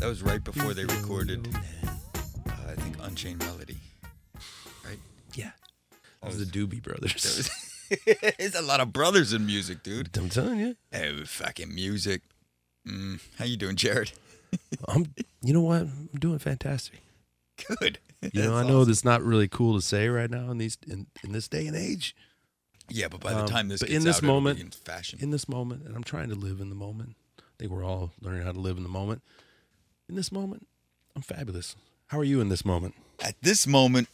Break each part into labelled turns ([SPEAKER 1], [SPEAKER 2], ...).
[SPEAKER 1] That was right before they recorded, uh, I think, Unchained Melody. Right?
[SPEAKER 2] Yeah. It was the Doobie Brothers.
[SPEAKER 1] There's a lot of brothers in music, dude.
[SPEAKER 2] I'm telling you.
[SPEAKER 1] Oh, fucking music. Mm, how you doing, Jared?
[SPEAKER 2] I'm you know what? I'm doing fantastic.
[SPEAKER 1] Good.
[SPEAKER 2] You know, I know that's not really cool to say right now in these in, in this day and age.
[SPEAKER 1] Yeah, but by the
[SPEAKER 2] Um,
[SPEAKER 1] time this
[SPEAKER 2] but
[SPEAKER 1] gets
[SPEAKER 2] in this
[SPEAKER 1] out, it'll be
[SPEAKER 2] moment-
[SPEAKER 1] in fashion.
[SPEAKER 2] in this moment, and I'm trying to live in the moment. I think we're all learning how to live in the moment. In this moment, I'm fabulous. How are you in this moment?
[SPEAKER 1] At this moment,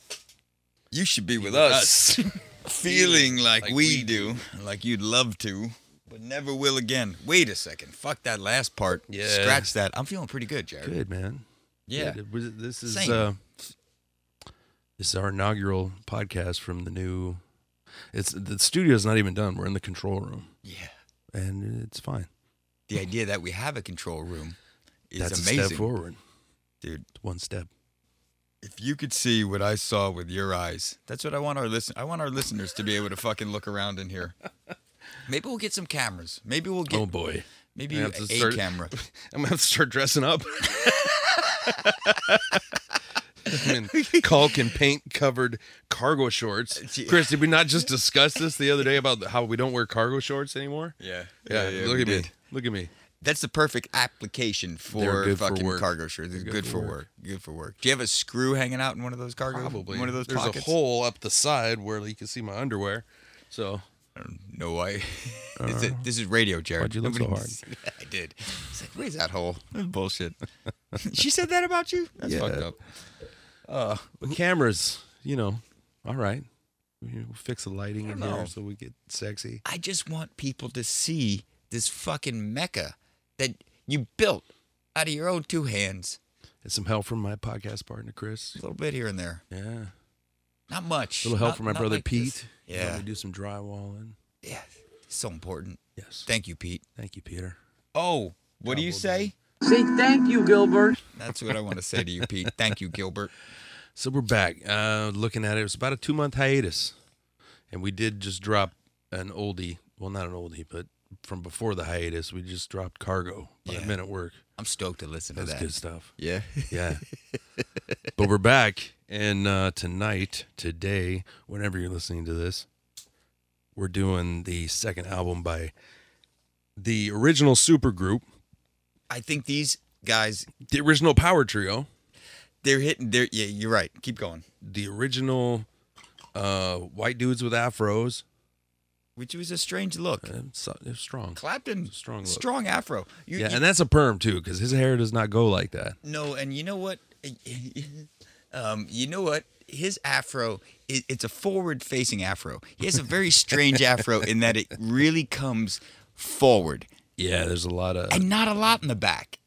[SPEAKER 1] you should be with us, feeling like, we, do, like you'd love to, but never will again. Wait a second. Fuck that last part.
[SPEAKER 2] Yeah.
[SPEAKER 1] Scratch that. I'm feeling pretty good, Jared.
[SPEAKER 2] Good, man.
[SPEAKER 1] Yeah.
[SPEAKER 2] Good. Was it- This is
[SPEAKER 1] Same.
[SPEAKER 2] uh, this is our inaugural podcast from the new. It's the studio's not even done. We're in the control room,
[SPEAKER 1] Yeah.
[SPEAKER 2] and it's fine.
[SPEAKER 1] The idea that we have a control room is
[SPEAKER 2] That's a step
[SPEAKER 1] amazing.
[SPEAKER 2] forward.
[SPEAKER 1] Dude,
[SPEAKER 2] It's one step.
[SPEAKER 1] if you could see what I saw with your eyes, that's what I want our listen I want our listeners to be able to fucking look around in here. Maybe we'll get some cameras. Maybe we'll get
[SPEAKER 2] oh boy.
[SPEAKER 1] maybe
[SPEAKER 2] I
[SPEAKER 1] a,
[SPEAKER 2] have to start-
[SPEAKER 1] camera.
[SPEAKER 2] I'm gonna have to start dressing up. I'm in caulk and paint covered cargo shorts.
[SPEAKER 1] Gee.
[SPEAKER 2] Chris, did we not just discuss this the other day about how we don't wear cargo shorts anymore?
[SPEAKER 1] Yeah.
[SPEAKER 2] Yeah, look
[SPEAKER 1] we
[SPEAKER 2] at
[SPEAKER 1] did.
[SPEAKER 2] me. Look at me.
[SPEAKER 1] That's the perfect application for
[SPEAKER 2] good for
[SPEAKER 1] fucking
[SPEAKER 2] work.
[SPEAKER 1] cargo shorts. They're good, for work. Good for work. Do you have a screw hanging out in one of those cargo? One of those
[SPEAKER 2] There's
[SPEAKER 1] pockets.
[SPEAKER 2] a hole up the side where you can see my underwear. So
[SPEAKER 1] No way. Is it- this is radio, Jared.
[SPEAKER 2] Uh-huh. Why'd you look so
[SPEAKER 1] hard? I did. I was like, Where's that hole? That's bullshit. she said that about you? That's
[SPEAKER 2] Yeah.
[SPEAKER 1] fucked up.
[SPEAKER 2] but cameras, you know, all right. We'll fix the lighting in
[SPEAKER 1] know.
[SPEAKER 2] here so we get sexy.
[SPEAKER 1] I just want people to see this fucking mecca that you built out of your own two hands.
[SPEAKER 2] And some help from my podcast partner, Chris.
[SPEAKER 1] A little bit here and there.
[SPEAKER 2] Yeah.
[SPEAKER 1] Not much.
[SPEAKER 2] A little help
[SPEAKER 1] Not-
[SPEAKER 2] from my
[SPEAKER 1] not
[SPEAKER 2] brother
[SPEAKER 1] like this.
[SPEAKER 2] Pete. You know,
[SPEAKER 1] Yeah.
[SPEAKER 2] We do some drywalling.
[SPEAKER 1] Yeah. So important.
[SPEAKER 2] Yes.
[SPEAKER 1] Thank you, Pete.
[SPEAKER 2] Thank you, Peter.
[SPEAKER 1] Oh, what do you say?
[SPEAKER 3] Say thank you, Gilbert.
[SPEAKER 1] That's what I want to say to you, Pete. Thank you, Gilbert.
[SPEAKER 2] So we're back. Uh, looking at it, it was about a two month hiatus, and we did just drop an oldie. Well, not an oldie, but from before the hiatus, we just dropped cargo. By
[SPEAKER 1] Yeah.
[SPEAKER 2] Men at Work.
[SPEAKER 1] I'm stoked to listen
[SPEAKER 2] That's
[SPEAKER 1] to that.
[SPEAKER 2] good stuff.
[SPEAKER 1] Yeah.
[SPEAKER 2] Yeah. but we're back, and uh, tonight, today, whenever you're listening to this, we're doing the second album by the original supergroup,
[SPEAKER 1] I think these guys,
[SPEAKER 2] the original Power Trio.
[SPEAKER 1] they're hitting. They're yeah. You're right. Keep going.
[SPEAKER 2] the original uh, white dudes with afros.
[SPEAKER 1] Which was a strange look.
[SPEAKER 2] Uh, so- They're strong.
[SPEAKER 1] Clapton,
[SPEAKER 2] It's a strong look.
[SPEAKER 1] strong afro. You,
[SPEAKER 2] Yeah,
[SPEAKER 1] you-
[SPEAKER 2] and that's a perm too, because his hair does not go like that.
[SPEAKER 1] no, and you know what? um, you know what? His afro, it, it's a forward-facing afro. He has a very strange afro in that it really comes forward.
[SPEAKER 2] Yeah, there's a lot of.
[SPEAKER 1] and not a lot in the back.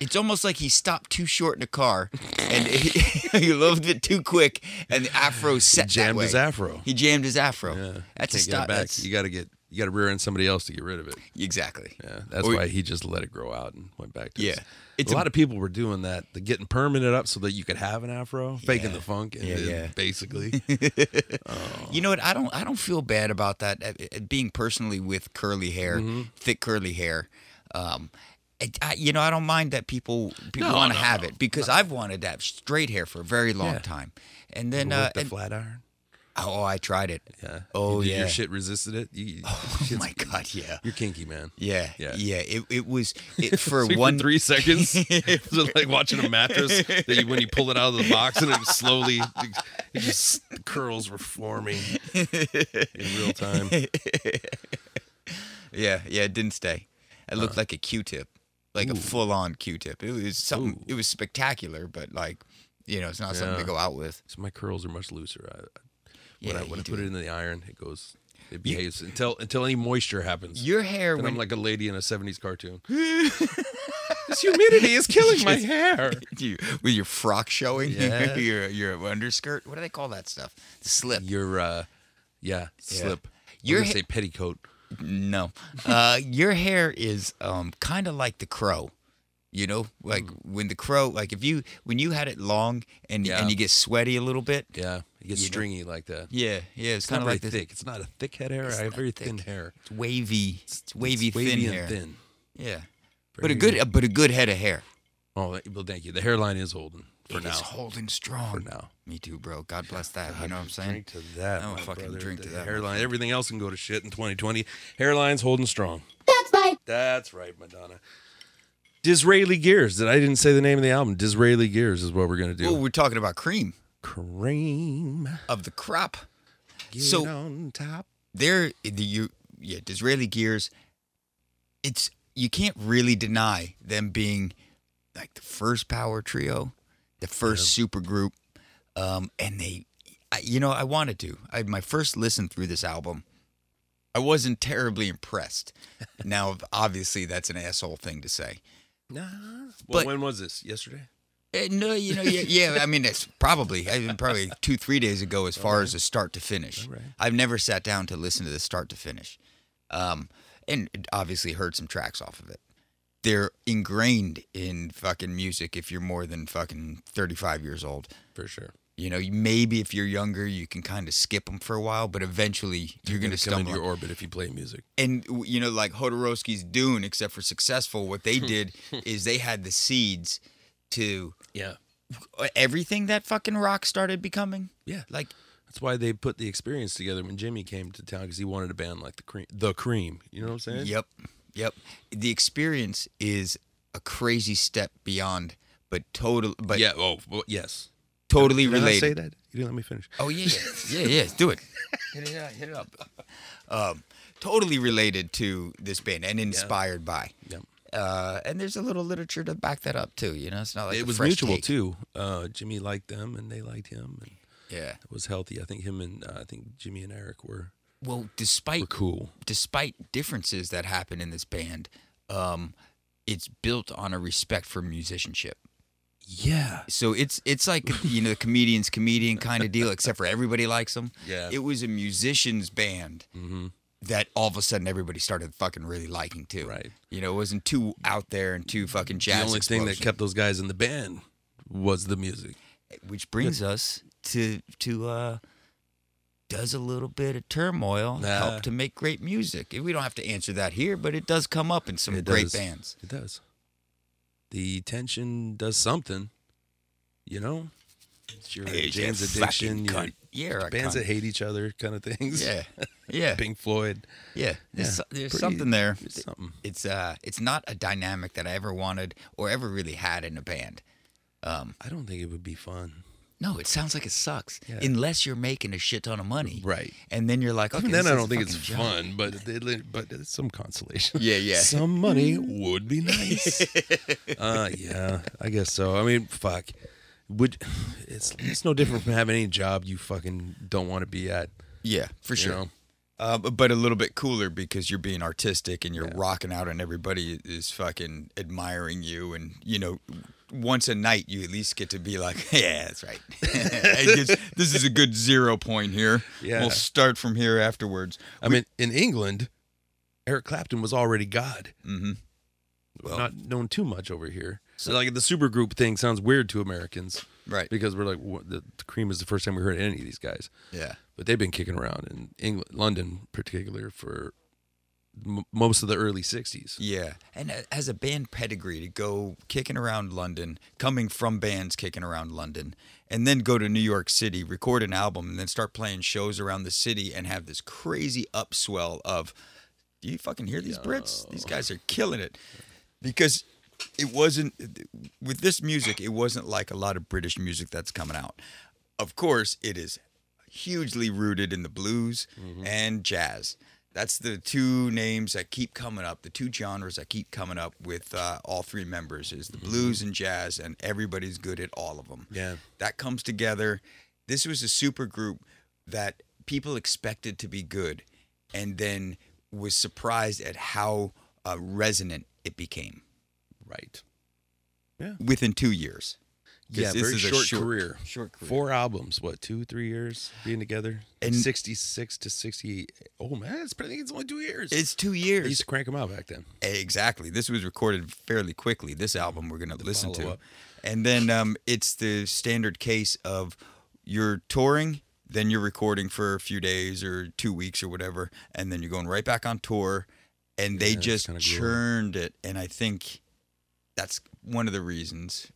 [SPEAKER 1] It's almost like he stopped too short in a car, and he loved it too quick, and the afro set that
[SPEAKER 2] jammed
[SPEAKER 1] way.
[SPEAKER 2] his afro.
[SPEAKER 1] He jammed his afro.
[SPEAKER 2] Yeah, you
[SPEAKER 1] that's a
[SPEAKER 2] can't get it
[SPEAKER 1] stop.
[SPEAKER 2] back.
[SPEAKER 1] that's-
[SPEAKER 2] You got to get. You got to rear end somebody else to get rid of it.
[SPEAKER 1] exactly.
[SPEAKER 2] Yeah, that's
[SPEAKER 1] Or-
[SPEAKER 2] why he just let it grow out and went back to.
[SPEAKER 1] Yeah,
[SPEAKER 2] his-
[SPEAKER 1] it's a-
[SPEAKER 2] a lot of people were doing that, the getting permanent up so that you could have an afro, faking the funk, and
[SPEAKER 1] Yeah,
[SPEAKER 2] then
[SPEAKER 1] yeah.
[SPEAKER 2] basically.
[SPEAKER 1] You know what? I don't. I don't feel bad about that. uh, uh, Being personally with curly hair,
[SPEAKER 2] Mm-hmm.
[SPEAKER 1] thick curly hair. Um, I, I- you know, I don't mind that people people
[SPEAKER 2] No,
[SPEAKER 1] want to
[SPEAKER 2] no,
[SPEAKER 1] have it because I've wanted to have straight hair for a very long
[SPEAKER 2] Yeah.
[SPEAKER 1] time, and then uh,
[SPEAKER 2] with the
[SPEAKER 1] and-
[SPEAKER 2] flat iron.
[SPEAKER 1] oh, I tried it.
[SPEAKER 2] Yeah.
[SPEAKER 1] Oh,
[SPEAKER 2] You-
[SPEAKER 1] yeah.
[SPEAKER 2] Your shit resisted it. You,
[SPEAKER 1] Oh my god, yeah.
[SPEAKER 2] You're kinky, man.
[SPEAKER 1] Yeah, yeah,
[SPEAKER 2] Yeah.
[SPEAKER 1] It, it was it, for
[SPEAKER 2] Sleep
[SPEAKER 1] one.
[SPEAKER 2] three seconds. Is it like watching a mattress that you, when you pull it out of the box and it slowly it just the curls were forming in real time.
[SPEAKER 1] Yeah, yeah. It didn't stay. It
[SPEAKER 2] Uh.
[SPEAKER 1] looked like a Q-tip, like a full-on Q-tip. It was something. It was spectacular, but like, you know, it's not something to
[SPEAKER 2] Yeah.
[SPEAKER 1] go out with.
[SPEAKER 2] So my curls are much looser. I, I- when
[SPEAKER 1] Yeah,
[SPEAKER 2] I when
[SPEAKER 1] you
[SPEAKER 2] I put
[SPEAKER 1] do.
[SPEAKER 2] it into the iron, it goes it behaves until until any moisture happens.
[SPEAKER 1] Your hair
[SPEAKER 2] then
[SPEAKER 1] when
[SPEAKER 2] I'm like a lady in a 70s cartoon. this humidity is killing my hair.
[SPEAKER 1] you, with your frock showing,
[SPEAKER 2] Yeah.
[SPEAKER 1] your your underskirt. What do they call that stuff? Slip.
[SPEAKER 2] Your uh yeah, slip.
[SPEAKER 1] Your
[SPEAKER 2] You're gonna
[SPEAKER 1] ha-
[SPEAKER 2] say petticoat.
[SPEAKER 1] No, uh, your hair is um, kind of like the crow. You know, like
[SPEAKER 2] Mm.
[SPEAKER 1] when the crow, like if you when you had it long and
[SPEAKER 2] Yeah.
[SPEAKER 1] and you get sweaty a little bit.
[SPEAKER 2] Yeah. It gets
[SPEAKER 1] You know-
[SPEAKER 2] stringy like that.
[SPEAKER 1] Yeah, yeah. It's
[SPEAKER 2] It's not
[SPEAKER 1] kind of
[SPEAKER 2] very
[SPEAKER 1] like this.
[SPEAKER 2] thick. It's not a thick head hair. I have
[SPEAKER 1] not
[SPEAKER 2] very
[SPEAKER 1] thick.
[SPEAKER 2] thin hair.
[SPEAKER 1] It's wavy, it's wavy,
[SPEAKER 2] It's wavy
[SPEAKER 1] thin
[SPEAKER 2] and
[SPEAKER 1] hair.
[SPEAKER 2] thin.
[SPEAKER 1] Yeah, but a good, uh, but a good head of hair.
[SPEAKER 2] Oh, well, thank you. The hairline is holding for
[SPEAKER 1] It
[SPEAKER 2] now.
[SPEAKER 1] is holding strong.
[SPEAKER 2] for now.
[SPEAKER 1] Me too, bro. God bless that. you know what I'm saying?
[SPEAKER 2] Drink to that.
[SPEAKER 1] I don't
[SPEAKER 2] my
[SPEAKER 1] fucking
[SPEAKER 2] brother.
[SPEAKER 1] drink
[SPEAKER 2] The
[SPEAKER 1] to that, my
[SPEAKER 2] Hairline. Everything else can go to shit in 2020. Hairline's holding strong. That's right, Madonna. Disraeli Gears. That I didn't say the name of the album. Disraeli Gears is what we're gonna do.
[SPEAKER 1] Well, we're talking about cream
[SPEAKER 2] Cream.
[SPEAKER 1] of the crop.
[SPEAKER 2] Get
[SPEAKER 1] So-
[SPEAKER 2] on top.
[SPEAKER 1] There, the you, yeah, Disraeli gears. It's you can't really deny them being like the first power trio, the first super group, um, and they, I, you know, I wanted to. I my first listen through this album, I wasn't terribly impressed. now, obviously, that's an asshole thing to say.
[SPEAKER 2] Nah.
[SPEAKER 1] But-
[SPEAKER 2] well, when was this? Yesterday.
[SPEAKER 1] Eh, no, you know, yeah, yeah. I mean, it's probably I mean, probably two, three days ago, as far as the start to finish.
[SPEAKER 2] All right.
[SPEAKER 1] I've never sat down to listen to the start to finish, um, and it obviously heard some tracks off of it. They're ingrained in fucking music. If you're more than fucking thirty-five years old,
[SPEAKER 2] For sure.
[SPEAKER 1] you know, you- maybe if you're younger, you can kind of skip them for a while, but eventually you're gonna
[SPEAKER 2] come into
[SPEAKER 1] stumble.
[SPEAKER 2] your orbit if you play music.
[SPEAKER 1] and w- you know, like Hodorowski's Dune, except for successful, what they did is they had the seeds to
[SPEAKER 2] Yeah.
[SPEAKER 1] everything that fucking rock started becoming.
[SPEAKER 2] Yeah.
[SPEAKER 1] Like,
[SPEAKER 2] That's why they put the experience together when Jimmy came to town because he wanted a band like the Cream. The Cream. You know what I'm saying?
[SPEAKER 1] yep, yep. The experience is a crazy step beyond, but total, but
[SPEAKER 2] yeah. Oh, well, yes.
[SPEAKER 1] totally
[SPEAKER 2] Did I not
[SPEAKER 1] related.
[SPEAKER 2] say that? You didn't let me finish.
[SPEAKER 1] Oh yeah, yeah, yeah, yeah. Do it. Hit it up. Hit it up. Um, totally related to this band and inspired by.
[SPEAKER 2] Yep.
[SPEAKER 1] Uh, and there's a little literature to back that up too. You know, it's not like
[SPEAKER 2] it
[SPEAKER 1] a
[SPEAKER 2] was
[SPEAKER 1] fresh
[SPEAKER 2] mutual
[SPEAKER 1] take.
[SPEAKER 2] too. Uh, Jimmy liked them, and they liked him, and
[SPEAKER 1] Yeah.
[SPEAKER 2] it was healthy. I think him and uh, I think Jimmy and Eric were
[SPEAKER 1] Well, despite
[SPEAKER 2] were cool.
[SPEAKER 1] despite differences that happen in this band, um, it's built on a respect for musicianship.
[SPEAKER 2] Yeah,
[SPEAKER 1] So it's it's like you know the comedian's comedian kind of deal, except for everybody likes them.
[SPEAKER 2] Yeah.
[SPEAKER 1] It was a musicians band
[SPEAKER 2] mm-hmm.
[SPEAKER 1] that all of a sudden everybody started fucking really liking too.
[SPEAKER 2] Right.
[SPEAKER 1] You know, it wasn't too out there and too fucking
[SPEAKER 2] the
[SPEAKER 1] jazz.
[SPEAKER 2] only thing that
[SPEAKER 1] explosion.
[SPEAKER 2] kept those guys in the band was the music.
[SPEAKER 1] which brings us to to uh does a little bit of turmoil
[SPEAKER 2] Nah.
[SPEAKER 1] help to make great music? We don't have to answer that here, but it does come up in some
[SPEAKER 2] It
[SPEAKER 1] great
[SPEAKER 2] does.
[SPEAKER 1] bands.
[SPEAKER 2] It does. The tension does something, you know. It's your
[SPEAKER 1] Hey,
[SPEAKER 2] James
[SPEAKER 1] you fucking
[SPEAKER 2] Addiction, your
[SPEAKER 1] cunt. Yeah, you're a
[SPEAKER 2] bands
[SPEAKER 1] cunt.
[SPEAKER 2] that hate each other, kind of things.
[SPEAKER 1] Yeah, yeah,
[SPEAKER 2] Pink Floyd.
[SPEAKER 1] yeah. There's,
[SPEAKER 2] Yeah,
[SPEAKER 1] so- there's
[SPEAKER 2] pretty-
[SPEAKER 1] something there.
[SPEAKER 2] It's something.
[SPEAKER 1] it's uh it's not a dynamic that I ever wanted or ever really had in a band.
[SPEAKER 2] I don't think it would be fun.
[SPEAKER 1] No, it sounds like it sucks
[SPEAKER 2] Yeah.
[SPEAKER 1] unless you're making a shit ton of money,
[SPEAKER 2] Right.
[SPEAKER 1] And then you're like, okay,
[SPEAKER 2] Even then,
[SPEAKER 1] this is
[SPEAKER 2] I
[SPEAKER 1] a
[SPEAKER 2] don't think it's
[SPEAKER 1] fucking job.
[SPEAKER 2] fun, but it, but it's some consolation.
[SPEAKER 1] Yeah, yeah.
[SPEAKER 2] Some money would be nice. uh, yeah, I guess so. I mean, fuck. Would it's it's no different from having any job you fucking don't want to be at.
[SPEAKER 1] Yeah, for
[SPEAKER 2] You
[SPEAKER 1] sure.
[SPEAKER 2] know?
[SPEAKER 1] Uh, bu- but a little bit cooler because you're being artistic and you're rocking out, and everybody is fucking admiring you. And you know, once a night, you at least get to be like, "Yeah, that's right. It gets- this is a good zero point here.
[SPEAKER 2] Yeah.
[SPEAKER 1] We'll start from here afterwards."
[SPEAKER 2] I mean, in England, Eric Clapton was already God.
[SPEAKER 1] hmm
[SPEAKER 2] Not known too much over here. So like the supergroup thing sounds weird to Americans
[SPEAKER 1] Right.
[SPEAKER 2] because we're like what, the, the Cream is the first time we heard any of these guys.
[SPEAKER 1] Yeah.
[SPEAKER 2] but they've been kicking around in England, London, particular for m- most of the early '60s.
[SPEAKER 1] Yeah, and a- as a band pedigree to go kicking around London, coming from bands kicking around London, and then go to New York City, record an album, and then start playing shows around the city, and have this crazy upswell of, do you fucking hear these Brits? These guys are killing it, because it wasn't with this music. It wasn't like a lot of British music that's coming out. Of course, it is hugely rooted in the blues and jazz. That's the two names that keep coming up, the two genres that keep coming up with uh, all three members is the blues and jazz, and everybody's good at all of them.
[SPEAKER 2] Yeah.
[SPEAKER 1] That comes together. This was a super group that people expected to be good and then was surprised at how uh, resonant it became
[SPEAKER 2] Right.
[SPEAKER 1] within two years. 'Cause
[SPEAKER 2] Yeah,
[SPEAKER 1] this
[SPEAKER 2] very
[SPEAKER 1] is a
[SPEAKER 2] short,
[SPEAKER 1] short-
[SPEAKER 2] career.
[SPEAKER 1] short career.
[SPEAKER 2] Four albums, what, two, three years being together?
[SPEAKER 1] And-
[SPEAKER 2] 66 to 68. Oh, man, it's, I think it's only two years.
[SPEAKER 1] It's two
[SPEAKER 2] they used
[SPEAKER 1] years.
[SPEAKER 2] to crank them out back then.
[SPEAKER 1] Exactly. This was recorded fairly quickly. This album we're going to listen to.
[SPEAKER 2] follow-up.
[SPEAKER 1] And then um, it's the standard case of you're touring, then you're recording for a few days or two weeks or whatever, and then you're going right back on tour. And they
[SPEAKER 2] Yeah, it's
[SPEAKER 1] just
[SPEAKER 2] kinda grueling.
[SPEAKER 1] churned it. And I think that's one of the reasons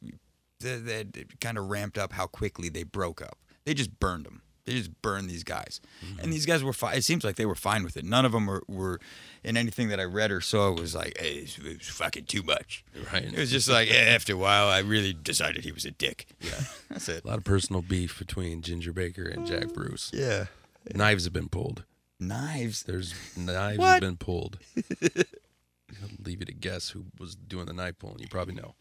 [SPEAKER 1] that, that it kind of ramped up how quickly they broke up. They just burned them. They just burned these guys,
[SPEAKER 2] Mm-hmm.
[SPEAKER 1] and these guys were fine. It seems like they were fine with it. None of them were, were in anything that I read or saw was like, "Hey, it was fucking too much."
[SPEAKER 2] Right.
[SPEAKER 1] It was just like eh, after a while, I really decided he was a dick. Yeah, that's it.
[SPEAKER 2] A lot of personal beef between Ginger Baker and Jack Bruce.
[SPEAKER 1] Yeah,
[SPEAKER 2] Knives have been pulled.
[SPEAKER 1] knives.
[SPEAKER 2] There's knives
[SPEAKER 1] What?
[SPEAKER 2] have been pulled. I'll leave you to guess who was doing the knife pulling. You probably know.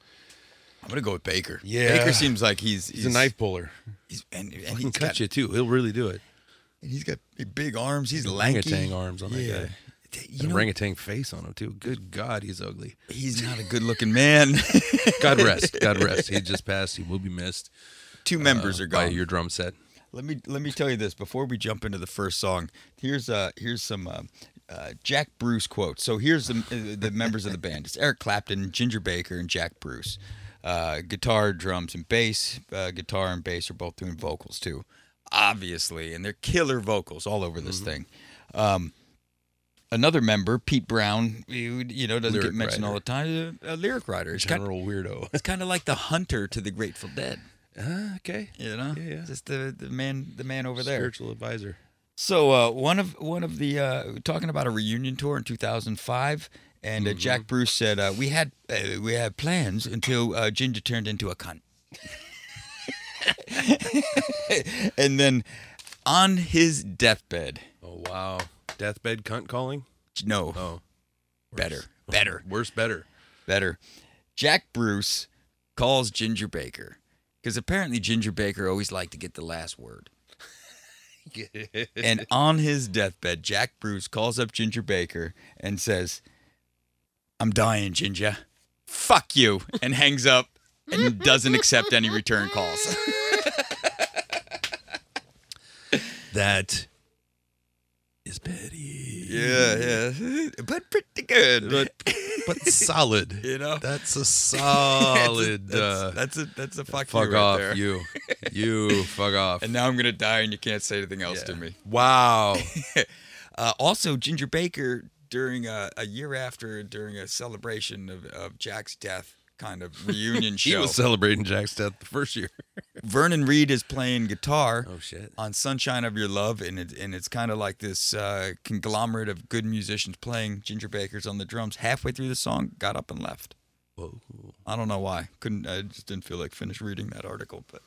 [SPEAKER 1] I'm gonna go with Baker.
[SPEAKER 2] Yeah.
[SPEAKER 1] Baker seems like he's
[SPEAKER 2] He's, a knife puller.
[SPEAKER 1] he's- and, and
[SPEAKER 2] He
[SPEAKER 1] he's
[SPEAKER 2] can cut
[SPEAKER 1] got,
[SPEAKER 2] you too. He'll really do it.
[SPEAKER 1] and he's got big- big arms. He's lanky.
[SPEAKER 2] Orangutan arms on that guy.
[SPEAKER 1] T- You
[SPEAKER 2] You
[SPEAKER 1] know,
[SPEAKER 2] orangutan face on him too. Good God, he's ugly.
[SPEAKER 1] he's not a good-looking man.
[SPEAKER 2] God rest. God rest. He just passed. He will be missed.
[SPEAKER 1] Two members
[SPEAKER 2] uh,
[SPEAKER 1] are
[SPEAKER 2] by
[SPEAKER 1] gone.
[SPEAKER 2] your drum set.
[SPEAKER 1] Let me let me tell you this before we jump into the first song. Here's uh here's some uh, uh, Jack Bruce quotes. So here's the uh, the members of the band. It's Eric Clapton, Ginger Baker, and Jack Bruce. Uh, guitar, drums, and bass. Uh, guitar and bass are both doing vocals too, obviously, and they're killer vocals all over
[SPEAKER 2] Mm-hmm.
[SPEAKER 1] this thing. Um, another member, Pete Brown, who, you know doesn't
[SPEAKER 2] Lyric
[SPEAKER 1] get mentioned all the
[SPEAKER 2] writer.
[SPEAKER 1] time. A, a lyric writer. It's kind,
[SPEAKER 2] General weirdo.
[SPEAKER 1] it's kind of like the hunter to the Grateful Dead.
[SPEAKER 2] Ah, okay.
[SPEAKER 1] You know,
[SPEAKER 2] Yeah, yeah.
[SPEAKER 1] just the, the man, the man over there.
[SPEAKER 2] Spiritual advisor.
[SPEAKER 1] So uh, one of one of the uh, talking about a reunion tour in 2005, and uh, Jack Bruce said uh, we had uh, we had plans until uh, Ginger turned into a cunt, and then on his deathbed,
[SPEAKER 2] Oh wow. Deathbed cunt calling.
[SPEAKER 1] no
[SPEAKER 2] Oh,
[SPEAKER 1] better, better,
[SPEAKER 2] worse, better.
[SPEAKER 1] better. Jack Bruce calls Ginger Baker because apparently Ginger Baker always liked to get the last word. and on his deathbed, Jack Bruce calls up Ginger Baker and says, I'm dying, Ginger. Fuck you. And hangs up and doesn't accept any return calls.
[SPEAKER 2] That is petty,
[SPEAKER 1] yeah, yeah. But pretty good.
[SPEAKER 2] but but solid.
[SPEAKER 1] You know?
[SPEAKER 2] that's a
[SPEAKER 1] That's a-
[SPEAKER 2] solid.
[SPEAKER 1] That's,
[SPEAKER 2] uh,
[SPEAKER 1] that's a that's a fuck,
[SPEAKER 2] fuck
[SPEAKER 1] you right
[SPEAKER 2] off,
[SPEAKER 1] there.
[SPEAKER 2] you. You fuck off.
[SPEAKER 1] And now I'm gonna die, and you can't say anything else to
[SPEAKER 2] Yeah.
[SPEAKER 1] me.
[SPEAKER 2] Wow.
[SPEAKER 1] Uh, also, Ginger Baker, during a, a year after, during a celebration of, of Jack's death, kind of reunion
[SPEAKER 2] he
[SPEAKER 1] show,
[SPEAKER 2] was celebrating Jack's death the first year.
[SPEAKER 1] Vernon Reed is playing guitar
[SPEAKER 2] Oh, shit.
[SPEAKER 1] on "Sunshine of Your Love," and it, and it's kind of like this uh, conglomerate of good musicians playing. Ginger Baker's on the drums. Halfway through the song, got up and left.
[SPEAKER 2] Whoa.
[SPEAKER 1] I don't know why. Couldn't. I just didn't feel like finish reading that article. But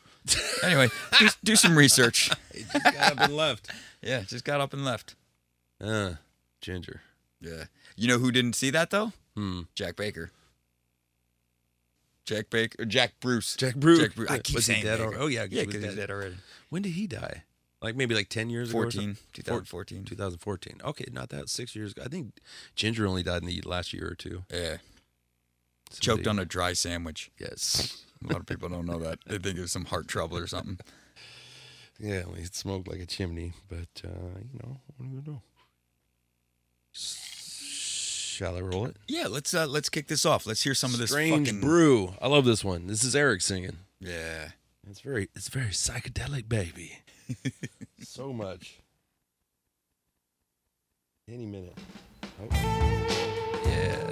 [SPEAKER 1] anyway, do, do some research.
[SPEAKER 2] He just got up and left.
[SPEAKER 1] Yeah, just got up and left.
[SPEAKER 2] Uh, ginger.
[SPEAKER 1] Yeah. You know who didn't see that though?
[SPEAKER 2] Hmm.
[SPEAKER 1] Jack Baker. Jack Baker. Jack Bruce.
[SPEAKER 2] Jack Bruce.
[SPEAKER 1] Jack Bruce. I keep
[SPEAKER 2] Was he
[SPEAKER 1] saying
[SPEAKER 2] dead
[SPEAKER 1] Baker.
[SPEAKER 2] already? Oh, yeah,
[SPEAKER 1] Yeah,
[SPEAKER 2] he was
[SPEAKER 1] because he's
[SPEAKER 2] dead.
[SPEAKER 1] dead already.
[SPEAKER 2] When did he die? Like maybe like ten years ago. or something?
[SPEAKER 1] 14, 2014.
[SPEAKER 2] 2014. Okay, not that six years ago. I think Ginger only died in the last year or two.
[SPEAKER 1] Yeah. Choked on a dry sandwich.
[SPEAKER 2] Yes.
[SPEAKER 1] A lot of people don't know that. They think it was some heart trouble or something.
[SPEAKER 2] Yeah, well, it smoked like a chimney, but uh, you know, what do you know? Shall I roll it?
[SPEAKER 1] Yeah, let's uh, let's kick this off. Let's hear some of this
[SPEAKER 2] Strange
[SPEAKER 1] fucking
[SPEAKER 2] brew. I love this one. This is Eric singing.
[SPEAKER 1] Yeah.
[SPEAKER 2] It's very, it's very psychedelic, baby. so much. Any minute. Oh. Yeah.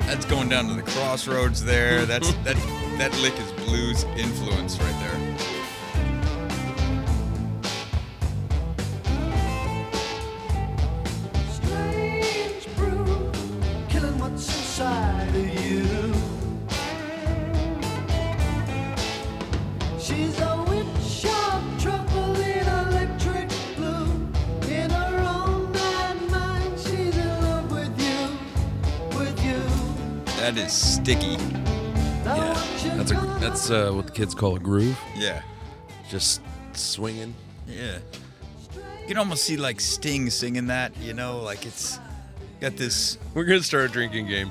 [SPEAKER 1] That's going down to the crossroads there. That's that that lick is blues influence right there.
[SPEAKER 4] Strange brew, killing what's inside of you. She's a witch of trouble in electric blue. In her own mad mind, she's in love with you, with you.
[SPEAKER 1] That is sticky.
[SPEAKER 2] Yeah. That's a, that's uh, what the kids call a groove.
[SPEAKER 1] Yeah.
[SPEAKER 2] Just swinging.
[SPEAKER 1] Yeah. You can almost see like Sting singing that, you know, like it's got this
[SPEAKER 2] We're gonna start a drinking game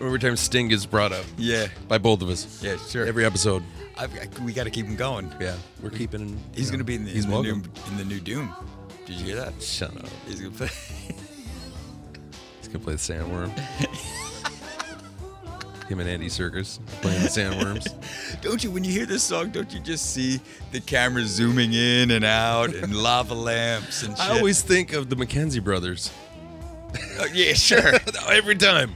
[SPEAKER 2] every time Sting gets brought up
[SPEAKER 1] yeah.
[SPEAKER 2] by both of us.
[SPEAKER 1] Yeah, sure.
[SPEAKER 2] Every episode.
[SPEAKER 1] I've, I, we got to keep him going.
[SPEAKER 2] Yeah, we're keeping.
[SPEAKER 1] He's
[SPEAKER 2] you know,
[SPEAKER 1] going to be in the,
[SPEAKER 2] he's
[SPEAKER 1] in the new
[SPEAKER 2] welcome.
[SPEAKER 1] in the new Doom. Did you hear that?
[SPEAKER 2] Shut up.
[SPEAKER 1] He's going to play
[SPEAKER 2] He's gonna play the sandworm. Him and Andy Circus playing the sandworms.
[SPEAKER 1] Don't you, when you hear this song, don't you just see the camera zooming in and out and lava lamps and shit?
[SPEAKER 2] I always think of the McKenzie brothers.
[SPEAKER 1] yeah, sure.
[SPEAKER 2] Every time.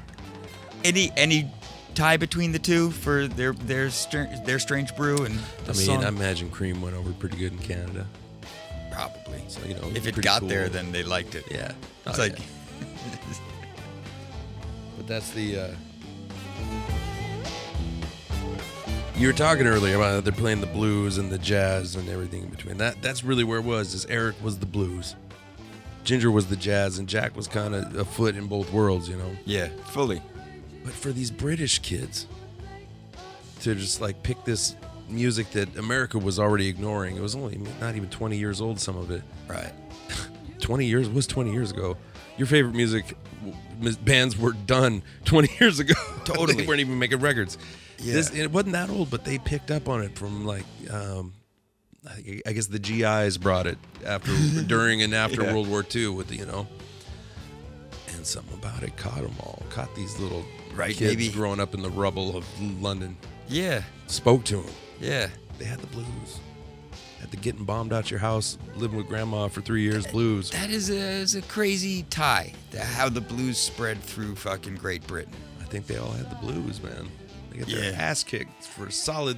[SPEAKER 1] any any tie between the two for their their str- their strange brew and the
[SPEAKER 2] I mean,
[SPEAKER 1] song?
[SPEAKER 2] I imagine Cream went over pretty good in Canada.
[SPEAKER 1] probably.
[SPEAKER 2] So you know,
[SPEAKER 1] If it
[SPEAKER 2] pretty
[SPEAKER 1] got
[SPEAKER 2] cool.
[SPEAKER 1] there, then they liked it.
[SPEAKER 2] yeah,
[SPEAKER 1] It's
[SPEAKER 2] Oh,
[SPEAKER 1] like
[SPEAKER 2] yeah. But that's the. Uh... You were talking earlier about how they're playing the blues and the jazz and everything in between. That that's really where it was. Is Eric was the blues, Ginger was the jazz, and Jack was kind of a foot in both worlds, you know.
[SPEAKER 1] yeah, fully.
[SPEAKER 2] But for these British kids to just like pick this music that America was already ignoring, it was only not even 20 years old. Some of it,
[SPEAKER 1] Right.
[SPEAKER 2] 20 years was 20 years ago. Your favorite music w- mis- bands were done 20 years ago. they
[SPEAKER 1] Totally.
[SPEAKER 2] weren't even making records.
[SPEAKER 1] Yeah.
[SPEAKER 2] This, it wasn't that old, but they picked up on it from like, um, I I guess the GIs brought it after, during, and after
[SPEAKER 1] Yeah.
[SPEAKER 2] World War II. With the, you know, and something about it caught them all. Caught these little
[SPEAKER 1] Right,
[SPEAKER 2] kids
[SPEAKER 1] maybe.
[SPEAKER 2] growing up in the rubble of London.
[SPEAKER 1] Yeah.
[SPEAKER 2] Spoke to them.
[SPEAKER 1] Yeah.
[SPEAKER 2] They had the blues. Had the getting bombed out your house, living with grandma for three years blues.
[SPEAKER 1] That is a, is a crazy tie. the- How the blues spread through fucking Great Britain.
[SPEAKER 2] I think they all had the blues, man. They got their
[SPEAKER 1] Yeah.
[SPEAKER 2] ass kicked for a solid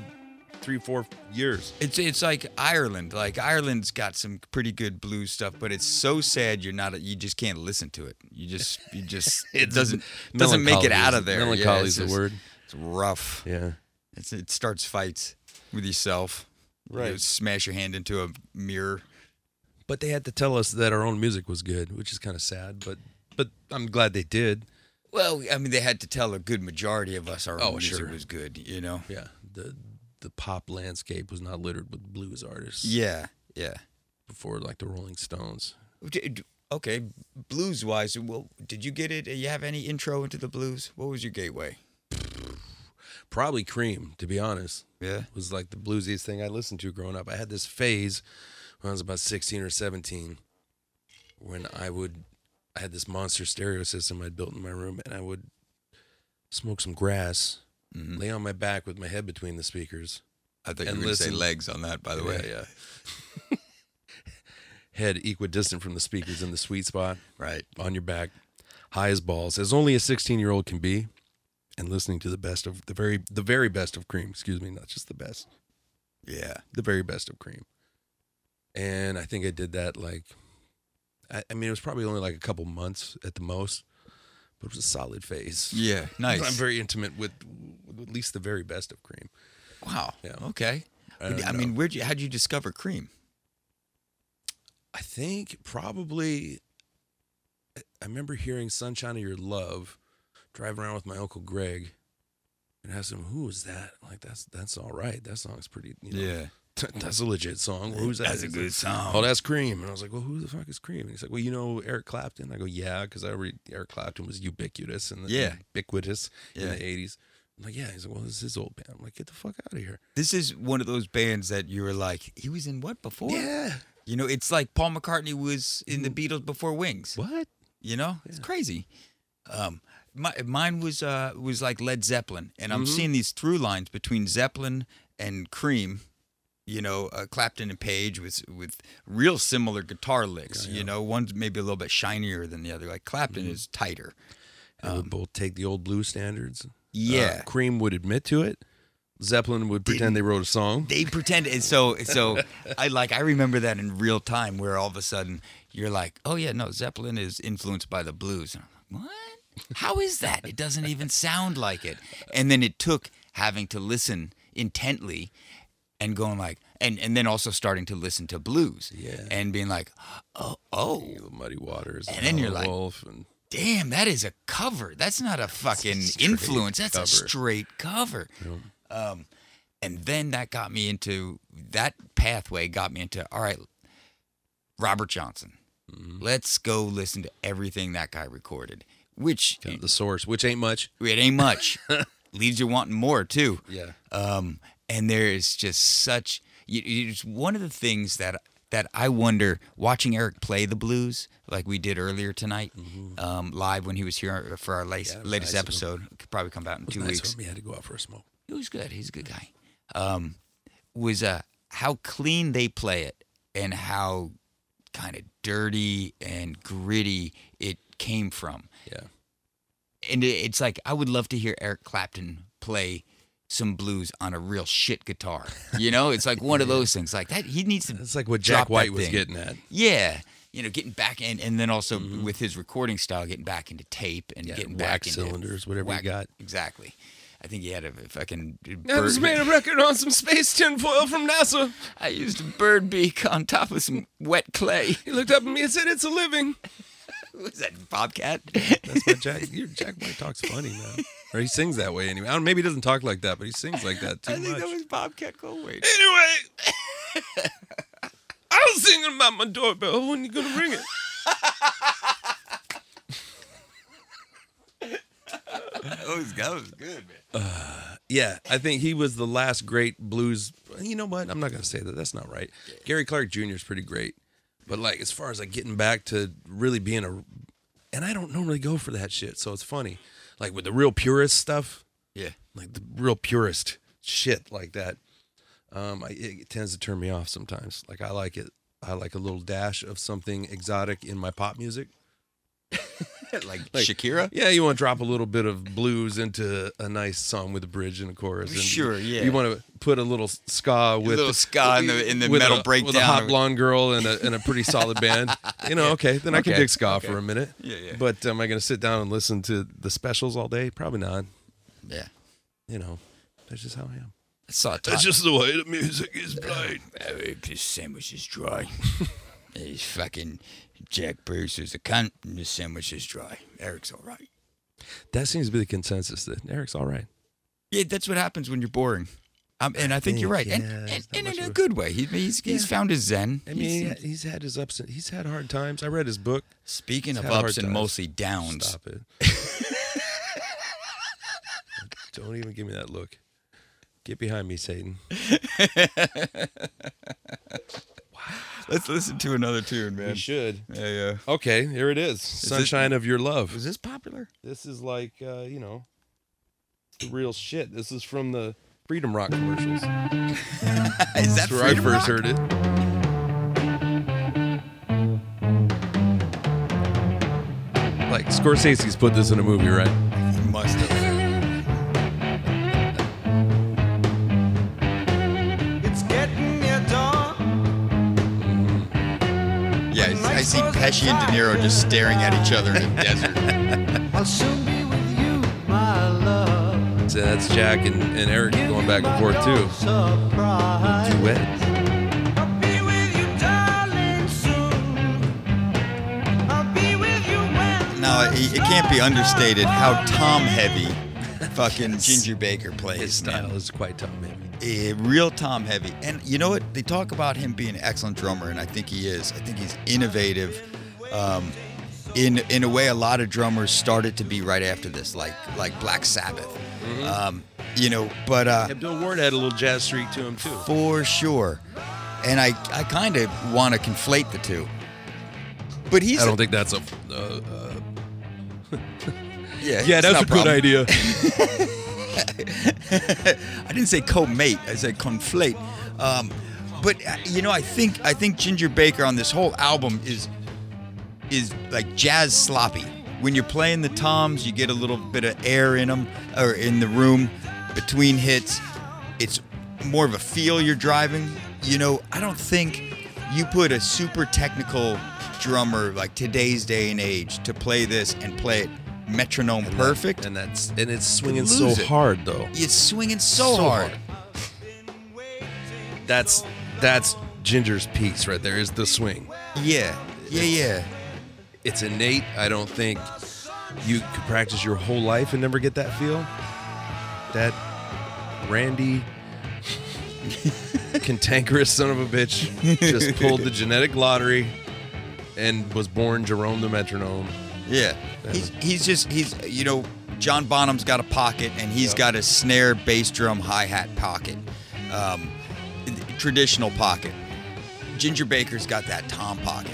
[SPEAKER 2] three, four years.
[SPEAKER 1] It's it's like Ireland. Like Ireland's got some pretty good blues stuff, but it's so sad you're not you just can't listen to it. You just you just it doesn't doesn't make it
[SPEAKER 2] Melancholy
[SPEAKER 1] out
[SPEAKER 2] is-
[SPEAKER 1] of there.
[SPEAKER 2] Melancholy
[SPEAKER 1] Yeah,
[SPEAKER 2] is
[SPEAKER 1] it's
[SPEAKER 2] the
[SPEAKER 1] just-
[SPEAKER 2] word.
[SPEAKER 1] It's rough.
[SPEAKER 2] Yeah.
[SPEAKER 1] It's, it starts fights with yourself.
[SPEAKER 2] Right.
[SPEAKER 1] You smash your hand into a mirror.
[SPEAKER 2] But they had to tell us that our own music was good, which is kind of sad, but but I'm glad they did.
[SPEAKER 1] Well, I mean, they had to tell a good majority of us our
[SPEAKER 2] Oh,
[SPEAKER 1] own music
[SPEAKER 2] sure.
[SPEAKER 1] was good, you know?
[SPEAKER 2] Yeah. The the pop landscape was not littered with blues artists
[SPEAKER 1] Yeah, yeah.
[SPEAKER 2] before like the Rolling Stones.
[SPEAKER 1] D- d- Okay, blues wise, well, did you get it? You have any intro into the blues? What was your gateway?
[SPEAKER 2] Probably Cream, to be honest.
[SPEAKER 1] Yeah.
[SPEAKER 2] was like the bluesiest thing I listened to growing up. I had this phase when I was about 16 or 17 when I would, I had this monster stereo system I'd built in my room and I would smoke some grass,
[SPEAKER 1] Mhm.
[SPEAKER 2] lay on my back with my head between the speakers.
[SPEAKER 1] I thought
[SPEAKER 2] And
[SPEAKER 1] you were going to say
[SPEAKER 2] listen-
[SPEAKER 1] legs on that, by the way.
[SPEAKER 2] Oh, yeah. yeah. head equidistant from the speakers in the sweet spot
[SPEAKER 1] Right.
[SPEAKER 2] on your back, high as balls, as only a 16 year old can be, and listening to the best of the very, the very best of cream, excuse me, not just the best.
[SPEAKER 1] Yeah.
[SPEAKER 2] the very best of cream. And I think I did that like, I, I mean, it was probably only like a couple months at the most, but it was a solid phase.
[SPEAKER 1] Yeah. Nice.
[SPEAKER 2] I'm very intimate with, with at least the very best of cream.
[SPEAKER 1] wow.
[SPEAKER 2] Yeah.
[SPEAKER 1] Okay.
[SPEAKER 2] I
[SPEAKER 1] Would-
[SPEAKER 2] don't
[SPEAKER 1] I,
[SPEAKER 2] know.
[SPEAKER 1] mean, where'd you, how'd you discover cream?
[SPEAKER 2] I think probably, I I remember hearing Sunshine of Your Love driving around with my Uncle Greg. And asked him, "Who is that?" I'm like, that's that's all right. That song's pretty. You know, that's a legit song. Well, who's that?
[SPEAKER 1] That's a
[SPEAKER 2] He's
[SPEAKER 1] good
[SPEAKER 2] like,
[SPEAKER 1] song.
[SPEAKER 2] Oh, that's Cream. And I was like, well, who the fuck is Cream? And he's like, well, you know Eric Clapton. I go, yeah, because I read Eric Clapton was ubiquitous and
[SPEAKER 1] Yeah.
[SPEAKER 2] ubiquitous in
[SPEAKER 1] Yeah.
[SPEAKER 2] the '80s. I'm like, yeah. He's like, well, this is his old band. I'm like, get the fuck out of here.
[SPEAKER 1] This is one of those bands that you were like, he was in what before?
[SPEAKER 2] Yeah.
[SPEAKER 1] You know, it's like Paul McCartney was in the Beatles before Wings.
[SPEAKER 2] What?
[SPEAKER 1] You know, it's crazy. Um, my, mine was uh, was like Led Zeppelin, and I'm seeing these through lines between Zeppelin and Cream. You know, uh, Clapton and Page with with real similar guitar licks. You know, one's maybe a little bit shinier than the other. Like Clapton is tighter.
[SPEAKER 2] They would Uh, both take the old blue standards.
[SPEAKER 1] Yeah.
[SPEAKER 2] Uh, Cream would admit to it. Zeppelin would pretend they wrote a song.
[SPEAKER 1] they pretend and so so I like I remember that in real time where all of a sudden you're like, Oh yeah, no, Zeppelin is influenced by the blues. And I'm like, What? How is that? It doesn't even sound like it. And then it took having to listen intently and going like and, and then also starting to listen to blues.
[SPEAKER 2] Yeah.
[SPEAKER 1] And being like, Oh oh,
[SPEAKER 2] The Muddy Waters.
[SPEAKER 1] And then you're
[SPEAKER 2] Howlin'
[SPEAKER 1] like-
[SPEAKER 2] Wolf and
[SPEAKER 1] damn, that is a cover. That's not a fucking
[SPEAKER 2] straight
[SPEAKER 1] influence. That's
[SPEAKER 2] cover.
[SPEAKER 1] a straight cover. Um, and then that got me into that pathway. Got me into all right, Robert Johnson.
[SPEAKER 2] Mm-hmm.
[SPEAKER 1] Let's go listen to everything that guy recorded, which
[SPEAKER 2] kind of the source, which ain't much.
[SPEAKER 1] it ain't much. Leaves you wanting more too.
[SPEAKER 2] Yeah.
[SPEAKER 1] Um, and there is just such. you- you- It's one of the things that that I wonder watching Eric play the blues like we did earlier tonight, um, live when he was here for our last,
[SPEAKER 2] Mm-hmm. Yeah, it was
[SPEAKER 1] latest
[SPEAKER 2] nice of him.
[SPEAKER 1] episode. Could probably come out in two
[SPEAKER 2] Nice
[SPEAKER 1] weeks.
[SPEAKER 2] of him. He had to go out for a smoke.
[SPEAKER 1] He was good. He's a good guy. Um, was uh, how clean they play it and how kind of dirty and gritty it came from.
[SPEAKER 2] Yeah.
[SPEAKER 1] And it, it's like I would love to hear Eric Clapton play some blues on a real shit guitar. You know, it's like one of those things. Like that, he needs to.
[SPEAKER 2] That's like what
[SPEAKER 1] drop
[SPEAKER 2] Jack
[SPEAKER 1] that
[SPEAKER 2] White was
[SPEAKER 1] thing.
[SPEAKER 2] getting at.
[SPEAKER 1] Yeah. You know, getting back in, and then also with his recording style, getting back into tape and
[SPEAKER 2] Mm-hmm. Yeah,
[SPEAKER 1] getting back
[SPEAKER 2] wax
[SPEAKER 1] into
[SPEAKER 2] cylinders, whatever you got.
[SPEAKER 1] Exactly. I think he had a fucking.
[SPEAKER 2] I just
[SPEAKER 1] bird-
[SPEAKER 2] made a record on some space tinfoil from NASA.
[SPEAKER 1] I used a bird beak on top of some wet clay.
[SPEAKER 2] He looked up at me and said, "It's a living."
[SPEAKER 1] Was that Bobcat?
[SPEAKER 2] That's what Jack. Your Jack White talks funny man, or he sings that way anyway. I don't, maybe he doesn't talk like that, but he sings like that too
[SPEAKER 1] I think
[SPEAKER 2] much.
[SPEAKER 1] that was Bobcat Goldwait.
[SPEAKER 2] Anyway, I was thinking about my doorbell. When you gonna ring it?
[SPEAKER 1] That was, that was good, man.
[SPEAKER 2] Yeah, I think he was the last great blues. You know what? I'm not gonna say that. That's not right. Gary Clark Jr. is pretty great, but like as far as like getting back to really being a, and I don't normally go for that shit, so it's funny. Like with the real purist stuff,
[SPEAKER 1] Yeah.
[SPEAKER 2] like the real purist shit like that. Um, I, it tends to turn me off sometimes. Like I like it. I like a little dash of something exotic in my pop music.
[SPEAKER 1] like,
[SPEAKER 2] Like-
[SPEAKER 1] Shakira?
[SPEAKER 2] Yeah, you want to drop a little bit of blues into a nice song with a bridge and a chorus. And
[SPEAKER 1] Sure, yeah.
[SPEAKER 2] You want to put a little ska with
[SPEAKER 1] little ska in the- in the
[SPEAKER 2] with
[SPEAKER 1] metal
[SPEAKER 2] a, with
[SPEAKER 1] breakdown
[SPEAKER 2] a
[SPEAKER 1] or-
[SPEAKER 2] hot blonde girl and a, and a pretty solid band. You know, okay, then I can
[SPEAKER 1] Okay,
[SPEAKER 2] dig ska for a minute.
[SPEAKER 1] Yeah, yeah.
[SPEAKER 2] But am I going to sit down and listen to the specials all day? Probably not.
[SPEAKER 1] Yeah.
[SPEAKER 2] You know, that's just how I am.
[SPEAKER 1] I saw a
[SPEAKER 2] That's
[SPEAKER 1] top-
[SPEAKER 2] just the way the music is played.
[SPEAKER 1] Oh, this sandwich is dry. He's fucking Jack Bruce is a cunt. And this sandwich is dry. Eric's all right.
[SPEAKER 2] That seems to be the consensus that Eric's all right.
[SPEAKER 1] Yeah, that's what happens when you're boring. Um, and I think you're right, and,
[SPEAKER 2] Yeah,
[SPEAKER 1] and,
[SPEAKER 2] there's not
[SPEAKER 1] and
[SPEAKER 2] much
[SPEAKER 1] in a
[SPEAKER 2] of a-
[SPEAKER 1] good way. He, he's he's
[SPEAKER 2] Yeah.
[SPEAKER 1] found his zen.
[SPEAKER 2] I mean,
[SPEAKER 1] He's-
[SPEAKER 2] he's, he's had his ups and he's had hard times. I read his book.
[SPEAKER 1] speaking
[SPEAKER 2] he's
[SPEAKER 1] of
[SPEAKER 2] had a hard
[SPEAKER 1] ups and
[SPEAKER 2] time.
[SPEAKER 1] mostly downs,
[SPEAKER 2] Stop it. Don't even give me that look. Get behind me, Satan.
[SPEAKER 1] let's listen to another tune, man.
[SPEAKER 2] should.
[SPEAKER 1] Yeah, yeah.
[SPEAKER 2] Okay, here it is. Sunshine of Your Love.
[SPEAKER 1] Was this popular?
[SPEAKER 2] This is like, uh, you know, the real shit. This is from the Freedom Rock commercials.
[SPEAKER 1] Is that
[SPEAKER 2] That's where I
[SPEAKER 1] Freedom
[SPEAKER 2] first
[SPEAKER 1] Rock?
[SPEAKER 2] heard it. Like Scorsese's put this in a movie, right?
[SPEAKER 1] You must have.
[SPEAKER 5] It's getting near dawn.
[SPEAKER 1] Yeah, I, I see Pesci and De Niro just staring at each other in a desert.
[SPEAKER 5] I'll soon be with you, my love.
[SPEAKER 2] So that's Jack and, and Eric
[SPEAKER 5] Give
[SPEAKER 2] going
[SPEAKER 5] you
[SPEAKER 2] back and
[SPEAKER 5] my
[SPEAKER 2] forth too.
[SPEAKER 5] dawn Surprise.
[SPEAKER 2] Duet.
[SPEAKER 5] I'll be with you, darling, soon. I'll be with you when.
[SPEAKER 1] Now it, it can't be understated how Tom heavy, fucking Ginger Baker plays.
[SPEAKER 2] His
[SPEAKER 1] man.
[SPEAKER 2] style is quite tough, man.
[SPEAKER 1] a real Tom Heavy. And you know what? They talk about him being an excellent drummer, and I think he is. I think he's innovative. Um, in in a way, a lot of drummers started to be right after this, like like Black Sabbath. Um, you know, but uh,
[SPEAKER 2] Bill Ward had a little jazz streak to him too.
[SPEAKER 1] for sure. And I I kind of want to conflate the two. But he's
[SPEAKER 2] I
[SPEAKER 1] a-
[SPEAKER 2] don't think that's a. Uh, uh,
[SPEAKER 1] yeah
[SPEAKER 2] yeah,
[SPEAKER 1] it's
[SPEAKER 2] that's
[SPEAKER 1] not
[SPEAKER 2] a good
[SPEAKER 1] problem.
[SPEAKER 2] idea.
[SPEAKER 1] I didn't say co-mate. I said conflate. Um, but uh, you know, I think I think Ginger Baker on this whole album is is like jazz sloppy. When you're playing the toms, you get a little bit of air in them or in the room between hits. It's more of a feel you're driving. You know, I don't think you put a super technical drummer like today's day and age to play this and play it metronome perfect.
[SPEAKER 2] And that's and it's swinging
[SPEAKER 1] lose
[SPEAKER 2] so
[SPEAKER 1] it.
[SPEAKER 2] hard though.
[SPEAKER 1] it's swinging so, hard.
[SPEAKER 2] That's that's Ginger's piece right there. Is the swing.
[SPEAKER 1] Yeah, yeah, yeah.
[SPEAKER 2] It's innate. I don't think you could practice your whole life and never get that feel. That Randy cantankerous son of a bitch just pulled the genetic lottery and was born Jerome the metronome.
[SPEAKER 1] Yeah. He's, he's just, he's, you know, John Bonham's got a pocket and he's got a snare, bass drum, hi hat pocket, um, th- traditional pocket. Ginger Baker's got that tom pocket.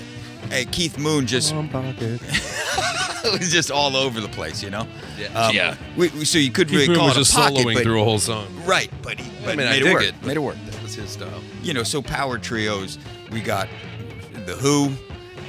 [SPEAKER 1] Hey, Keith Moon just was just all over the place, you know.
[SPEAKER 2] Yeah.
[SPEAKER 1] um,
[SPEAKER 2] Yeah.
[SPEAKER 1] We, we- so you could really
[SPEAKER 2] Keith Moon
[SPEAKER 1] call
[SPEAKER 2] was
[SPEAKER 1] it
[SPEAKER 2] just
[SPEAKER 1] a pocket,
[SPEAKER 2] soloing
[SPEAKER 1] but,
[SPEAKER 2] through a whole song.
[SPEAKER 1] right? But he, but
[SPEAKER 2] I mean,
[SPEAKER 1] made
[SPEAKER 2] I
[SPEAKER 1] it
[SPEAKER 2] dig
[SPEAKER 1] work.
[SPEAKER 2] it.
[SPEAKER 1] Made it work.
[SPEAKER 2] That was his style.
[SPEAKER 1] You know, so power trios. We got the Who.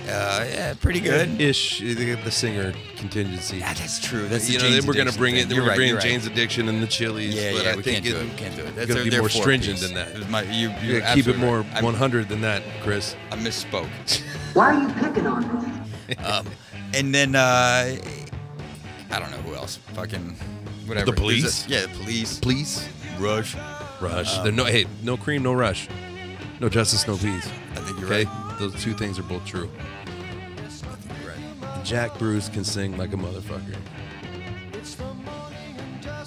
[SPEAKER 1] Uh, yeah, pretty good.
[SPEAKER 2] ish. The the singer contingency.
[SPEAKER 1] Yeah, that's true. That's the
[SPEAKER 2] you know,
[SPEAKER 1] Jane's
[SPEAKER 2] then we're gonna
[SPEAKER 1] Addiction
[SPEAKER 2] bring
[SPEAKER 1] thing.
[SPEAKER 2] it. Then
[SPEAKER 1] You're
[SPEAKER 2] we're
[SPEAKER 1] right,
[SPEAKER 2] gonna bring
[SPEAKER 1] you're
[SPEAKER 2] in
[SPEAKER 1] right.
[SPEAKER 2] Jane's Addiction and the Chili's.
[SPEAKER 1] Yeah,
[SPEAKER 2] but
[SPEAKER 1] yeah,
[SPEAKER 2] I
[SPEAKER 1] we
[SPEAKER 2] think
[SPEAKER 1] can't do
[SPEAKER 2] it-
[SPEAKER 1] it. Can't do it.
[SPEAKER 2] It's
[SPEAKER 1] That's
[SPEAKER 2] gonna
[SPEAKER 1] their-
[SPEAKER 2] be
[SPEAKER 1] their
[SPEAKER 2] more
[SPEAKER 1] four
[SPEAKER 2] stringent
[SPEAKER 1] piece.
[SPEAKER 2] than that.
[SPEAKER 1] My- you,
[SPEAKER 2] You
[SPEAKER 1] you're
[SPEAKER 2] gotta keep it
[SPEAKER 1] absolutely
[SPEAKER 2] more
[SPEAKER 1] right. I-
[SPEAKER 2] 100 than that, Chris.
[SPEAKER 1] I misspoke.
[SPEAKER 3] Why are you picking on me?
[SPEAKER 1] And then uh, I don't know who else. Fucking whatever. There's
[SPEAKER 2] police?
[SPEAKER 1] a- yeah, the police.
[SPEAKER 2] Please, Um,
[SPEAKER 1] Rush.
[SPEAKER 2] Rush. There no hey, no cream, no rush, no justice, no peace.
[SPEAKER 1] I think you're
[SPEAKER 2] Okay,
[SPEAKER 1] right.
[SPEAKER 2] those two things are both true.
[SPEAKER 1] I think you're right.
[SPEAKER 2] Jack Bruce can sing like a motherfucker.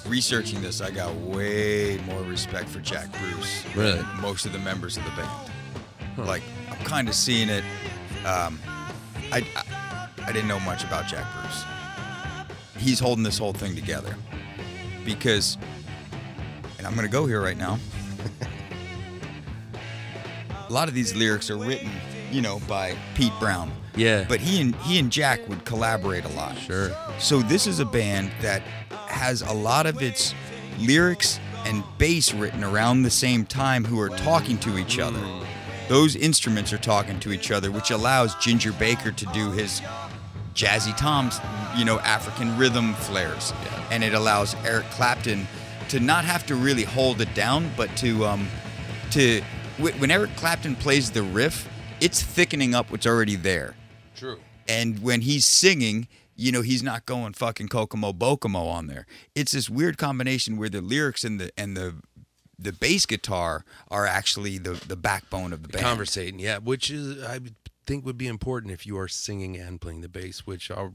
[SPEAKER 1] Researching this, I got way more respect for Jack Bruce. than
[SPEAKER 2] Really?
[SPEAKER 1] Most of the members of the band. Like I'm kind of seeing it. Um, I, I I didn't know much about Jack Bruce. He's holding this whole thing together because, and I'm gonna go here right now. a lot of these lyrics are written, you know, by Pete Brown.
[SPEAKER 2] Yeah.
[SPEAKER 1] But he and he and Jack would collaborate a lot.
[SPEAKER 2] Sure.
[SPEAKER 1] So this is a band that has a lot of its lyrics and bass written around the same time who are talking to each other.
[SPEAKER 2] Mm.
[SPEAKER 1] Those instruments are talking to each other, which allows Ginger Baker to do his Jazzy Tom's, you know, African rhythm flares. And it allows Eric Clapton to not have to really hold it down, but to, um, to, wh- when Eric Clapton plays the riff, it's thickening up what's already there.
[SPEAKER 2] True.
[SPEAKER 1] And when he's singing, you know, he's not going fucking Kokomo Bokomo on there. It's this weird combination where the lyrics and the and the the bass guitar are actually the the backbone of the band.
[SPEAKER 2] Conversating, yeah, which is I would think would be important if you are singing and playing the bass, which I'll,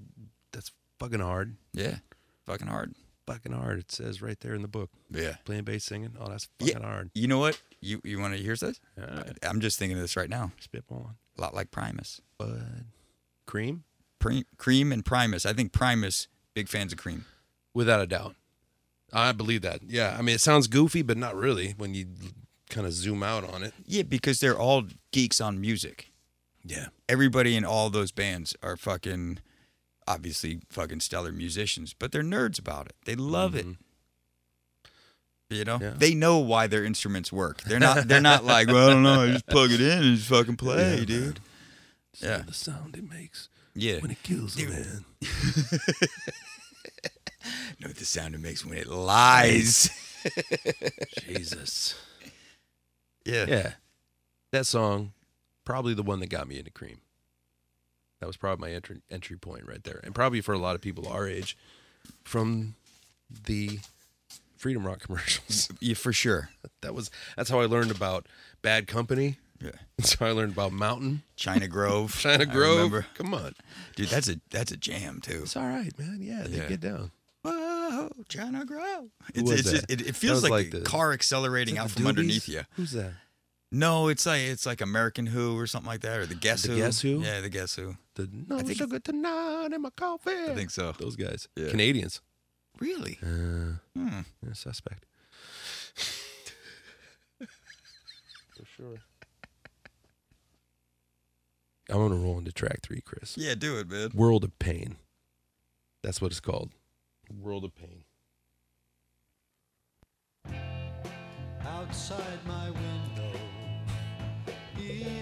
[SPEAKER 2] that's fucking hard.
[SPEAKER 1] Yeah. Fucking hard.
[SPEAKER 2] Fucking hard. It says right there in the book.
[SPEAKER 1] Yeah.
[SPEAKER 2] Playing bass, singing. Oh, that's
[SPEAKER 1] Yeah.
[SPEAKER 2] fucking hard.
[SPEAKER 1] You know what? You you want to hear this?
[SPEAKER 2] Yeah.
[SPEAKER 1] I'm just thinking of this right now.
[SPEAKER 2] Spitballing.
[SPEAKER 1] A lot like Primus.
[SPEAKER 2] Bud. Cream?
[SPEAKER 1] Pre- cream and Primus. I think Primus big fans of Cream.
[SPEAKER 2] Without a doubt. I believe that. Yeah. I mean, it sounds goofy, but not really when you kind of zoom out on it.
[SPEAKER 1] Yeah, because they're all geeks on music.
[SPEAKER 2] Yeah.
[SPEAKER 1] everybody in all those bands are fucking obviously fucking stellar musicians, but they're nerds about it. They love it. You know?
[SPEAKER 2] Yeah.
[SPEAKER 1] They know why their instruments work. They're not they're not like, well, I don't know, I just plug it in and just fucking play,
[SPEAKER 2] Yeah,
[SPEAKER 1] dude. Yeah.
[SPEAKER 2] The sound it makes
[SPEAKER 1] Yeah.
[SPEAKER 2] when it kills a man.
[SPEAKER 1] know what the sound it makes when it lies.
[SPEAKER 2] Jesus.
[SPEAKER 1] Yeah.
[SPEAKER 2] Yeah. That song, probably the one that got me into Cream. That was probably my entry entry point right there. And probably for a lot of people our age from the Freedom Rock commercials.
[SPEAKER 1] Yeah, for sure.
[SPEAKER 2] That was that's how I learned about Bad Company.
[SPEAKER 1] Yeah.
[SPEAKER 2] That's how I learned about Mountain,
[SPEAKER 1] China Grove.
[SPEAKER 2] China
[SPEAKER 1] I
[SPEAKER 2] Grove.
[SPEAKER 1] remember.
[SPEAKER 2] Come on.
[SPEAKER 1] Dude, that's a that's a jam too.
[SPEAKER 2] It's all right, man. Yeah, they
[SPEAKER 1] Yeah.
[SPEAKER 2] get down.
[SPEAKER 1] Whoa, China Grove.
[SPEAKER 2] Who
[SPEAKER 1] It's,
[SPEAKER 2] was
[SPEAKER 1] it's
[SPEAKER 2] that?
[SPEAKER 1] just, it, it
[SPEAKER 2] That
[SPEAKER 1] feels
[SPEAKER 2] was
[SPEAKER 1] like,
[SPEAKER 2] like
[SPEAKER 1] the
[SPEAKER 2] the-
[SPEAKER 1] car accelerating out
[SPEAKER 2] The
[SPEAKER 1] from
[SPEAKER 2] Doobies?
[SPEAKER 1] underneath you.
[SPEAKER 2] Who's that?
[SPEAKER 1] No, it's like it's like American Who or something like that, or the Guess
[SPEAKER 2] The
[SPEAKER 1] Who.
[SPEAKER 2] Guess Who?
[SPEAKER 1] Yeah, the Guess Who.
[SPEAKER 2] The no
[SPEAKER 1] think-
[SPEAKER 2] sugar tonight in my coffee.
[SPEAKER 1] I think so.
[SPEAKER 2] Those guys.
[SPEAKER 1] Yeah.
[SPEAKER 2] Canadians.
[SPEAKER 1] Really?
[SPEAKER 2] Uh,
[SPEAKER 1] Hmm.
[SPEAKER 2] yeah, suspect. For sure. I'm gonna roll into track three, Chris.
[SPEAKER 1] Yeah, do it, man.
[SPEAKER 2] World of Pain. That's what it's called. World of Pain.
[SPEAKER 4] Outside my window.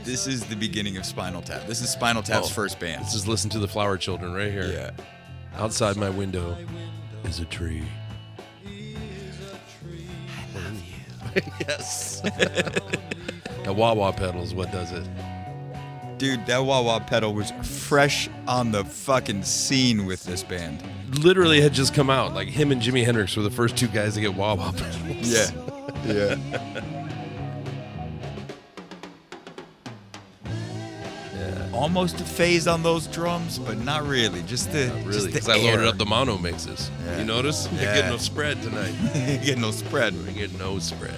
[SPEAKER 1] This is the beginning of Spinal Tap. This is Spinal Tap's
[SPEAKER 2] Oh,
[SPEAKER 1] first band.
[SPEAKER 2] Let's just listen to the flower children right here.
[SPEAKER 1] yeah.
[SPEAKER 2] Outside my window is a tree. I love you. yes. the wah wah pedals, what does it?
[SPEAKER 1] Dude, that wah wah pedal was fresh on the fucking scene with this band.
[SPEAKER 2] Literally had just come out. Like him and Jimi Hendrix were the first two guys to get wah wah pedals.
[SPEAKER 1] Yeah. yeah.
[SPEAKER 2] Yeah.
[SPEAKER 1] Almost a phase on those drums, but not really. Just the
[SPEAKER 2] Not really.
[SPEAKER 1] Just
[SPEAKER 2] Because
[SPEAKER 1] the
[SPEAKER 2] I loaded
[SPEAKER 1] air.
[SPEAKER 2] up the mono mixes.
[SPEAKER 1] Yeah.
[SPEAKER 2] You notice? We're
[SPEAKER 1] Yeah.
[SPEAKER 2] getting no spread tonight.
[SPEAKER 1] getting no spread.
[SPEAKER 2] We're getting no spread.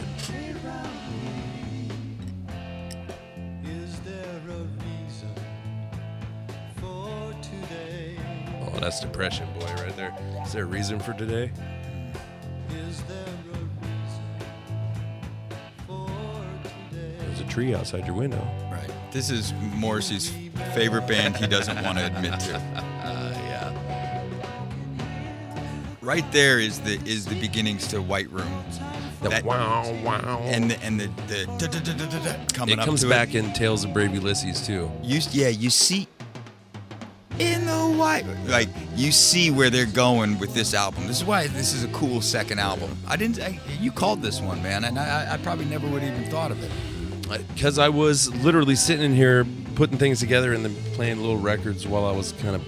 [SPEAKER 4] Is there a reason for today?
[SPEAKER 2] Oh, that's depression, boy, right there. Is there a reason for today?
[SPEAKER 4] Is there a reason for today?
[SPEAKER 2] There's a tree outside your window.
[SPEAKER 1] Right. This is Morrissey's favorite band. He doesn't want to admit to.
[SPEAKER 2] Uh, yeah.
[SPEAKER 1] Right there is the is the beginnings to White Room,
[SPEAKER 2] The
[SPEAKER 1] That-
[SPEAKER 2] wow, wow.
[SPEAKER 1] and the and the, the da, da, da, da, da, da, coming
[SPEAKER 2] it
[SPEAKER 1] up
[SPEAKER 2] comes
[SPEAKER 1] to
[SPEAKER 2] back
[SPEAKER 1] It.
[SPEAKER 2] in Tales of Brave Ulysses too.
[SPEAKER 1] You s- yeah, you see in the white. Like you see where they're going with this album. This is why this is a cool second album. I didn't. I, you called this one, man, and I, I- I probably never would have even thought of it.
[SPEAKER 2] because I was literally sitting in here putting things together and then playing little records while I was kind of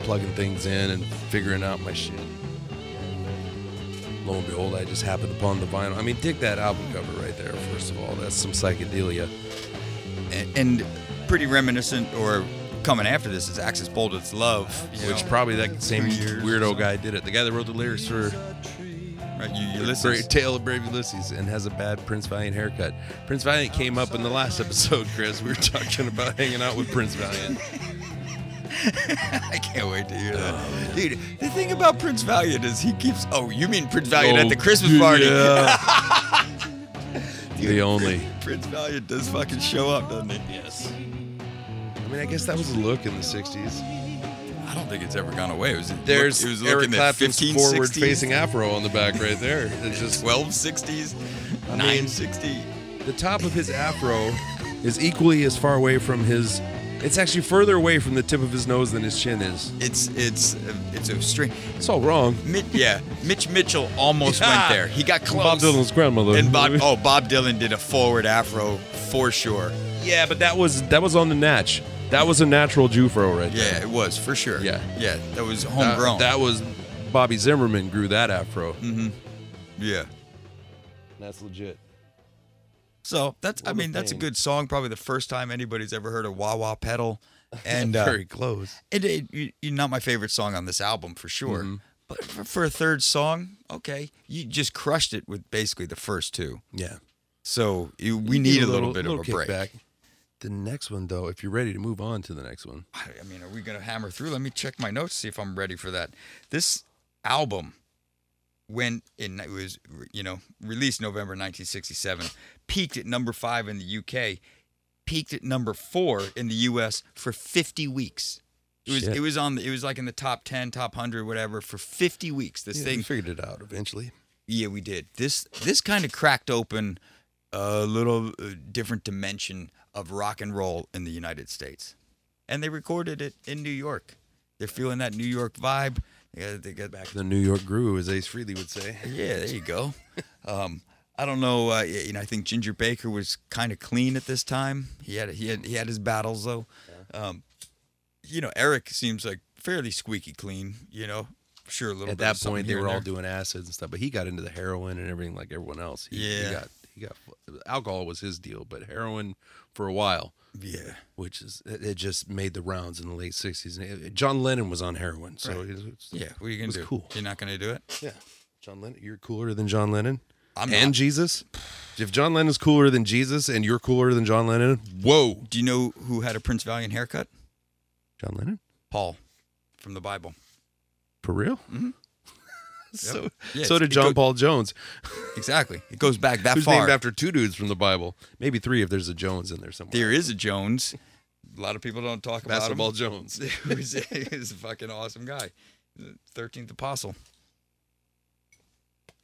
[SPEAKER 2] plugging things in and figuring out my shit. Lo and behold, I just happened upon the vinyl. I mean, dig that album cover right there. First of all, that's some psychedelia.
[SPEAKER 1] And, and pretty reminiscent, or coming after this is Axis Bold with Love, you
[SPEAKER 2] Which
[SPEAKER 1] know,
[SPEAKER 2] probably that same
[SPEAKER 1] Two years or
[SPEAKER 2] weirdo
[SPEAKER 1] something.
[SPEAKER 2] guy did it. The guy that wrote the lyrics for
[SPEAKER 1] right, you,
[SPEAKER 2] Brave,
[SPEAKER 1] Ulysses.
[SPEAKER 2] Tale of Brave Ulysses and has a bad Prince Valiant haircut. Prince Valiant came up in the last episode, Chris. We were talking about hanging out with Prince Valiant.
[SPEAKER 1] I can't wait to hear that,
[SPEAKER 2] Oh,
[SPEAKER 1] dude. The thing about Prince Valiant is he keeps. Oh, you mean Prince Valiant at the Christmas party?
[SPEAKER 2] Oh, yeah. the only.
[SPEAKER 1] Prince Valiant does fucking show up, doesn't he?
[SPEAKER 2] Yes. I mean, I guess that was a look in the '60s.
[SPEAKER 1] I don't think it's ever gone away. It was
[SPEAKER 2] There's
[SPEAKER 1] it was
[SPEAKER 2] Eric
[SPEAKER 1] looking at
[SPEAKER 2] Clapton's
[SPEAKER 1] 15,
[SPEAKER 2] forward-facing afro on the back right there. It's just
[SPEAKER 1] 1260s,
[SPEAKER 2] I mean-
[SPEAKER 1] 960.
[SPEAKER 2] the top of his afro is equally as far away from his. It's actually further away from the tip of his nose than his chin is.
[SPEAKER 1] It's it's it's a string.
[SPEAKER 2] It's all wrong.
[SPEAKER 1] Mi- yeah, Mitch Mitchell almost
[SPEAKER 2] Yeah.
[SPEAKER 1] went there. He got close.
[SPEAKER 2] Bob Dylan's grandmother.
[SPEAKER 1] and Bob. Oh, Bob Dylan did a forward afro for sure.
[SPEAKER 2] yeah, but that was that was on the natch. That was a natural Jufro right there.
[SPEAKER 1] Yeah, it was for sure.
[SPEAKER 2] Yeah.
[SPEAKER 1] yeah, that was
[SPEAKER 2] That-
[SPEAKER 1] homegrown.
[SPEAKER 2] That, was Bobby Zimmerman grew that afro.
[SPEAKER 1] yeah.
[SPEAKER 2] That's legit.
[SPEAKER 1] So that's. I
[SPEAKER 2] What a
[SPEAKER 1] mean, that's a
[SPEAKER 2] thing.
[SPEAKER 1] good song. Probably the first time anybody's ever heard a wah wah pedal. And uh,
[SPEAKER 2] Very close.
[SPEAKER 1] it, it, you- you're not my favorite song on this album for sure. But for, for a third song, okay, you just crushed it with basically the first two.
[SPEAKER 2] Yeah.
[SPEAKER 1] So you, we need a little, bit of a break.
[SPEAKER 2] kickback. The next one, though, if you're ready to move on to the next one,
[SPEAKER 1] I I mean, are we going to hammer through? Let me check my notes see if I'm ready for that. This album went in it was you know released November 1967, peaked at number 5 in the UK, peaked at number 4 in the US for 50 weeks. It was
[SPEAKER 2] Shit.
[SPEAKER 1] it was on the, it was like in the top 10, top 100 whatever for 50 weeks. This
[SPEAKER 2] yeah,
[SPEAKER 1] thing
[SPEAKER 2] we figured it out eventually.
[SPEAKER 1] yeah, we did. This this kind of cracked open a little uh, different dimension of rock and roll in the United States, and they recorded it in New York. They're feeling that New York vibe. They got, they got back.
[SPEAKER 2] The New York Groove, as Ace Frehley would say.
[SPEAKER 1] Yeah, there you go. Um, I don't know. Uh, you know, I think Ginger Baker was kind of clean at this time. He had he had he had his battles though. Um, you know, Eric seems like fairly squeaky clean. You know, sure a little.
[SPEAKER 2] At
[SPEAKER 1] bit of
[SPEAKER 2] that
[SPEAKER 1] something
[SPEAKER 2] point, they
[SPEAKER 1] here and
[SPEAKER 2] were all
[SPEAKER 1] there.
[SPEAKER 2] doing acids and stuff, but he got into the heroin and everything like everyone else. He,
[SPEAKER 1] Yeah.
[SPEAKER 2] He got, he got alcohol was his deal, but heroin for a while,
[SPEAKER 1] Yeah.
[SPEAKER 2] which is it, it just made the rounds in the late '60s. And it- John Lennon was on heroin, so it, it's-
[SPEAKER 1] Yeah. What are you
[SPEAKER 2] it
[SPEAKER 1] gonna
[SPEAKER 2] was
[SPEAKER 1] do?
[SPEAKER 2] Cool.
[SPEAKER 1] You're not gonna do it.
[SPEAKER 2] Yeah. John Lennon, you're cooler than John Lennon.
[SPEAKER 1] I'm
[SPEAKER 2] and
[SPEAKER 1] not.
[SPEAKER 2] Jesus. If John Lennon's cooler than Jesus and you're cooler than John Lennon, whoa.
[SPEAKER 1] Do you know who had a Prince Valiant haircut?
[SPEAKER 2] John Lennon?
[SPEAKER 1] Paul from the Bible.
[SPEAKER 2] For real? Mm-hmm. so
[SPEAKER 1] Yeah,
[SPEAKER 2] so
[SPEAKER 1] it's-
[SPEAKER 2] did
[SPEAKER 1] it
[SPEAKER 2] John
[SPEAKER 1] go-
[SPEAKER 2] Paul Jones,
[SPEAKER 1] Exactly. It goes back that
[SPEAKER 2] who's
[SPEAKER 1] far.
[SPEAKER 2] named after two dudes from the Bible. Maybe three if there's a Jones in there somewhere.
[SPEAKER 1] there is a Jones. A lot of people don't talk about him.
[SPEAKER 2] Basketball Jones.
[SPEAKER 1] He was, he was a fucking awesome guy. The 13th apostle.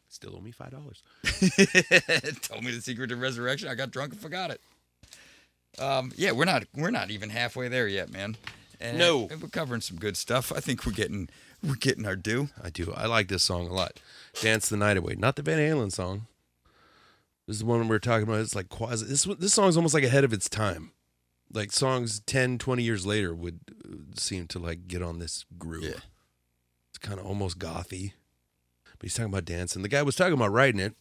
[SPEAKER 2] Still owe me $5. All
[SPEAKER 1] Told me the secret to resurrection. I got drunk and forgot it. Um, yeah, we're not we're not even halfway there yet, man. And,
[SPEAKER 2] No.
[SPEAKER 1] and we're covering some good stuff. I think we're getting we're getting our due.
[SPEAKER 2] I do. I like this song a lot. Dance the Night Away. Not the Van Halen song. This is the one we we're talking about. It's like quasi. This one- this song's almost like ahead of its time. Like songs 10, 20 years later would uh, seem to like get on this groove.
[SPEAKER 1] Yeah.
[SPEAKER 2] It's kind of almost gothy. But he's talking about dancing. The guy was talking about writing it,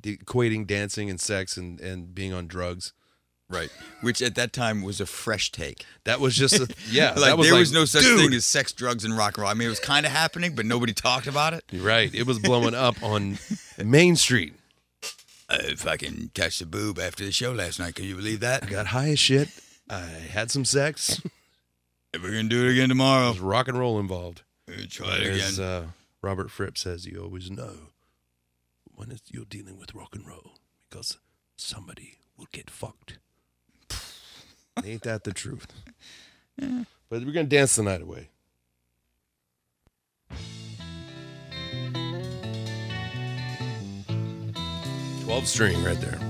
[SPEAKER 2] de- equating dancing and sex and, and being on drugs.
[SPEAKER 1] Right. Which at that time was a fresh take.
[SPEAKER 2] That was just a, yeah.
[SPEAKER 1] like
[SPEAKER 2] Uh, that was
[SPEAKER 1] there
[SPEAKER 2] like,
[SPEAKER 1] was no such
[SPEAKER 2] dude.
[SPEAKER 1] thing as sex, drugs, and rock and roll. I mean, it was kind of happening, but nobody talked about it.
[SPEAKER 2] right. It was blowing up on Main Street.
[SPEAKER 1] Uh, I fucking touched a boob after the show last night. Can you believe that?
[SPEAKER 2] Got high as shit. I had some sex.
[SPEAKER 1] We're gonna do it again tomorrow.
[SPEAKER 2] There's rock and roll involved.
[SPEAKER 1] We'll try it
[SPEAKER 2] As
[SPEAKER 1] again.
[SPEAKER 2] uh, Robert Fripp says, you always know when it's, you're dealing with rock and roll because somebody will get fucked. Ain't that the truth? But we're going to dance the night away. Twelve string right there.
[SPEAKER 5] Thank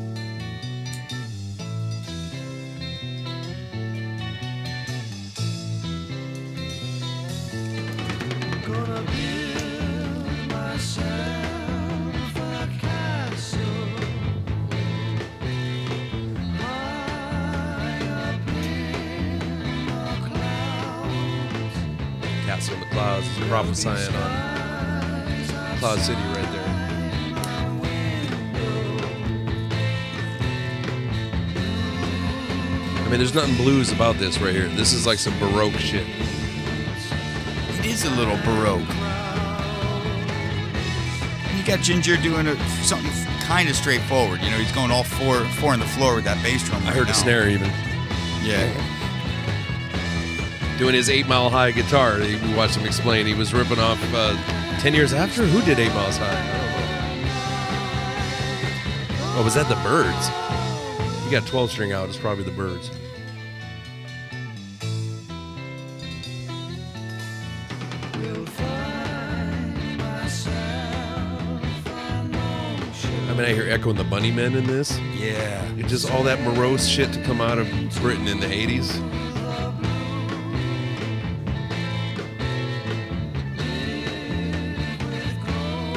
[SPEAKER 2] Castle in the Clouds. It's prophesying on Cloud City right there. I mean, there's nothing blues about this right here. This is like some Baroque shit. uh,
[SPEAKER 1] It is a little baroque. And you got Ginger doing a, something kind of straightforward. You know, he's going all four four on the floor with that bass drum.
[SPEAKER 2] I
[SPEAKER 1] right
[SPEAKER 2] heard
[SPEAKER 1] now.
[SPEAKER 2] a snare even.
[SPEAKER 1] Yeah,
[SPEAKER 2] Doing his Eight Mile High guitar. He- We watched him explain. He was ripping off uh, 10 years after. Who did Eight Miles High? I don't know. Oh, was that the birds? He got 12 string out. It's probably the birds. I mean, I hear Echo and the Bunnymen in this.
[SPEAKER 1] yeah.
[SPEAKER 2] It just all that morose shit to come out of Britain in the 80s.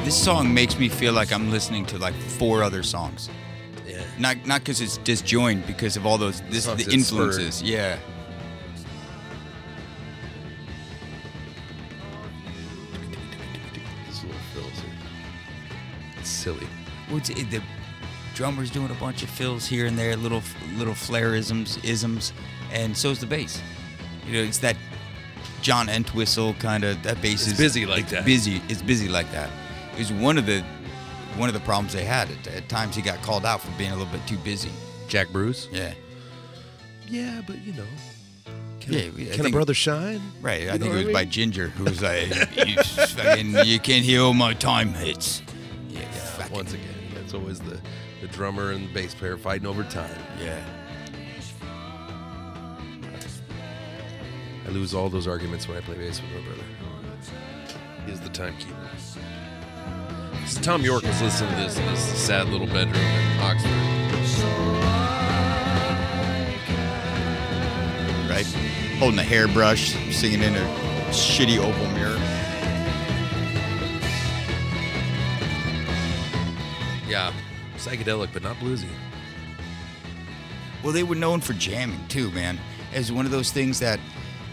[SPEAKER 1] This song makes me feel like I'm listening to like four other songs.
[SPEAKER 2] Yeah.
[SPEAKER 1] Not not because it's disjoined, because of all those this
[SPEAKER 2] Songs
[SPEAKER 1] the
[SPEAKER 2] that spurred.
[SPEAKER 1] influences. Yeah.
[SPEAKER 2] These little fills are- It's silly.
[SPEAKER 1] What's it, the drummer's doing a bunch of fills here and there, little little flairisms, isms, and so's the bass. You know, it's that John Entwistle kind of that bass
[SPEAKER 2] It's
[SPEAKER 1] is
[SPEAKER 2] busy like that.
[SPEAKER 1] Busy, it's busy like that. It was one of the one of the problems they had. At, at times, he got called out for being a little bit too busy.
[SPEAKER 2] Jack Bruce?
[SPEAKER 1] Yeah,
[SPEAKER 2] Yeah, but you know. Can,
[SPEAKER 1] Yeah,
[SPEAKER 2] a-
[SPEAKER 1] we- I
[SPEAKER 2] can a
[SPEAKER 1] think-
[SPEAKER 2] brother shine?
[SPEAKER 1] right. I
[SPEAKER 2] You know
[SPEAKER 1] think
[SPEAKER 2] what
[SPEAKER 1] it was
[SPEAKER 2] I
[SPEAKER 1] by
[SPEAKER 2] mean?
[SPEAKER 1] Ginger who was like, you, fucking, "You can't hear all my time hits." Yeah, fucking-
[SPEAKER 2] Once again, that's always the, the drummer and bass player fighting over time.
[SPEAKER 1] yeah.
[SPEAKER 2] I lose all those arguments when I play bass with my brother. He's the timekeeper. So Tom York was listening to this in his sad little bedroom in Oxford.
[SPEAKER 1] right? Holding a hairbrush, singing in a shitty opal mirror.
[SPEAKER 2] Yeah, psychedelic, but not bluesy.
[SPEAKER 1] Well, they were known for jamming too, man. As one of those things that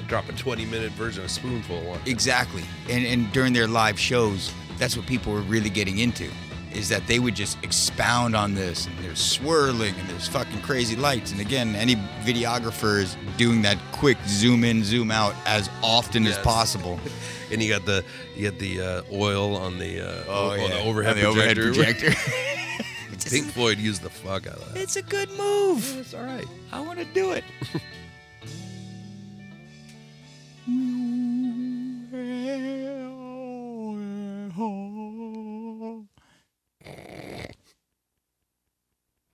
[SPEAKER 2] Drop a 20 minute version of Spoonful on.
[SPEAKER 1] exactly, and and during their live shows, that's what people were really getting into, is that they would just expound on this, and there's swirling, and there's fucking crazy lights, and again, any videographer is doing that quick zoom in, zoom out as often as
[SPEAKER 2] Yes.
[SPEAKER 1] possible.
[SPEAKER 2] And you got the you got the uh, oil on the uh, o- on the overhead
[SPEAKER 1] Oh, On the overhead
[SPEAKER 2] projector.
[SPEAKER 1] projector.
[SPEAKER 2] Pink Floyd used the fuck out of that.
[SPEAKER 1] it's a good move.
[SPEAKER 2] It's all right.
[SPEAKER 1] I want to do it.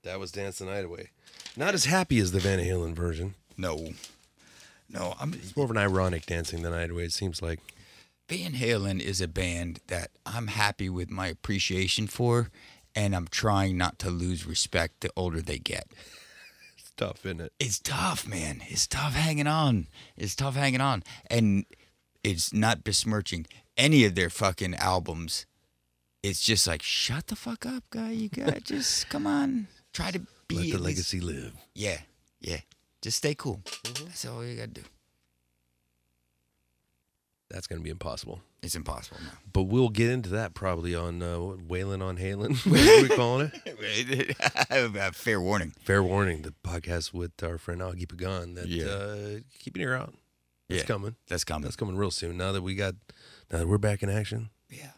[SPEAKER 2] That was Dance the Night Away. Not as happy as the Van Halen version.
[SPEAKER 1] No, no. I'm
[SPEAKER 2] It's more of an ironic Dancing the Night Away. It seems like.
[SPEAKER 1] Van Halen is a band that I'm happy with my appreciation for, and I'm trying not to lose respect the older they get.
[SPEAKER 2] It's tough, isn't it?
[SPEAKER 1] It's tough, man. It's tough hanging on. It's tough hanging on, and it's not besmirching any of their fucking albums. It's just like shut the fuck up, guy. You got just come on. Try to be
[SPEAKER 2] Let the
[SPEAKER 1] at least-
[SPEAKER 2] legacy Mm-hmm. live.
[SPEAKER 1] Yeah, yeah. Just stay cool. That's all you gotta do.
[SPEAKER 2] That's gonna be impossible.
[SPEAKER 1] It's impossible now.
[SPEAKER 2] But we'll get into that probably on uh, what, Waylon on Halen. what are we calling it?
[SPEAKER 1] Uh, Fair warning.
[SPEAKER 2] Fair warning. The podcast with our friend Augie Pagan. That
[SPEAKER 1] Yeah.
[SPEAKER 2] uh, keep an ear out. It's
[SPEAKER 1] Yeah.
[SPEAKER 2] coming.
[SPEAKER 1] That's coming.
[SPEAKER 2] That's coming real soon. Now that we got, now that we're back in action,
[SPEAKER 1] yeah,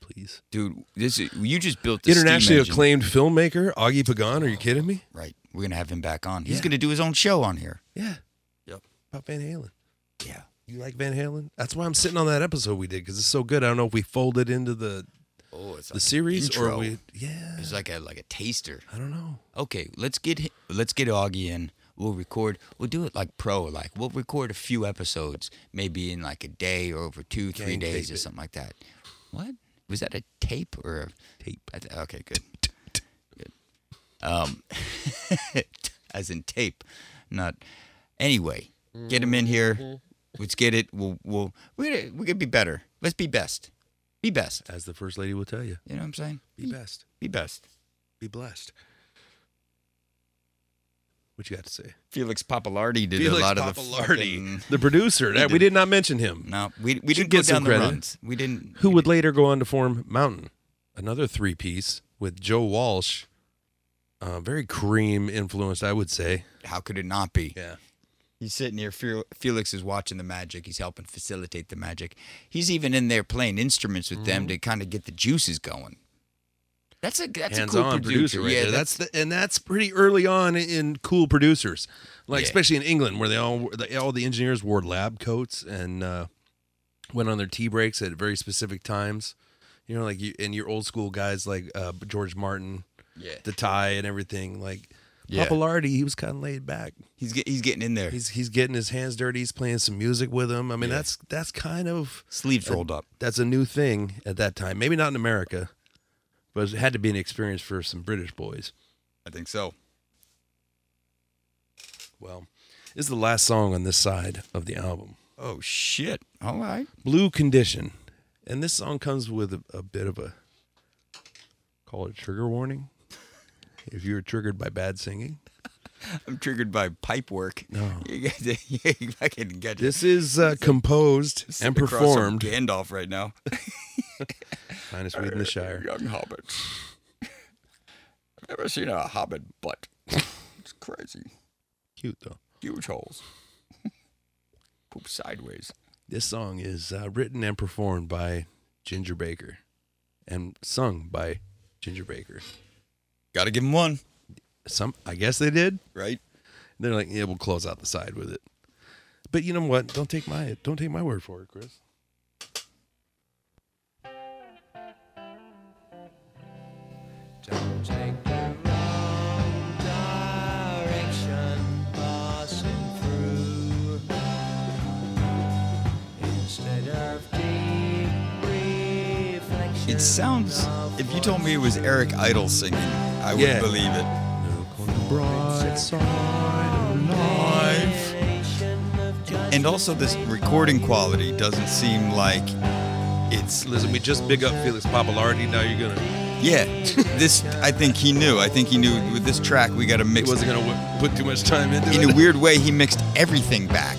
[SPEAKER 2] please.
[SPEAKER 1] dude. This is, you just built the
[SPEAKER 2] Internationally
[SPEAKER 1] steam engine. Oh.
[SPEAKER 2] acclaimed filmmaker Augie Pagan. Are you kidding me?
[SPEAKER 1] Right. We're gonna have him back on. He's
[SPEAKER 2] Yeah.
[SPEAKER 1] gonna do his own show on here.
[SPEAKER 2] Yeah.
[SPEAKER 1] Yep.
[SPEAKER 2] About Van Halen.
[SPEAKER 1] Yeah.
[SPEAKER 2] You like Van Halen? That's why I'm sitting on that episode we did because it's so good. I don't know if we folded into the
[SPEAKER 1] Oh, it's
[SPEAKER 2] the series or
[SPEAKER 1] intro.
[SPEAKER 2] we. Yeah.
[SPEAKER 1] It's like a like a taster.
[SPEAKER 2] I don't know.
[SPEAKER 1] Okay, let's get hi- let's get Augie in. We'll record. We'll do it like pro. Like we'll record a few episodes, maybe in like a day or over two, three
[SPEAKER 2] Gang
[SPEAKER 1] days or
[SPEAKER 2] tape it.
[SPEAKER 1] something like that. What was that? A tape or a
[SPEAKER 2] Tape.
[SPEAKER 1] I th- okay, good. Good. Um, as in tape, not. Anyway, get him in
[SPEAKER 2] Mm-hmm.
[SPEAKER 1] here. Let's get it. We'll we'll we're gonna, we're gonna be better. Let's be best. Be best.
[SPEAKER 2] As the first lady will tell you,
[SPEAKER 1] You know what I'm saying?
[SPEAKER 2] be best,
[SPEAKER 1] Be best.
[SPEAKER 2] be blessed. What you got to say?
[SPEAKER 1] Felix Papalardi did
[SPEAKER 2] Felix
[SPEAKER 1] a lot of the
[SPEAKER 2] Papalardi,
[SPEAKER 1] fucking-
[SPEAKER 2] the, producer. That, we
[SPEAKER 1] did-
[SPEAKER 2] did not mention him.
[SPEAKER 1] No, we we
[SPEAKER 2] Should
[SPEAKER 1] didn't go
[SPEAKER 2] get some
[SPEAKER 1] down the
[SPEAKER 2] credit.
[SPEAKER 1] runs. We didn't.
[SPEAKER 2] who would later go on to form Mountain, another three piece with Joe Walsh. Uh, very cream influenced, I would say.
[SPEAKER 1] How could it not be?
[SPEAKER 2] Yeah.
[SPEAKER 1] He's sitting here. Fel- Felix is watching the magic. He's helping facilitate the magic. He's even in there playing instruments with
[SPEAKER 2] Mm-hmm.
[SPEAKER 1] them to kind of get the juices going. That's a that's
[SPEAKER 2] Hands
[SPEAKER 1] a cool
[SPEAKER 2] on
[SPEAKER 1] producer.
[SPEAKER 2] producer, right
[SPEAKER 1] yeah,
[SPEAKER 2] there. That's, the and that's pretty early on in cool producers, like
[SPEAKER 1] Yeah.
[SPEAKER 2] especially in England where they all the, all the engineers wore lab coats and uh, went on their tea breaks at very specific times. You know, like you and your old school guys like uh, George Martin,
[SPEAKER 1] yeah.
[SPEAKER 2] the tie and everything. Like
[SPEAKER 1] Yeah.
[SPEAKER 2] Papalardi, he was kind of laid back.
[SPEAKER 1] he's get, he's getting in there.
[SPEAKER 2] He's he's getting his hands dirty. He's playing some music with him. I mean,
[SPEAKER 1] Yeah.
[SPEAKER 2] that's that's kind of
[SPEAKER 1] Sleeves rolled up.
[SPEAKER 2] that's a new thing at that time. Maybe not in America, but it had to be an experience for some British boys.
[SPEAKER 1] I think so.
[SPEAKER 2] Well, this is the last song on this side of the album,
[SPEAKER 1] Oh shit! All right.
[SPEAKER 2] Blue Condition, and this song comes with a, a bit of a call it a trigger warning. If you were triggered by bad singing,
[SPEAKER 1] I'm triggered by pipe work.
[SPEAKER 2] No.
[SPEAKER 1] you guys, you fucking get
[SPEAKER 2] this is uh, composed and
[SPEAKER 1] Sitting across from
[SPEAKER 2] performed.
[SPEAKER 1] Gandalf right now.
[SPEAKER 2] Finest weed in the Shire.
[SPEAKER 1] Young hobbit. I've never seen a hobbit butt. It's crazy.
[SPEAKER 2] Cute though.
[SPEAKER 1] Huge holes. Poop sideways.
[SPEAKER 2] This song is uh, written and performed by Ginger Baker and sung by Ginger Baker.
[SPEAKER 1] Gotta give him one,
[SPEAKER 2] Some, I guess they did.
[SPEAKER 1] right?
[SPEAKER 2] They're like, yeah, we'll close out the side with it. But you know what? Don't take my don't take my word for it, Chris.
[SPEAKER 6] Don't take the wrong direction passing through. Instead of deep reflection.
[SPEAKER 1] It sounds. If you told me it was Eric Idle singing, I would
[SPEAKER 2] Yeah.
[SPEAKER 1] believe it. And also, this recording quality doesn't seem like it's.
[SPEAKER 2] Listen, we just big up Felix Papalardi. Now you're gonna
[SPEAKER 1] Yeah, this. I think he knew. I think he knew with this track we got to
[SPEAKER 2] he
[SPEAKER 1] mix.
[SPEAKER 2] wasn't gonna w- put too much time into
[SPEAKER 1] In a
[SPEAKER 2] it.
[SPEAKER 1] weird way, he mixed everything back,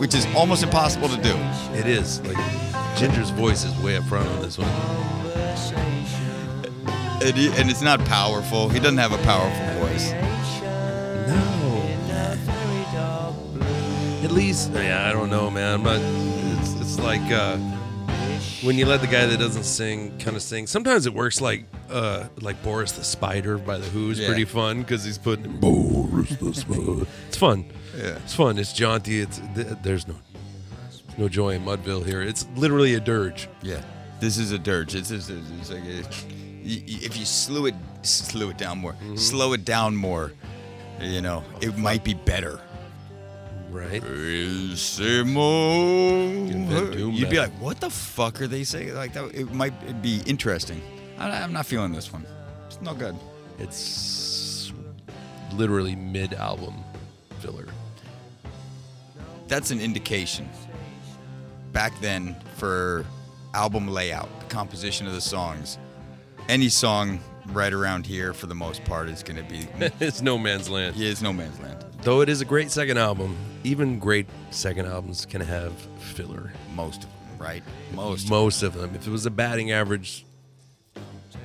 [SPEAKER 1] which is almost impossible to do.
[SPEAKER 2] It is like Ginger's voice is way up front on this one.
[SPEAKER 1] And, he- and it's not powerful. He doesn't have a powerful voice.
[SPEAKER 2] No. At least, yeah, I don't know, man. But it's it's like uh, when you let the guy that doesn't sing kind of sing. Sometimes it works like uh, like Boris the Spider by the Who's
[SPEAKER 1] Yeah.
[SPEAKER 2] pretty fun because he's putting Boris the Spider. it's fun.
[SPEAKER 1] Yeah.
[SPEAKER 2] It's fun. It's jaunty. It's th- there's no no joy in Mudville here. It's literally a dirge.
[SPEAKER 1] Yeah, this is a dirge. It's, it's, it's, it's like a, y- y- if you slew it, slew it down more, slow it down more, you know, it might be better.
[SPEAKER 2] Right.
[SPEAKER 1] We'll say more.
[SPEAKER 2] Get that doom
[SPEAKER 1] You'd be
[SPEAKER 2] back.
[SPEAKER 1] like, what the fuck are they saying? Like that, it might it'd be interesting. I, I'm not feeling this one. It's not good.
[SPEAKER 2] It's literally mid album filler.
[SPEAKER 1] That's an indication. Back then, for album layout, the composition of the songs, any song right around here, for the most part, is going to be
[SPEAKER 2] it's no man's land.
[SPEAKER 1] Yeah, it's no man's land.
[SPEAKER 2] Though it is a great second album, even great second albums can have filler.
[SPEAKER 1] Most of them, right? Most.
[SPEAKER 2] Most of them. If it was a batting average,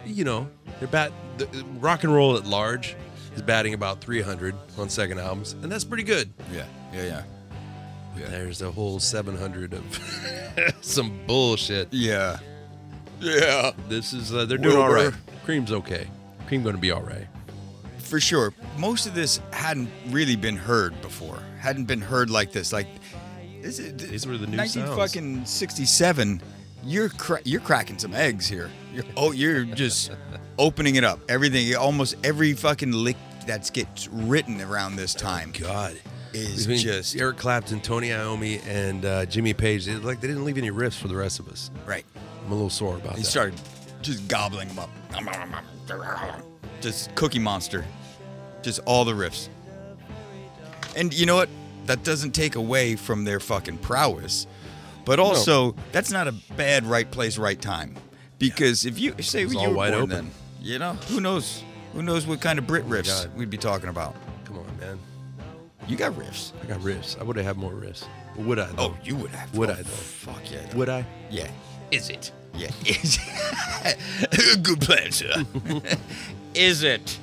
[SPEAKER 2] you know, they're bat. The, rock and roll at large is batting about 300 on second albums, and that's pretty good.
[SPEAKER 1] yeah, yeah, yeah. Yeah.
[SPEAKER 2] There's a whole 700 of some bullshit.
[SPEAKER 1] Yeah. Yeah.
[SPEAKER 2] This is uh, they're doing all
[SPEAKER 1] Wilbur.
[SPEAKER 2] right. Cream's okay. Cream gonna be all right.
[SPEAKER 1] For sure. Most of this hadn't really been heard before. Hadn't been heard like this. Like, this is,
[SPEAKER 2] These were the new
[SPEAKER 1] 19
[SPEAKER 2] sounds.
[SPEAKER 1] fucking 67. You're cra- you're cracking some eggs here. You're, oh, you're just opening it up. Everything, almost every fucking lick that's gets written around this time
[SPEAKER 2] God.
[SPEAKER 1] is
[SPEAKER 2] Between
[SPEAKER 1] just
[SPEAKER 2] Eric Clapton, Tony Iommi, and uh, Jimmy Page. They, like they didn't leave any riffs for the rest of us.
[SPEAKER 1] right.
[SPEAKER 2] I'm a little sore about
[SPEAKER 1] He
[SPEAKER 2] that.
[SPEAKER 1] started just gobbling them up. Just Cookie Monster. Just all the riffs. And you know what? That doesn't take away from their fucking prowess. But also, that's not a bad right place, right time. Because if you say
[SPEAKER 2] was
[SPEAKER 1] you
[SPEAKER 2] all
[SPEAKER 1] were
[SPEAKER 2] wide
[SPEAKER 1] born
[SPEAKER 2] open. Oh
[SPEAKER 1] then, you know, who knows? Who knows what kind of Brit riffs
[SPEAKER 2] God.
[SPEAKER 1] we'd be talking about?
[SPEAKER 2] Come on, man.
[SPEAKER 1] You got riffs.
[SPEAKER 2] I got riffs. I would have had more riffs. But would I?
[SPEAKER 1] Oh,
[SPEAKER 2] Though?
[SPEAKER 1] you would have.
[SPEAKER 2] Would
[SPEAKER 1] oh,
[SPEAKER 2] I, though?
[SPEAKER 1] Fuck yeah.
[SPEAKER 2] Would I?
[SPEAKER 1] Yeah. Is it? Yeah. Is it? Good plan, sir. Is it?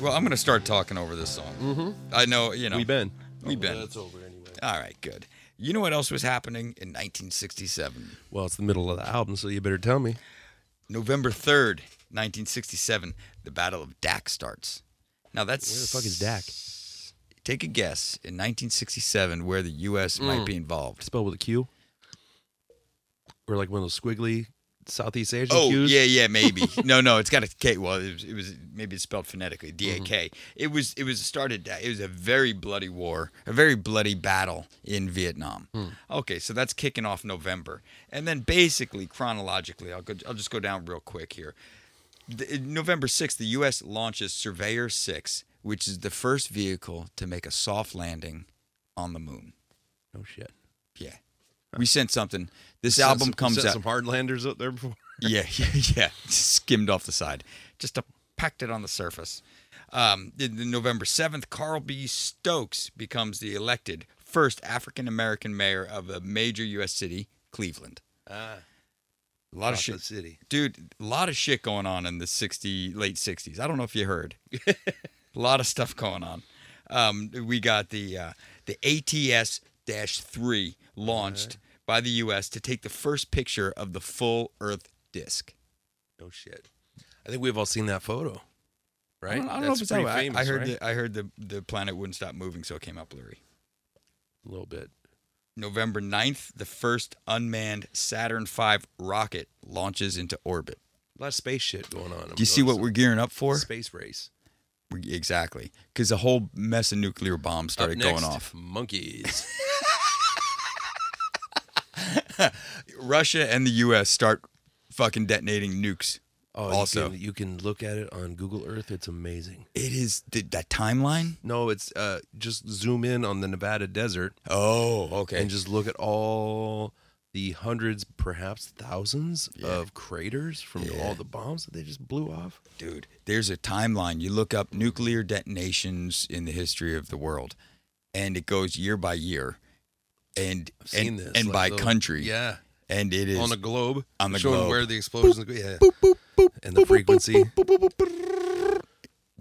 [SPEAKER 1] Well, I'm gonna start talking over this song. Mm-hmm. I know. You know.
[SPEAKER 2] We been.
[SPEAKER 1] We been.
[SPEAKER 2] Oh, That's over anyway.
[SPEAKER 1] All right. Good. You know what else was happening in 1967?
[SPEAKER 2] Well, it's the middle of the album, so you better tell me.
[SPEAKER 1] November 3rd, 1967, the Battle of Dak starts. Now that's
[SPEAKER 2] Where the fuck is Dak?
[SPEAKER 1] Take a guess in 1967 where the U.S. might be involved.
[SPEAKER 2] Spelled with a Q. Or like one of those squiggly Southeast Asian
[SPEAKER 1] Oh
[SPEAKER 2] Qs.
[SPEAKER 1] yeah, yeah, maybe. no, no, it's got a K. Well, it was, it was maybe it's spelled phonetically D
[SPEAKER 2] Mm-hmm.
[SPEAKER 1] A K. It was it was started. It was a very bloody war, a very bloody battle in Vietnam.
[SPEAKER 2] Hmm.
[SPEAKER 1] Okay, so that's kicking off November, and then basically chronologically, I'll go, I'll just go down real quick here. The, in November 6th, the U.S. launches Surveyor 6, which is the first vehicle to make a soft landing on the moon.
[SPEAKER 2] Oh shit.
[SPEAKER 1] Yeah. We sent something. This
[SPEAKER 2] Sent
[SPEAKER 1] album
[SPEAKER 2] some-
[SPEAKER 1] comes
[SPEAKER 2] sent
[SPEAKER 1] out.
[SPEAKER 2] Some hardlanders up there before.
[SPEAKER 1] yeah, yeah, yeah. Skimmed off the side. Just uh, packed it on the surface. Um, in- in November 7th, Carl B. Stokes becomes the elected first African American mayor of a major U.S. city, Cleveland. a lot of
[SPEAKER 2] Off the
[SPEAKER 1] Oh, shit
[SPEAKER 2] city.
[SPEAKER 1] dude a lot of shit going on in the 60 late 60s i don't know if you heard a lot of stuff going on um, we got the uh, the ats-3 launched by the us to take the first picture of the full earth disk
[SPEAKER 2] Oh shit. I think we've all seen that photo, right?
[SPEAKER 1] I don't, I don't know if it's out. I- I, heard the, I heard the, the planet wouldn't stop moving, so it came out blurry.
[SPEAKER 2] a little bit.
[SPEAKER 1] November 9th, the first unmanned Saturn V rocket launches into orbit.
[SPEAKER 2] A lot of space shit going on.
[SPEAKER 1] Do you see what we're gearing up for?
[SPEAKER 2] space race
[SPEAKER 1] We- Exactly, because a whole mess of nuclear bombs started
[SPEAKER 2] Up next,
[SPEAKER 1] going off.
[SPEAKER 2] Monkeys.
[SPEAKER 1] Russia and the U.S. start fucking detonating nukes.
[SPEAKER 2] Oh,
[SPEAKER 1] also,
[SPEAKER 2] you can, you can look at it on Google Earth. It's amazing.
[SPEAKER 1] it is did that timeline.
[SPEAKER 2] No, it's uh, just zoom in on the Nevada desert
[SPEAKER 1] Oh, okay.
[SPEAKER 2] and just look at all the hundreds, perhaps thousands of craters from all the bombs that they just blew off.
[SPEAKER 1] dude, there's a timeline. You look up nuclear detonations in the history of the world, and it goes year by year, and
[SPEAKER 2] I've
[SPEAKER 1] and,
[SPEAKER 2] seen this
[SPEAKER 1] and
[SPEAKER 2] like
[SPEAKER 1] by
[SPEAKER 2] little-
[SPEAKER 1] country.
[SPEAKER 2] Yeah,
[SPEAKER 1] and it is
[SPEAKER 2] on a globe.
[SPEAKER 1] On the
[SPEAKER 2] showing
[SPEAKER 1] globe.
[SPEAKER 2] where the explosions. go. yeah, and the frequency.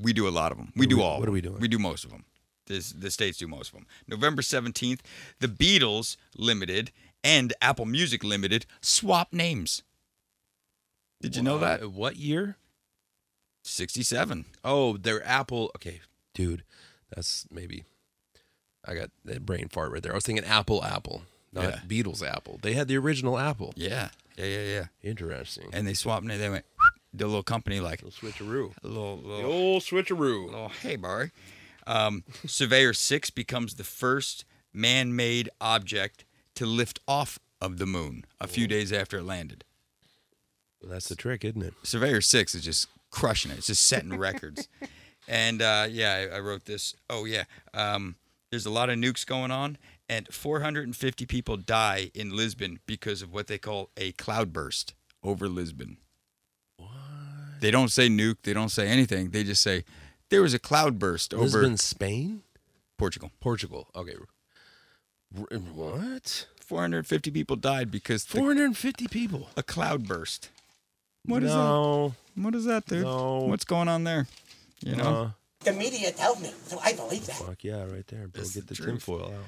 [SPEAKER 1] we do a lot of them. We
[SPEAKER 2] do
[SPEAKER 1] do,
[SPEAKER 2] we-
[SPEAKER 1] all. of
[SPEAKER 2] what do we
[SPEAKER 1] them.
[SPEAKER 2] do?
[SPEAKER 1] We do most of them. This, the states do most of them. November 17th, the Beatles Limited and Apple Music Limited swap names. Did you know that?
[SPEAKER 2] Uh, What year?
[SPEAKER 1] 67.
[SPEAKER 2] Oh, they're Apple. Okay, dude, that's maybe. I got that brain fart right there. I was thinking Apple, Apple, not
[SPEAKER 1] Yeah.
[SPEAKER 2] Beatles, Apple. They had the original Apple.
[SPEAKER 1] Yeah. Yeah, yeah, yeah.
[SPEAKER 2] Interesting.
[SPEAKER 1] And they swapped names. They went, the little company, like,
[SPEAKER 2] Little switcheroo.
[SPEAKER 1] little,
[SPEAKER 2] The
[SPEAKER 1] little,
[SPEAKER 2] old switcheroo.
[SPEAKER 1] little hey, Barry. Um, Surveyor 6 becomes the first man made object to lift off of the moon a few days after it landed.
[SPEAKER 2] That's the trick, isn't it?
[SPEAKER 1] Surveyor Six is just crushing it. It's just setting records. And uh, yeah, I, I wrote this. Oh yeah, um, there's a lot of nukes going on, and 450 people die in Lisbon because of what they call a cloudburst over Lisbon. What? They don't say nuke. They don't say anything. They just say there was a cloudburst over
[SPEAKER 2] Lisbon, Spain,
[SPEAKER 1] Portugal.
[SPEAKER 2] Portugal. Okay. R- uh, What?
[SPEAKER 1] 450 people died because the,
[SPEAKER 2] 450 people.
[SPEAKER 1] a cloudburst.
[SPEAKER 2] What
[SPEAKER 1] is
[SPEAKER 2] is no,
[SPEAKER 1] that? What is that, dude?
[SPEAKER 2] No.
[SPEAKER 1] What's going on there? You know.
[SPEAKER 2] Uh,
[SPEAKER 7] The media tells me, so I believe that.
[SPEAKER 2] fuck yeah, right there, bro.
[SPEAKER 1] That's
[SPEAKER 2] Get
[SPEAKER 1] the
[SPEAKER 2] the,
[SPEAKER 1] truth.
[SPEAKER 2] tinfoil out.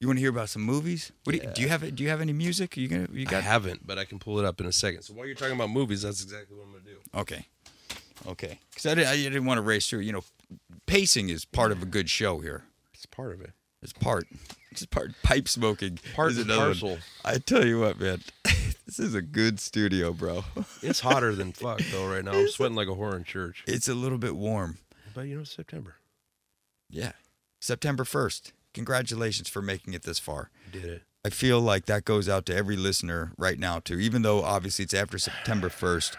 [SPEAKER 1] You want to hear about some movies? What do, you, do you have? Do you have any music? Are you gonna? You
[SPEAKER 2] I
[SPEAKER 1] got?
[SPEAKER 2] haven't, but I can pull it up in a second. So while you're talking about movies, that's exactly what I'm gonna do.
[SPEAKER 1] okay, okay. Because I, did, I didn't want to race through. You know, pacing is part of a good show here.
[SPEAKER 2] It's part of it.
[SPEAKER 1] It's part. It's part. Pipe smoking.
[SPEAKER 2] Part
[SPEAKER 1] is
[SPEAKER 2] and
[SPEAKER 1] another one.
[SPEAKER 2] parcel.
[SPEAKER 1] I tell you what, man. this is a good studio, bro.
[SPEAKER 2] It's hotter than fuck though right now. I'm sweating like a whore in church.
[SPEAKER 1] it's a little bit warm.
[SPEAKER 2] But you know, it's September.
[SPEAKER 1] Yeah. September first. Congratulations for making it this far.
[SPEAKER 2] You did it.
[SPEAKER 1] I feel like that goes out to every listener right now, too, even though obviously it's after September 1st.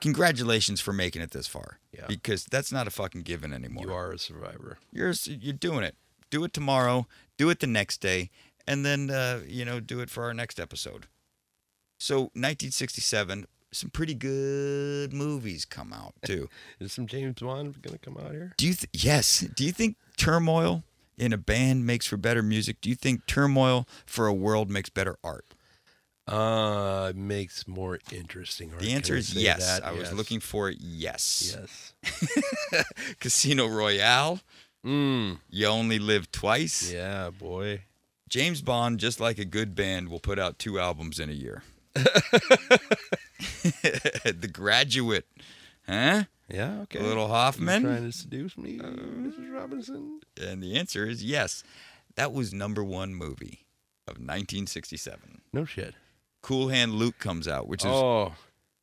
[SPEAKER 1] Congratulations for making it this far
[SPEAKER 2] Yeah.
[SPEAKER 1] because that's not a fucking given anymore.
[SPEAKER 2] You are a survivor.
[SPEAKER 1] You're, s- you're doing it. Do it tomorrow, do it the next day, and then, uh, you know, do it for our next episode. So, 1967, some pretty good movies come out too.
[SPEAKER 2] Is some James Bond gonna come out here?
[SPEAKER 1] Do you th- yes? Do you think turmoil in a band makes for better music? Do you think turmoil for a world makes better art?
[SPEAKER 2] Uh, it makes more interesting. art.
[SPEAKER 1] The answer
[SPEAKER 2] Can I
[SPEAKER 1] is
[SPEAKER 2] say
[SPEAKER 1] yes.
[SPEAKER 2] that?
[SPEAKER 1] I was
[SPEAKER 2] Yes.
[SPEAKER 1] looking for it. Yes.
[SPEAKER 2] Yes.
[SPEAKER 1] Casino Royale.
[SPEAKER 2] Mm.
[SPEAKER 1] You only live twice.
[SPEAKER 2] Yeah, boy.
[SPEAKER 1] James Bond, just like a good band, will put out two albums in a year. the Graduate, huh?
[SPEAKER 2] Yeah. Okay.
[SPEAKER 1] Little
[SPEAKER 2] You
[SPEAKER 1] Hoffman.
[SPEAKER 2] trying to seduce me, Mrs. Robinson?
[SPEAKER 1] And the answer is yes. That was number one movie of 1967.
[SPEAKER 2] No shit.
[SPEAKER 1] Cool Hand Luke comes out, which is
[SPEAKER 2] Oh,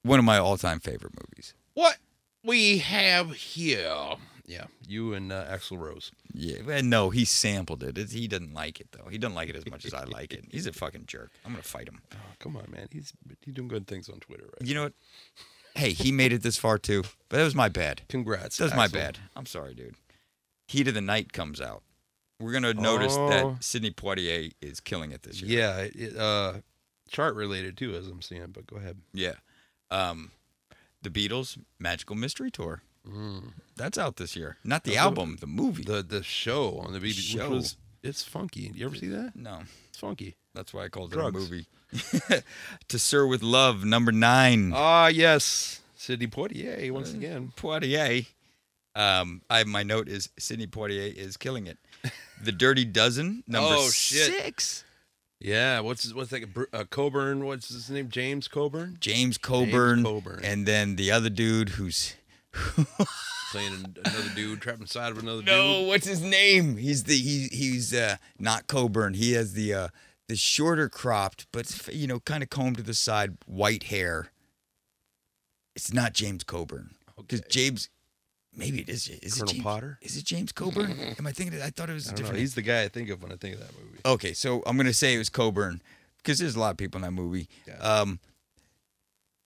[SPEAKER 1] one of my all-time favorite movies.
[SPEAKER 2] what we have here? Yeah, you and uh, Axel Rose.
[SPEAKER 1] Yeah, well, no, he sampled it. It's, he doesn't like it though. He doesn't like it as much as I like it. He's a fucking jerk. I'm gonna fight him.
[SPEAKER 2] Oh, come on, man. He's he's doing good things on Twitter, right?
[SPEAKER 1] You know what? Hey, he made it this far too, but that was my bad.
[SPEAKER 2] Congrats.
[SPEAKER 1] That's my
[SPEAKER 2] Axel.
[SPEAKER 1] bad. I'm sorry, dude. Heat of the Night comes out. We're gonna notice
[SPEAKER 2] Oh.
[SPEAKER 1] that Sidney Poitier is killing it this year.
[SPEAKER 2] Yeah, it- it, uh, chart related too, as I'm seeing. But go ahead.
[SPEAKER 1] Yeah. Um, the Beatles Magical Mystery Tour. That's out this year. Not the
[SPEAKER 2] That's what-
[SPEAKER 1] album, the movie.
[SPEAKER 2] Mm. The the show on the BBC,
[SPEAKER 1] Show.
[SPEAKER 2] which was it's funky. You ever see that?
[SPEAKER 1] no,
[SPEAKER 2] It's funky.
[SPEAKER 1] that's why I called it
[SPEAKER 2] Drugs.
[SPEAKER 1] a movie. to Sir with Love, number nine.
[SPEAKER 2] Ah, yes, Sidney Poitier once again.
[SPEAKER 1] Poitier. Um, I my note is Sidney Poitier is killing it. The Dirty Dozen, number
[SPEAKER 2] Oh, shit.
[SPEAKER 1] six.
[SPEAKER 2] Yeah, what's his, what's that? Br- Uh, Coburn. What's his name? James Coburn
[SPEAKER 1] James Coburn,
[SPEAKER 2] Coburn.
[SPEAKER 1] and then the other dude who's
[SPEAKER 2] playing an- another dude trapped inside of another
[SPEAKER 1] no,
[SPEAKER 2] dude.
[SPEAKER 1] what's his name? He's the he he's uh, not Coburn. He has the uh, the shorter cropped, but you know, kind of combed to the side, white hair. It's not James Coburn because
[SPEAKER 2] Okay.
[SPEAKER 1] James, maybe it is. Is
[SPEAKER 2] Colonel
[SPEAKER 1] it James,
[SPEAKER 2] Potter?
[SPEAKER 1] Is it James Coburn? Am I thinking? Of, I thought it was
[SPEAKER 2] I
[SPEAKER 1] a
[SPEAKER 2] don't know,
[SPEAKER 1] different.
[SPEAKER 2] He's the guy I think of when I think of that movie.
[SPEAKER 1] Okay, so I'm gonna say it was Coburn because there's a lot of people in that movie.
[SPEAKER 2] Yeah.
[SPEAKER 1] Um,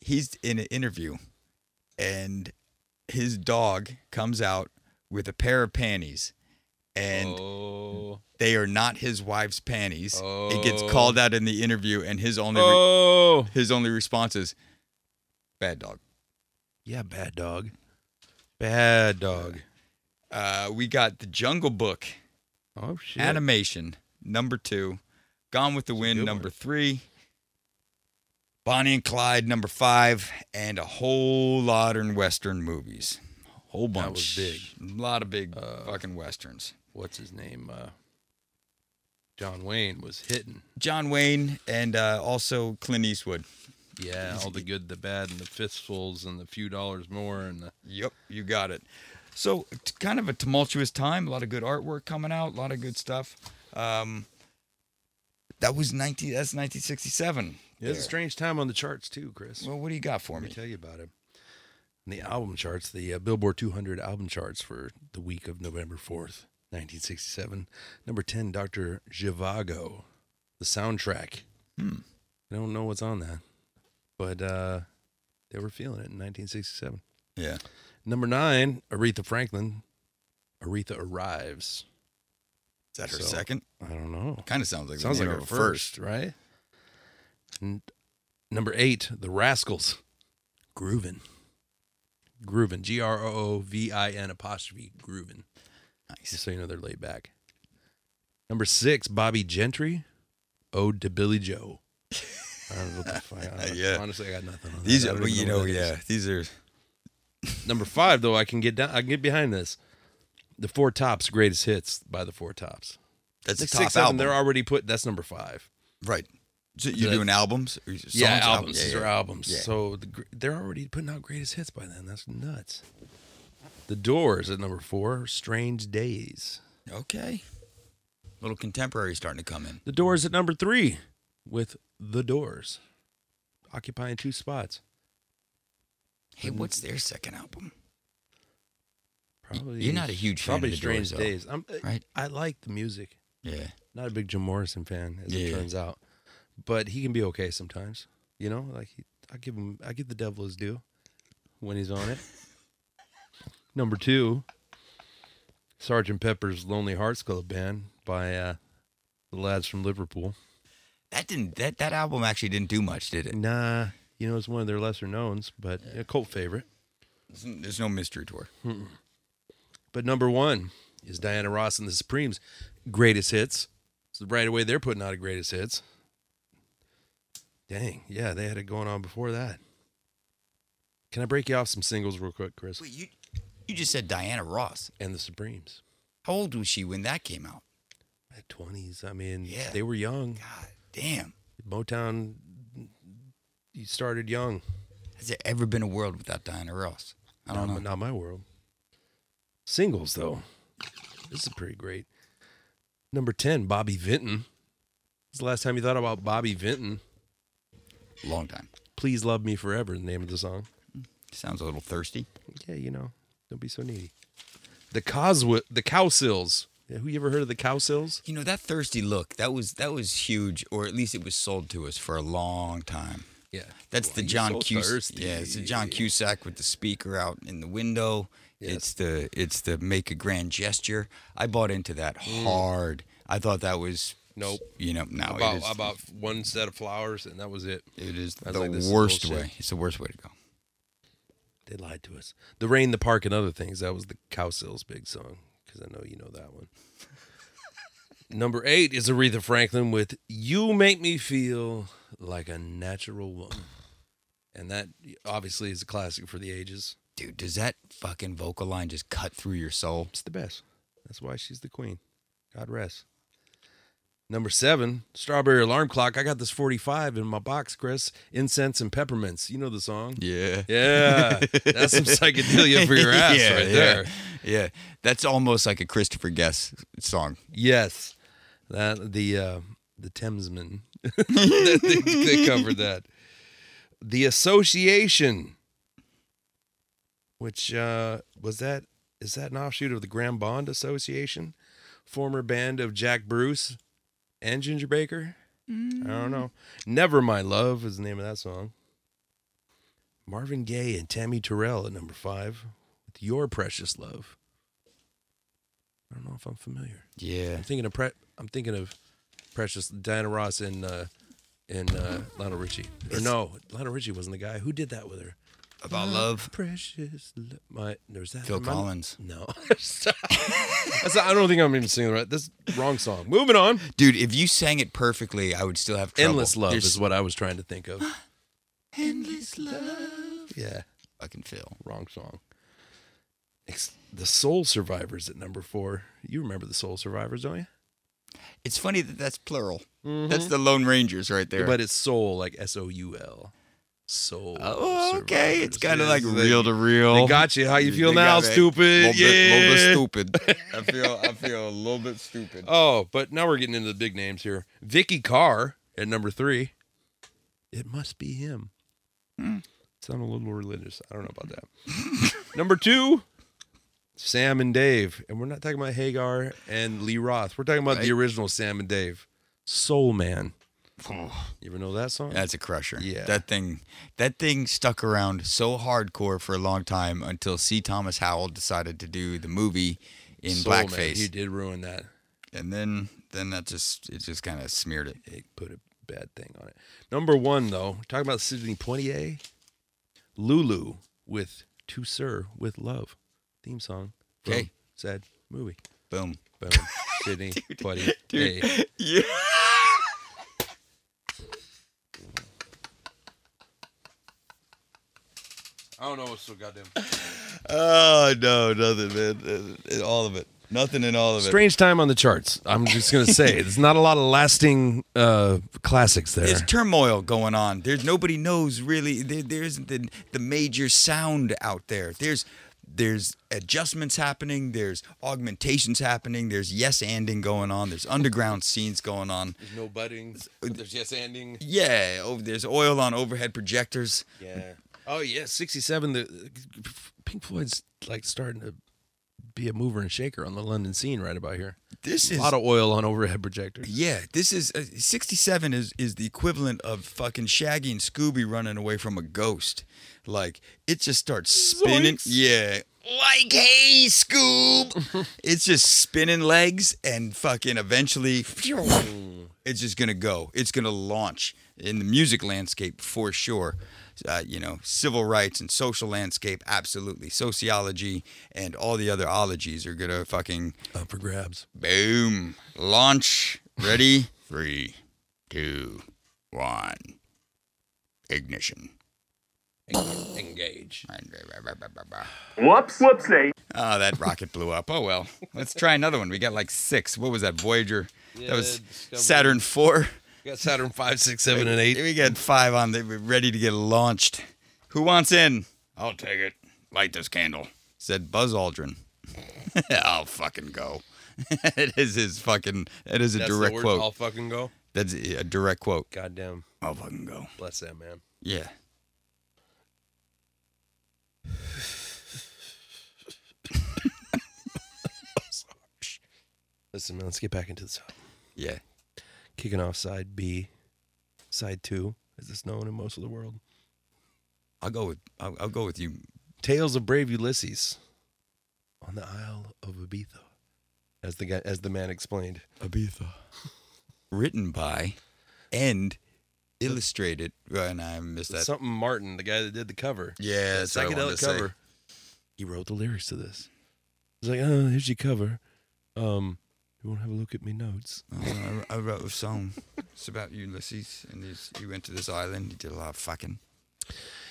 [SPEAKER 1] he's in an interview, and his dog comes out with a pair of panties, and
[SPEAKER 2] oh,
[SPEAKER 1] they are not his wife's panties. It gets
[SPEAKER 2] Oh.
[SPEAKER 1] called out in the interview, and his only re-
[SPEAKER 2] oh,
[SPEAKER 1] his only response is, "Bad dog."
[SPEAKER 2] yeah, bad dog, bad dog.
[SPEAKER 1] Uh, we got the Jungle Book
[SPEAKER 2] Oh shit.
[SPEAKER 1] animation number two, Gone with the Wind
[SPEAKER 2] good
[SPEAKER 1] number
[SPEAKER 2] one.
[SPEAKER 1] three, Bonnie and Clyde number five, and a whole lot of western movies. Whole bunch.
[SPEAKER 2] That was big.
[SPEAKER 1] A lot of big
[SPEAKER 2] Uh,
[SPEAKER 1] fucking westerns.
[SPEAKER 2] what's his name? Uh, John Wayne was hitting.
[SPEAKER 1] John Wayne and uh, also Clint Eastwood.
[SPEAKER 2] Yeah, all the good, the bad, and the fistfuls, and the few dollars more, and the,
[SPEAKER 1] Yep, you got it. So, t- kind of a tumultuous time. A lot of good artwork coming out. A lot of good stuff. Um, that was nineteen. That's nineteen sixty-seven.
[SPEAKER 2] it's a strange time on the charts too, Chris.
[SPEAKER 1] Well, what do you got for
[SPEAKER 2] Let me
[SPEAKER 1] me?
[SPEAKER 2] tell you about it. In the album charts, the uh, Billboard 200 album charts for the week of November 4th, 1967. Number 10, Dr. Zhivago, the soundtrack. I don't know what's on that, but uh, they were feeling it in 1967.
[SPEAKER 1] Yeah.
[SPEAKER 2] Number nine, Aretha Franklin. Aretha arrives.
[SPEAKER 1] Is that her
[SPEAKER 2] So-
[SPEAKER 1] second?
[SPEAKER 2] I don't know.
[SPEAKER 1] Kind of sounds like
[SPEAKER 2] Sounds
[SPEAKER 1] the
[SPEAKER 2] like
[SPEAKER 1] name
[SPEAKER 2] our
[SPEAKER 1] of
[SPEAKER 2] first, right? N- number eight, the Rascals, Groovin. Groovin, G R O O V I N apostrophe Groovin. Just
[SPEAKER 1] Nice.
[SPEAKER 2] so you know they're laid back. Number six, Bobby Gentry, Ode to Billy Joe. I don't know what the fuck. I don't-
[SPEAKER 1] Yeah.
[SPEAKER 2] Honestly, I got nothing. On
[SPEAKER 1] These
[SPEAKER 2] that. I
[SPEAKER 1] are,
[SPEAKER 2] don't even
[SPEAKER 1] you
[SPEAKER 2] what
[SPEAKER 1] know,
[SPEAKER 2] that is.
[SPEAKER 1] yeah. These are
[SPEAKER 2] Number five, though, I can get down. I can get behind this. The Four Tops greatest hits by the Four Tops.
[SPEAKER 1] that's a
[SPEAKER 2] Six,
[SPEAKER 1] top
[SPEAKER 2] six,
[SPEAKER 1] album.
[SPEAKER 2] seven, they're already put. That's number five.
[SPEAKER 1] right. So you're
[SPEAKER 2] That's-
[SPEAKER 1] doing albums? Or songs,
[SPEAKER 2] yeah, albums. These
[SPEAKER 1] Yeah,
[SPEAKER 2] are
[SPEAKER 1] yeah.
[SPEAKER 2] albums.
[SPEAKER 1] Yeah.
[SPEAKER 2] So the, gr- they're already putting out greatest hits by then. That's nuts. The Doors at number four, Strange Days.
[SPEAKER 1] Okay. Little contemporary starting to come in.
[SPEAKER 2] The Doors at number three, with The Doors, occupying two spots.
[SPEAKER 1] Hey, what's their second album?
[SPEAKER 2] Probably
[SPEAKER 1] you're not a huge fan of
[SPEAKER 2] probably
[SPEAKER 1] The
[SPEAKER 2] Strange
[SPEAKER 1] Doors, though,
[SPEAKER 2] Days. I'm,
[SPEAKER 1] right?
[SPEAKER 2] I like the music.
[SPEAKER 1] Yeah.
[SPEAKER 2] Not a big Jim Morrison fan, as it
[SPEAKER 1] Yeah.
[SPEAKER 2] turns out, but he can be okay sometimes. You know, like he, I give him, I give the devil his due when he's on it. Number two, Sergeant Pepper's Lonely Hearts Club Band by uh, the lads from Liverpool.
[SPEAKER 1] That didn't that that album actually didn't do much, did it?
[SPEAKER 2] Nah, You know, it's one of their lesser knowns, but a cult favorite.
[SPEAKER 1] There's no mystery tour.
[SPEAKER 2] But number one is Diana Ross and the Supremes' greatest hits. So right away, they're putting out a greatest hits. Dang, yeah, they had it going on before that. Can I break you off some singles real quick, Chris?
[SPEAKER 1] Wait, you you just said Diana Ross.
[SPEAKER 2] And the Supremes
[SPEAKER 1] How old was she when that came out?
[SPEAKER 2] at twenties. I mean,
[SPEAKER 1] Yeah.
[SPEAKER 2] they were young.
[SPEAKER 1] God damn.
[SPEAKER 2] Motown you started young.
[SPEAKER 1] Has there ever been a world without Diana Ross? I don't
[SPEAKER 2] not,
[SPEAKER 1] know.
[SPEAKER 2] not my world. Singles though, this is pretty great. Number ten, Bobby Vinton. It's the last time you thought about Bobby Vinton.
[SPEAKER 1] Long time.
[SPEAKER 2] Please love me forever. The name of the song.
[SPEAKER 1] Sounds a little thirsty.
[SPEAKER 2] Yeah, you know, don't be so needy. The Coswood, the Cow Sills. Yeah, who you ever heard of the Cow Sills?
[SPEAKER 1] You know that thirsty look. That was that was huge, or at least it was sold to us for a long time.
[SPEAKER 2] Yeah,
[SPEAKER 1] That's the
[SPEAKER 2] Why you
[SPEAKER 1] John
[SPEAKER 2] so
[SPEAKER 1] Cusack.
[SPEAKER 2] thirsty?
[SPEAKER 1] Yeah, it's the John Cusack with the speaker out in the window.
[SPEAKER 2] Yes.
[SPEAKER 1] It's the it's the make a grand gesture. I bought into that hard. I thought that was
[SPEAKER 2] Mm. Nope.
[SPEAKER 1] You know, no, it
[SPEAKER 2] About,
[SPEAKER 1] is
[SPEAKER 2] about one set of flowers, and that was it.
[SPEAKER 1] it is
[SPEAKER 2] I was
[SPEAKER 1] the
[SPEAKER 2] like, this is
[SPEAKER 1] worst
[SPEAKER 2] bullshit.
[SPEAKER 1] way. It's the worst way to go.
[SPEAKER 2] They lied to us. The rain, the park, and other things. That was the Cow Sills big song because I know you know that one. Number eight is Aretha Franklin with "You Make Me Feel Like a Natural Woman," and that obviously is a classic for the ages.
[SPEAKER 1] Dude, does that fucking vocal line just cut through your soul?
[SPEAKER 2] It's the best. That's why she's the queen. God rest. Number seven, Strawberry Alarm Clock. I got this 45 in my box, Chris. Incense and Peppermints. You know the song.
[SPEAKER 1] Yeah.
[SPEAKER 2] Yeah. That's some psychedelia for your ass
[SPEAKER 1] Yeah,
[SPEAKER 2] right
[SPEAKER 1] yeah,
[SPEAKER 2] there.
[SPEAKER 1] Yeah. That's almost like a Christopher Guest song.
[SPEAKER 2] Yes, that the uh, the Thamesmen they, they covered that. The Association, which uh, was that is that an offshoot of the Graham Bond Association, former band of Jack Bruce and Ginger Baker. I don't know. Never My Love is the name of that song. Marvin Gaye and Tammy Terrell at number five with Your Precious Love. I don't know if I'm familiar.
[SPEAKER 1] Yeah.
[SPEAKER 2] I'm thinking of pre- I'm thinking of Precious Diana Ross and uh, and uh, Lionel Richie. Or no, Lionel Richie wasn't the guy who did that with her.
[SPEAKER 1] About love.
[SPEAKER 2] Precious, lo- my there's that.
[SPEAKER 1] Phil
[SPEAKER 2] am I-
[SPEAKER 1] Collins.
[SPEAKER 2] No, Stop. That's not- I don't think I'm even singing the right. That's wrong song. Moving on.
[SPEAKER 1] Dude, if you sang it perfectly, I would still have trouble.
[SPEAKER 2] Endless love
[SPEAKER 1] There's
[SPEAKER 2] is what I was trying to think of.
[SPEAKER 1] Endless love.
[SPEAKER 2] yeah,
[SPEAKER 1] Fucking Phil.
[SPEAKER 2] wrong song. Ex- the Soul Survivors at number four. You remember the Soul Survivors, don't you?
[SPEAKER 1] It's funny that that's plural. That's the Lone Rangers right there.
[SPEAKER 2] Mm-hmm. But it's soul, like S O U L. Soul. uh,
[SPEAKER 1] oh, okay. It's
[SPEAKER 2] Survivors.
[SPEAKER 1] kind of
[SPEAKER 2] Yes,
[SPEAKER 1] like
[SPEAKER 2] they-
[SPEAKER 1] real to real.
[SPEAKER 2] They got you. How you feel
[SPEAKER 1] They
[SPEAKER 2] now,
[SPEAKER 1] got me.
[SPEAKER 2] stupid?
[SPEAKER 1] Little bit, little bit
[SPEAKER 2] Yeah.
[SPEAKER 1] stupid. I feel, I feel a little bit stupid.
[SPEAKER 2] Oh, but now we're getting into the big names here. Vicky Carr at number three. It must be him. Sound a little religious. I don't know about that. number two, Sam and Dave. And we're not talking about Hagar and Lee Roth. We're talking about the original Sam and Dave. Soul Man. You ever know that song?
[SPEAKER 1] That's a crusher.
[SPEAKER 2] Yeah.
[SPEAKER 1] That thing that thing stuck around so hardcore for a long time until C. Thomas Howell decided to do the movie in
[SPEAKER 2] Soul Man. He
[SPEAKER 1] blackface.
[SPEAKER 2] did ruin that.
[SPEAKER 1] And then then that just it just kind of smeared it.
[SPEAKER 2] it put a bad thing on it. Number one, though, talking about Sidney Poitier, Lulu with To Sir with Love theme song. from
[SPEAKER 1] Okay.
[SPEAKER 2] Sad movie.
[SPEAKER 1] Boom.
[SPEAKER 2] Boom. Sidney Poitier.
[SPEAKER 1] Yeah.
[SPEAKER 2] I don't know what's so goddamn.
[SPEAKER 1] Oh no, nothing, man. Uh, All of it. Nothing in all of it.
[SPEAKER 2] Strange time on the charts. I'm just gonna say there's not a lot of lasting uh, classics there.
[SPEAKER 1] There's turmoil going on. There's nobody knows really. There, there isn't the, the major sound out there. There's there's adjustments happening. There's augmentations happening. There's yes anding going on. There's underground scenes going on.
[SPEAKER 2] There's no buddings. There's yes ending.
[SPEAKER 1] Yeah, oh, there's oil on overhead projectors.
[SPEAKER 2] Yeah. Oh yeah, '67. The Pink Floyd's like starting to be a mover and shaker on the London scene right about here.
[SPEAKER 1] This is
[SPEAKER 2] a lot of oil on overhead projectors.
[SPEAKER 1] yeah. This is uh, 67 is is the equivalent of fucking Shaggy and Scooby running away from a ghost. Like it just starts spinning. Yeah. Like hey Scoob, it's just spinning legs and fucking eventually. It's just gonna go. It's gonna launch in the music landscape for sure. Uh, you know, civil rights and social landscape, absolutely. Sociology and all the other ologies are gonna fucking
[SPEAKER 2] Up for grabs.
[SPEAKER 1] boom launch. Ready? Three, two, one. Ignition.
[SPEAKER 2] Engage.
[SPEAKER 8] Whoops, whoops, late.
[SPEAKER 1] Oh, that rocket blew up. Oh well. Let's try another one. We got like six. What was that? Voyager. that was
[SPEAKER 2] Discovery.
[SPEAKER 1] Saturn four.
[SPEAKER 2] We got Saturn five, six, seven, and eight.
[SPEAKER 1] We got five on. They were ready to get launched. Who wants in? I'll take it. Light this candle," said Buzz Aldrin. I'll fucking go. it is his fucking. It is a
[SPEAKER 2] That's the
[SPEAKER 1] direct
[SPEAKER 2] word,
[SPEAKER 1] quote.
[SPEAKER 2] I'll fucking go.
[SPEAKER 1] That's a direct quote.
[SPEAKER 2] Goddamn.
[SPEAKER 1] I'll fucking go.
[SPEAKER 2] Bless that man.
[SPEAKER 1] Yeah.
[SPEAKER 2] Listen, man, let's get back into the song.
[SPEAKER 1] Yeah.
[SPEAKER 2] Kicking off side B, side two, as it's known in most of the world.
[SPEAKER 1] I'll go with. I'll, I'll go with you.
[SPEAKER 2] Tales of Brave Ulysses on the Isle of Ibiza, as the guy, as the man explained.
[SPEAKER 1] Ibiza. Written by, and illustrated. And I missed that.
[SPEAKER 2] Something Martin, the guy that did the cover.
[SPEAKER 1] Yeah, that's what I wanted to say.
[SPEAKER 2] He wrote the lyrics to this. He's like, oh, here's your cover. Um, you won't have a look at me notes.
[SPEAKER 1] Oh, I, I wrote a song. It's about Ulysses, and he's, he went to this island. He did a lot of fucking.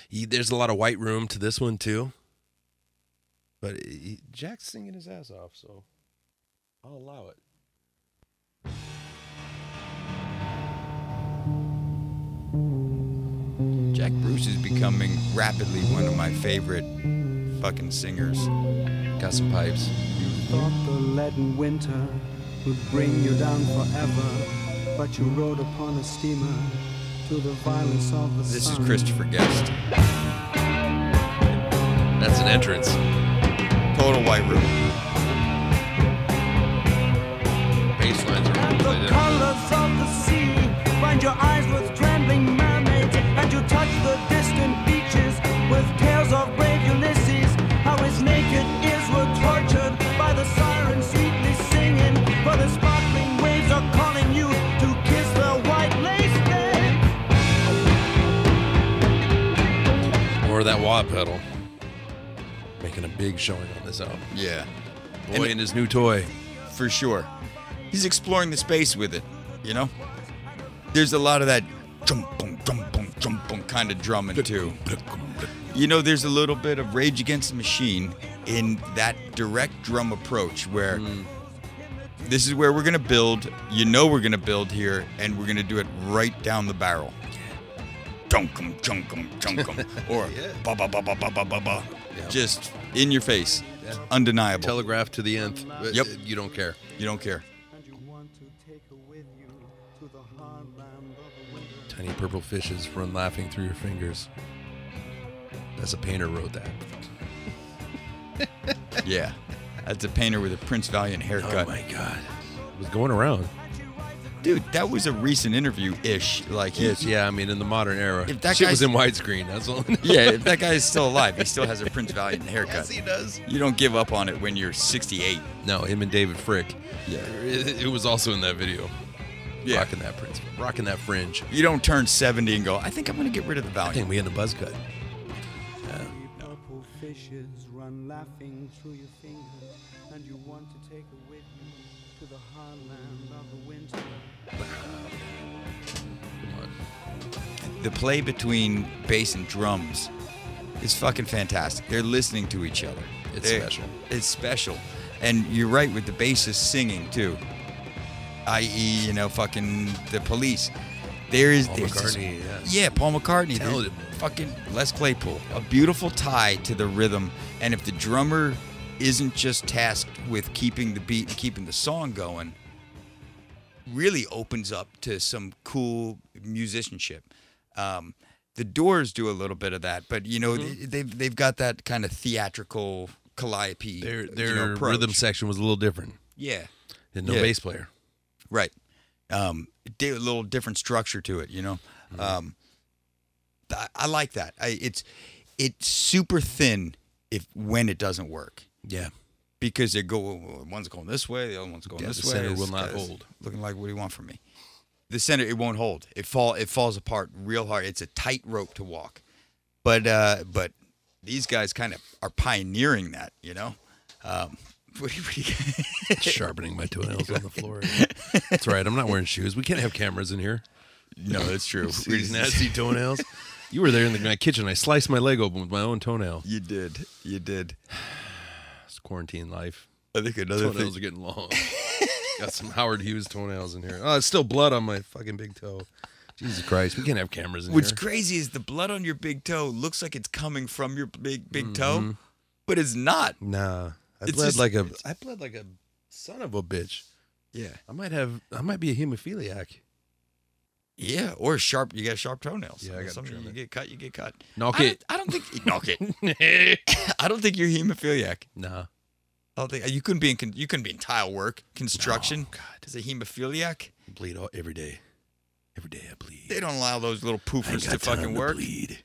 [SPEAKER 2] He, there's a lot of white room to this one too. But he, Jack's singing his ass off, so I'll allow it.
[SPEAKER 1] Jack Bruce is becoming rapidly one of my favorite fucking singers.
[SPEAKER 2] Got some pipes.
[SPEAKER 9] Thought the leaden winter would bring you down forever, but you rode upon a steamer to the violence of the
[SPEAKER 1] This is
[SPEAKER 9] sun.
[SPEAKER 1] Christopher Guest.
[SPEAKER 2] That's an entrance.
[SPEAKER 1] Total white room.
[SPEAKER 2] Bass lines are
[SPEAKER 4] And the
[SPEAKER 2] really
[SPEAKER 4] colors of the sea find your eyes with trembling mermaids, and you touch the distant beaches with tales of brave Ulysses. How his naked ears were tortured by the sirens sweetly singing, for the sparkling waves are calling you to kiss the white lace day.
[SPEAKER 2] Or that wah pedal. Making a big showing on this album.
[SPEAKER 1] Yeah,
[SPEAKER 2] Boy and, his new toy.
[SPEAKER 1] for sure. He's exploring the space with it. You know, there's a lot of that jump boom jump boom jump boom kind of drumming too. You know, there's a little bit of Rage Against the Machine in that direct drum approach where
[SPEAKER 2] Hmm.
[SPEAKER 1] this is where we're going to build. You know, we're going to build here, and we're going to do it right down the barrel. Chunkum, chunkum, chunkum. Or ba ba ba ba ba ba ba ba.
[SPEAKER 2] Yeah.
[SPEAKER 1] Just in your face. Undeniable.
[SPEAKER 2] Telegraph to the nth. uh,
[SPEAKER 1] Yep.
[SPEAKER 2] You don't care.
[SPEAKER 1] you don't care.
[SPEAKER 9] And you want to take her with you to the hard land of the winter.
[SPEAKER 2] Tiny purple fishes run laughing through your fingers. That's a painter wrote that.
[SPEAKER 1] Yeah. That's a painter with a Prince Valiant haircut.
[SPEAKER 2] Oh my god. It was going around.
[SPEAKER 1] Dude, that was a recent interview ish. Like, he,
[SPEAKER 2] yeah, I mean in the modern era.
[SPEAKER 1] If that
[SPEAKER 2] shit
[SPEAKER 1] guy's-
[SPEAKER 2] was in widescreen, that's all.
[SPEAKER 1] yeah, if that guy is still alive, he still has a Prince Valiant haircut.
[SPEAKER 2] does.
[SPEAKER 1] You don't give up on it when you're 68.
[SPEAKER 2] No, him and David Frick.
[SPEAKER 1] Yeah.
[SPEAKER 2] It, it was also in that video.
[SPEAKER 1] Yeah.
[SPEAKER 2] Rocking that prince. Rocking that fringe.
[SPEAKER 1] You don't turn 70 and go, I think I'm going to get rid of the
[SPEAKER 2] I think
[SPEAKER 1] Valiant.
[SPEAKER 2] we had a buzz cut.
[SPEAKER 9] Three purple fishes run laughing through your fingers, and you want to take her with you to the hard land of the winter.
[SPEAKER 1] The play between bass and drums is fucking fantastic. They're listening to each other.
[SPEAKER 2] It's
[SPEAKER 1] They-
[SPEAKER 2] special.
[SPEAKER 1] It's special. And you're right with the bassist singing too, i.e., you know, fucking the police. There is
[SPEAKER 2] Paul
[SPEAKER 1] there's this-
[SPEAKER 2] McCartney, yes.
[SPEAKER 1] yeah, Paul McCartney, there's
[SPEAKER 2] Talented.
[SPEAKER 1] fucking Les Claypool, a beautiful tie to the rhythm. And if the drummer isn't just tasked with keeping the beat and keeping the song going, really opens up to some cool musicianship. Um, the Doors do a little bit of that, but you know they, they've they've got that kind of theatrical calliope.
[SPEAKER 2] Their
[SPEAKER 1] you know,
[SPEAKER 2] their
[SPEAKER 1] approach.
[SPEAKER 2] rhythm section was a little different.
[SPEAKER 1] yeah,
[SPEAKER 2] They had no
[SPEAKER 1] Yeah.
[SPEAKER 2] bass player.
[SPEAKER 1] right. Um, it did a little different structure to it, you know. Um, I, I like that. I, it's it's super thin if when it doesn't work
[SPEAKER 2] Yeah.
[SPEAKER 1] because they go one's going this way, the other one's going
[SPEAKER 2] Yeah,
[SPEAKER 1] this
[SPEAKER 2] the
[SPEAKER 1] way.
[SPEAKER 2] center
[SPEAKER 1] It's
[SPEAKER 2] will not
[SPEAKER 1] kinda
[SPEAKER 2] hold.
[SPEAKER 1] Looking like what do you want from me? the center it won't hold. It fall it falls apart real hard. It's a tight rope to walk. But uh, but these guys kind of are pioneering that, you know. Um, what do you- what do you-
[SPEAKER 2] Sharpening my toenails on the floor. That's right. I'm not wearing shoes. We can't have cameras in here.
[SPEAKER 1] no, that's true.
[SPEAKER 2] These nasty toenails. You were there in the, my kitchen. I sliced my leg open with my own toenail.
[SPEAKER 1] You did. You did.
[SPEAKER 2] It's quarantine life.
[SPEAKER 1] I think another
[SPEAKER 2] Toenails are
[SPEAKER 1] thing.
[SPEAKER 2] getting long. Got some Howard Hughes toenails in here. Oh, it's still blood on my fucking big toe. Jesus Christ, we can't have cameras in
[SPEAKER 1] What's
[SPEAKER 2] here.
[SPEAKER 1] crazy is the blood on your big toe looks like it's coming from your big big
[SPEAKER 2] Mm-hmm.
[SPEAKER 1] toe, but it's not.
[SPEAKER 2] Nah, I
[SPEAKER 1] It's
[SPEAKER 2] bled
[SPEAKER 1] just-
[SPEAKER 2] like a. I bled like a son of a bitch.
[SPEAKER 1] Yeah.
[SPEAKER 2] I might have. I might be a hemophiliac.
[SPEAKER 1] Yeah. Or sharp. You got sharp toenails.
[SPEAKER 2] Yeah, I gotta
[SPEAKER 1] Something
[SPEAKER 2] trim
[SPEAKER 1] you
[SPEAKER 2] it.
[SPEAKER 1] get cut. You get cut.
[SPEAKER 2] Knock
[SPEAKER 1] I
[SPEAKER 2] it.
[SPEAKER 1] Don't, I don't think knock it. I don't think you're hemophiliac.
[SPEAKER 2] Nah.
[SPEAKER 1] I don't think you couldn't be in con- you couldn't be in tile work construction.
[SPEAKER 2] No, Oh, God.
[SPEAKER 1] As a hemophiliac,
[SPEAKER 2] bleed all every day. Every day I bleed.
[SPEAKER 1] they don't allow those little
[SPEAKER 2] I ain't
[SPEAKER 1] poofers
[SPEAKER 2] got
[SPEAKER 1] to fucking
[SPEAKER 2] time to
[SPEAKER 1] work.
[SPEAKER 2] bleed.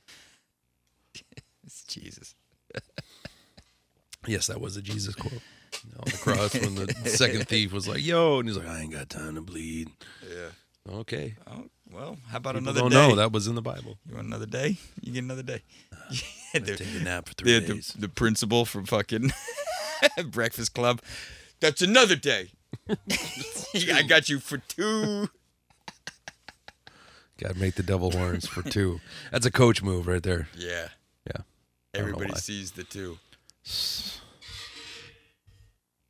[SPEAKER 1] Jesus.
[SPEAKER 2] Yes, that was a Jesus quote. You know, on the cross when the second thief was like, "Yo," and he's like, "I ain't got time to bleed." Yeah. Okay.
[SPEAKER 1] Oh well, how about
[SPEAKER 2] People
[SPEAKER 1] another
[SPEAKER 2] don't
[SPEAKER 1] day?
[SPEAKER 2] know that was in the Bible.
[SPEAKER 1] You want another day? You get another day. Yeah, the-
[SPEAKER 2] Take a nap for three
[SPEAKER 1] the,
[SPEAKER 2] days.
[SPEAKER 1] the, the principal from fucking Breakfast Club. That's another day. I got you for two.
[SPEAKER 2] God make the devil horns for two. That's a coach move right there.
[SPEAKER 1] Yeah.
[SPEAKER 2] Yeah. don't know
[SPEAKER 1] Everybody
[SPEAKER 2] why.
[SPEAKER 1] sees the two.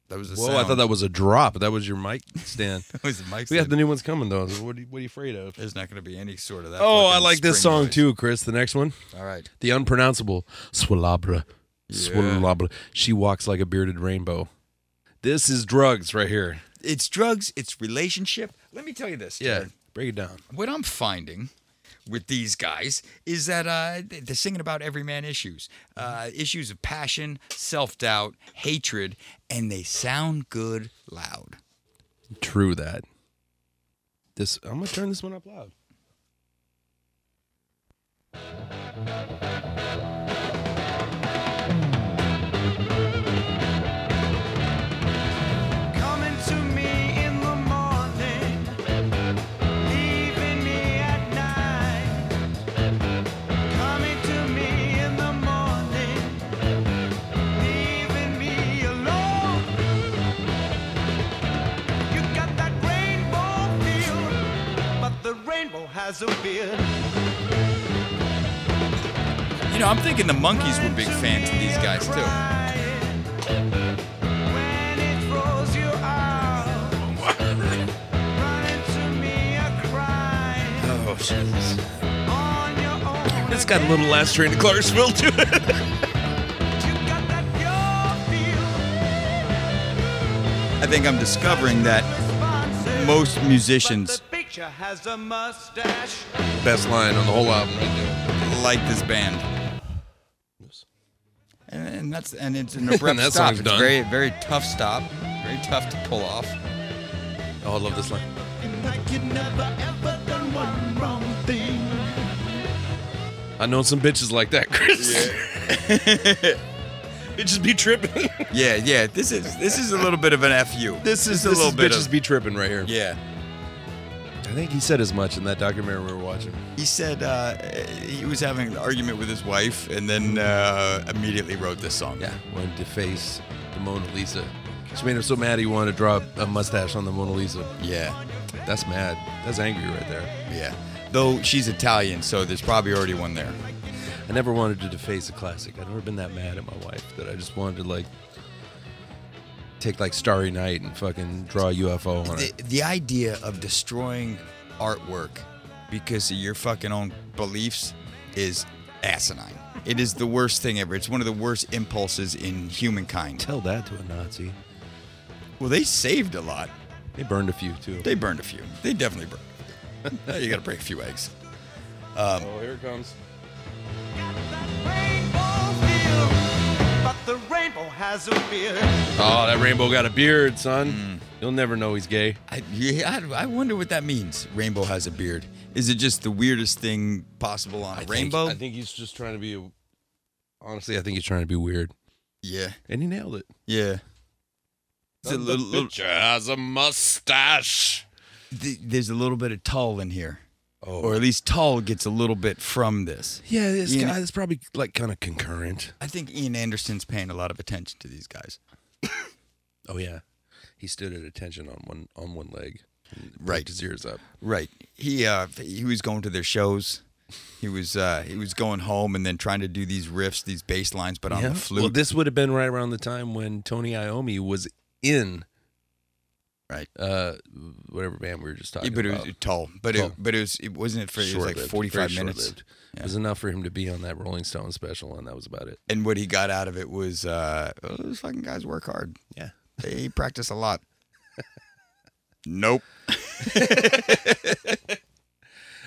[SPEAKER 1] That was a
[SPEAKER 2] Whoa, I thought that was a drop. That was your mic stand.
[SPEAKER 1] was the mic
[SPEAKER 2] we got
[SPEAKER 1] stand.
[SPEAKER 2] the new ones coming though. So What are you, what are you afraid of?
[SPEAKER 1] There's not going to be any sort of that.
[SPEAKER 2] Oh, I
[SPEAKER 1] fucking
[SPEAKER 2] like this
[SPEAKER 1] spring
[SPEAKER 2] song
[SPEAKER 1] noise.
[SPEAKER 2] too, Chris. The next one,
[SPEAKER 1] All right.
[SPEAKER 2] the unpronounceable Swalabra.
[SPEAKER 1] Yeah.
[SPEAKER 2] Swalabra. She walks like a bearded rainbow. This is drugs right here.
[SPEAKER 1] It's drugs, it's relationship. Let me tell you this.
[SPEAKER 2] Yeah,
[SPEAKER 1] Jared.
[SPEAKER 2] break it down.
[SPEAKER 1] what I'm finding with these guys is that uh, th- they're singing about everyman issues, uh, issues of passion, self doubt, hatred, and they sound good loud.
[SPEAKER 2] True that. This I'm gonna turn this one up loud.
[SPEAKER 4] Coming to me in the morning, leaving me at night. Coming to me in the morning, leaving me alone. You got that rainbow feel, but the rainbow has a beard.
[SPEAKER 1] You know, I'm thinking the monkeys were big fans of these guys too.
[SPEAKER 4] too. When it throws you out, running to me a crying.
[SPEAKER 2] Oh, Jesus.
[SPEAKER 4] On your own
[SPEAKER 2] It's got a little last train to Clarksville too.
[SPEAKER 4] you got that pure feel,
[SPEAKER 1] I think I'm discovering that
[SPEAKER 4] responsive.
[SPEAKER 1] most
[SPEAKER 4] But
[SPEAKER 1] musicians
[SPEAKER 4] the picture has a mustache.
[SPEAKER 2] Best line on the whole album. right
[SPEAKER 1] like this band.
[SPEAKER 2] there.
[SPEAKER 1] And, and that's and it's an abrupt
[SPEAKER 2] that
[SPEAKER 1] stop.
[SPEAKER 2] song's
[SPEAKER 1] It's
[SPEAKER 2] done.
[SPEAKER 1] very very tough stop, very tough to pull off.
[SPEAKER 2] Oh, I love this line.
[SPEAKER 4] Like you never ever done one wrong thing.
[SPEAKER 2] I know some bitches like that, Chris. bitches be tripping.
[SPEAKER 1] Yeah, yeah. This is this is a little bit of an fu. This is a
[SPEAKER 2] This
[SPEAKER 1] little
[SPEAKER 2] is
[SPEAKER 1] bit
[SPEAKER 2] bitches
[SPEAKER 1] of
[SPEAKER 2] be tripping right here.
[SPEAKER 1] yeah.
[SPEAKER 2] I think he said as much in that documentary we were watching.
[SPEAKER 1] He said uh, he was having an argument with his wife, and then uh, immediately wrote this song.
[SPEAKER 2] Yeah, wanted to face the Mona Lisa. She made him so mad he wanted to draw a mustache on the Mona Lisa.
[SPEAKER 1] yeah,
[SPEAKER 2] That's mad. That's angry right there.
[SPEAKER 1] yeah. Though she's Italian, so there's probably already one there.
[SPEAKER 2] I never wanted to deface a classic. I've never been that mad at my wife that I just wanted to like take like Starry Night and fucking draw a UFO on
[SPEAKER 1] The,
[SPEAKER 2] it.
[SPEAKER 1] the idea of destroying artwork because of your fucking own beliefs is asinine. It is the worst thing ever. It's one of the worst impulses in humankind.
[SPEAKER 2] Tell that to a Nazi.
[SPEAKER 1] Well, they saved a lot.
[SPEAKER 2] They burned a few too.
[SPEAKER 1] They burned a few. They definitely burned. Now you got to break a few eggs.
[SPEAKER 2] oh, here it comes.
[SPEAKER 4] Rainbow feel, but the rainbow has a beard.
[SPEAKER 2] Oh, that rainbow got a beard, son. You'll never know he's gay.
[SPEAKER 1] I, yeah, I, I wonder what that means. Rainbow has a beard. Is it just the weirdest thing possible on a rainbow?
[SPEAKER 2] I think he's just trying to be. A, honestly, I think he's trying to be weird,
[SPEAKER 1] yeah,
[SPEAKER 2] and he nailed it.
[SPEAKER 1] yeah. It's a little, little-
[SPEAKER 2] has a mustache.
[SPEAKER 1] th- there's a little bit of tall in here,
[SPEAKER 2] Oh.
[SPEAKER 1] or at least tall gets a little bit from this.
[SPEAKER 2] Yeah, it's,
[SPEAKER 1] You
[SPEAKER 2] ki-
[SPEAKER 1] know-
[SPEAKER 2] it's probably like kind of concurrent.
[SPEAKER 1] I think Ian Anderson's paying a lot of attention to these guys.
[SPEAKER 2] Oh yeah, he stood at attention on one on one leg. and poked
[SPEAKER 1] Right.
[SPEAKER 2] his ears up.
[SPEAKER 1] Right. He uh he was going to their shows. He was uh he was going home and then trying to do these riffs, these bass lines, but on
[SPEAKER 2] Yeah.
[SPEAKER 1] the flute.
[SPEAKER 2] Well, this would have been right around the time when Tony Iommi was in
[SPEAKER 1] right.
[SPEAKER 2] uh whatever band we were just
[SPEAKER 1] Yeah,
[SPEAKER 2] talking
[SPEAKER 1] but it
[SPEAKER 2] about.
[SPEAKER 1] was tall. But it
[SPEAKER 2] Tall.
[SPEAKER 1] but it was it wasn't it for it was like
[SPEAKER 2] Short-lived,
[SPEAKER 1] forty five
[SPEAKER 2] very
[SPEAKER 1] minutes.
[SPEAKER 2] short-lived. It was enough for him to be on that Rolling Stone special, and that was about it.
[SPEAKER 1] And what he got out of it was uh oh, those fucking guys work hard.
[SPEAKER 2] Yeah.
[SPEAKER 1] They practice a lot. nope.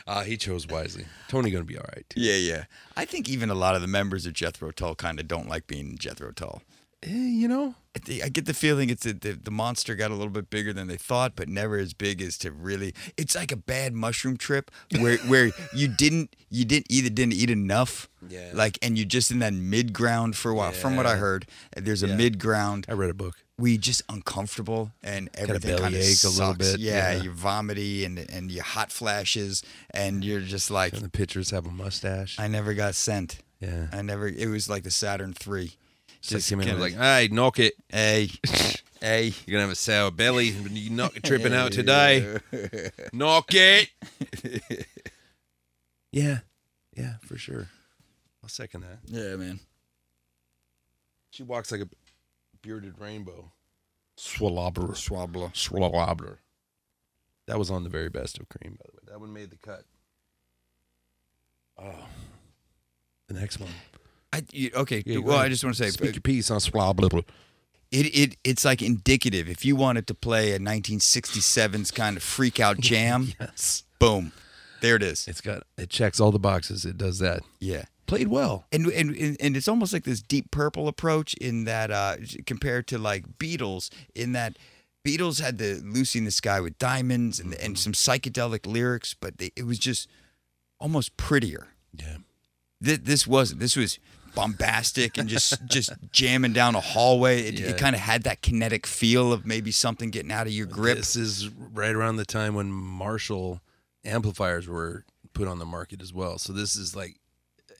[SPEAKER 2] Uh, he chose wisely. Tony gonna be all right. Too.
[SPEAKER 1] Yeah, yeah. I think even a lot of the members of Jethro Tull kind of don't like being Jethro Tull.
[SPEAKER 2] Eh, you know,
[SPEAKER 1] I thi- I get the feeling it's that the, the monster got a little bit bigger than they thought, but never as big as to really. It's like a bad mushroom trip where where you didn't you didn't either didn't eat enough,
[SPEAKER 2] Yeah.
[SPEAKER 1] like, and you just in that mid ground for a while. From what I
[SPEAKER 2] Yeah.
[SPEAKER 1] heard, there's a
[SPEAKER 2] Yeah.
[SPEAKER 1] mid ground.
[SPEAKER 2] I read a book.
[SPEAKER 1] We just uncomfortable and everything kind of
[SPEAKER 2] bellyache a little bit,
[SPEAKER 1] Yeah,
[SPEAKER 2] yeah.
[SPEAKER 1] you're vomity and and your hot flashes, and you're just like,
[SPEAKER 2] And the pictures have a mustache.
[SPEAKER 1] I never got sent.
[SPEAKER 2] yeah,
[SPEAKER 1] I never. It was like the Saturn three.
[SPEAKER 2] It's like came in and
[SPEAKER 1] kinda-
[SPEAKER 2] was like, "Hey, knock it.
[SPEAKER 1] hey, hey.
[SPEAKER 2] You're gonna have a sour belly. You're not tripping out today. knock it." yeah, yeah, for sure. I'll second that.
[SPEAKER 1] Yeah, man.
[SPEAKER 2] She walks like a bearded rainbow. Swalabber.
[SPEAKER 1] Swabla.
[SPEAKER 2] Swalabber. That was on the very best of cream, by the way. That one made the cut. Oh. The next one.
[SPEAKER 1] I, you, okay.
[SPEAKER 2] Yeah, go
[SPEAKER 1] well, I
[SPEAKER 2] ahead.
[SPEAKER 1] just want to say
[SPEAKER 2] Speak
[SPEAKER 1] uh,
[SPEAKER 2] your piece on Swalabber.
[SPEAKER 1] it, it it's like indicative. If you wanted to play a 1967's kind of freak out jam,
[SPEAKER 2] Yes.
[SPEAKER 1] boom, there it is.
[SPEAKER 2] It's got it checks all the boxes. It does that.
[SPEAKER 1] Yeah.
[SPEAKER 2] Played well.
[SPEAKER 1] And, and and- and it's almost like this deep purple approach in that uh, compared to like Beatles in that Beatles had the Lucy in the Sky with diamonds and and some
[SPEAKER 2] Mm-hmm.
[SPEAKER 1] psychedelic lyrics, but they, it was just almost prettier.
[SPEAKER 2] Yeah.
[SPEAKER 1] Th- this wasn't. This was bombastic and just just jamming down a hallway. It,
[SPEAKER 2] Yeah.
[SPEAKER 1] it kind of had that kinetic feel of maybe something getting out of your grip.
[SPEAKER 2] This is right around the time when Marshall amplifiers were put on the market as well. So this is like,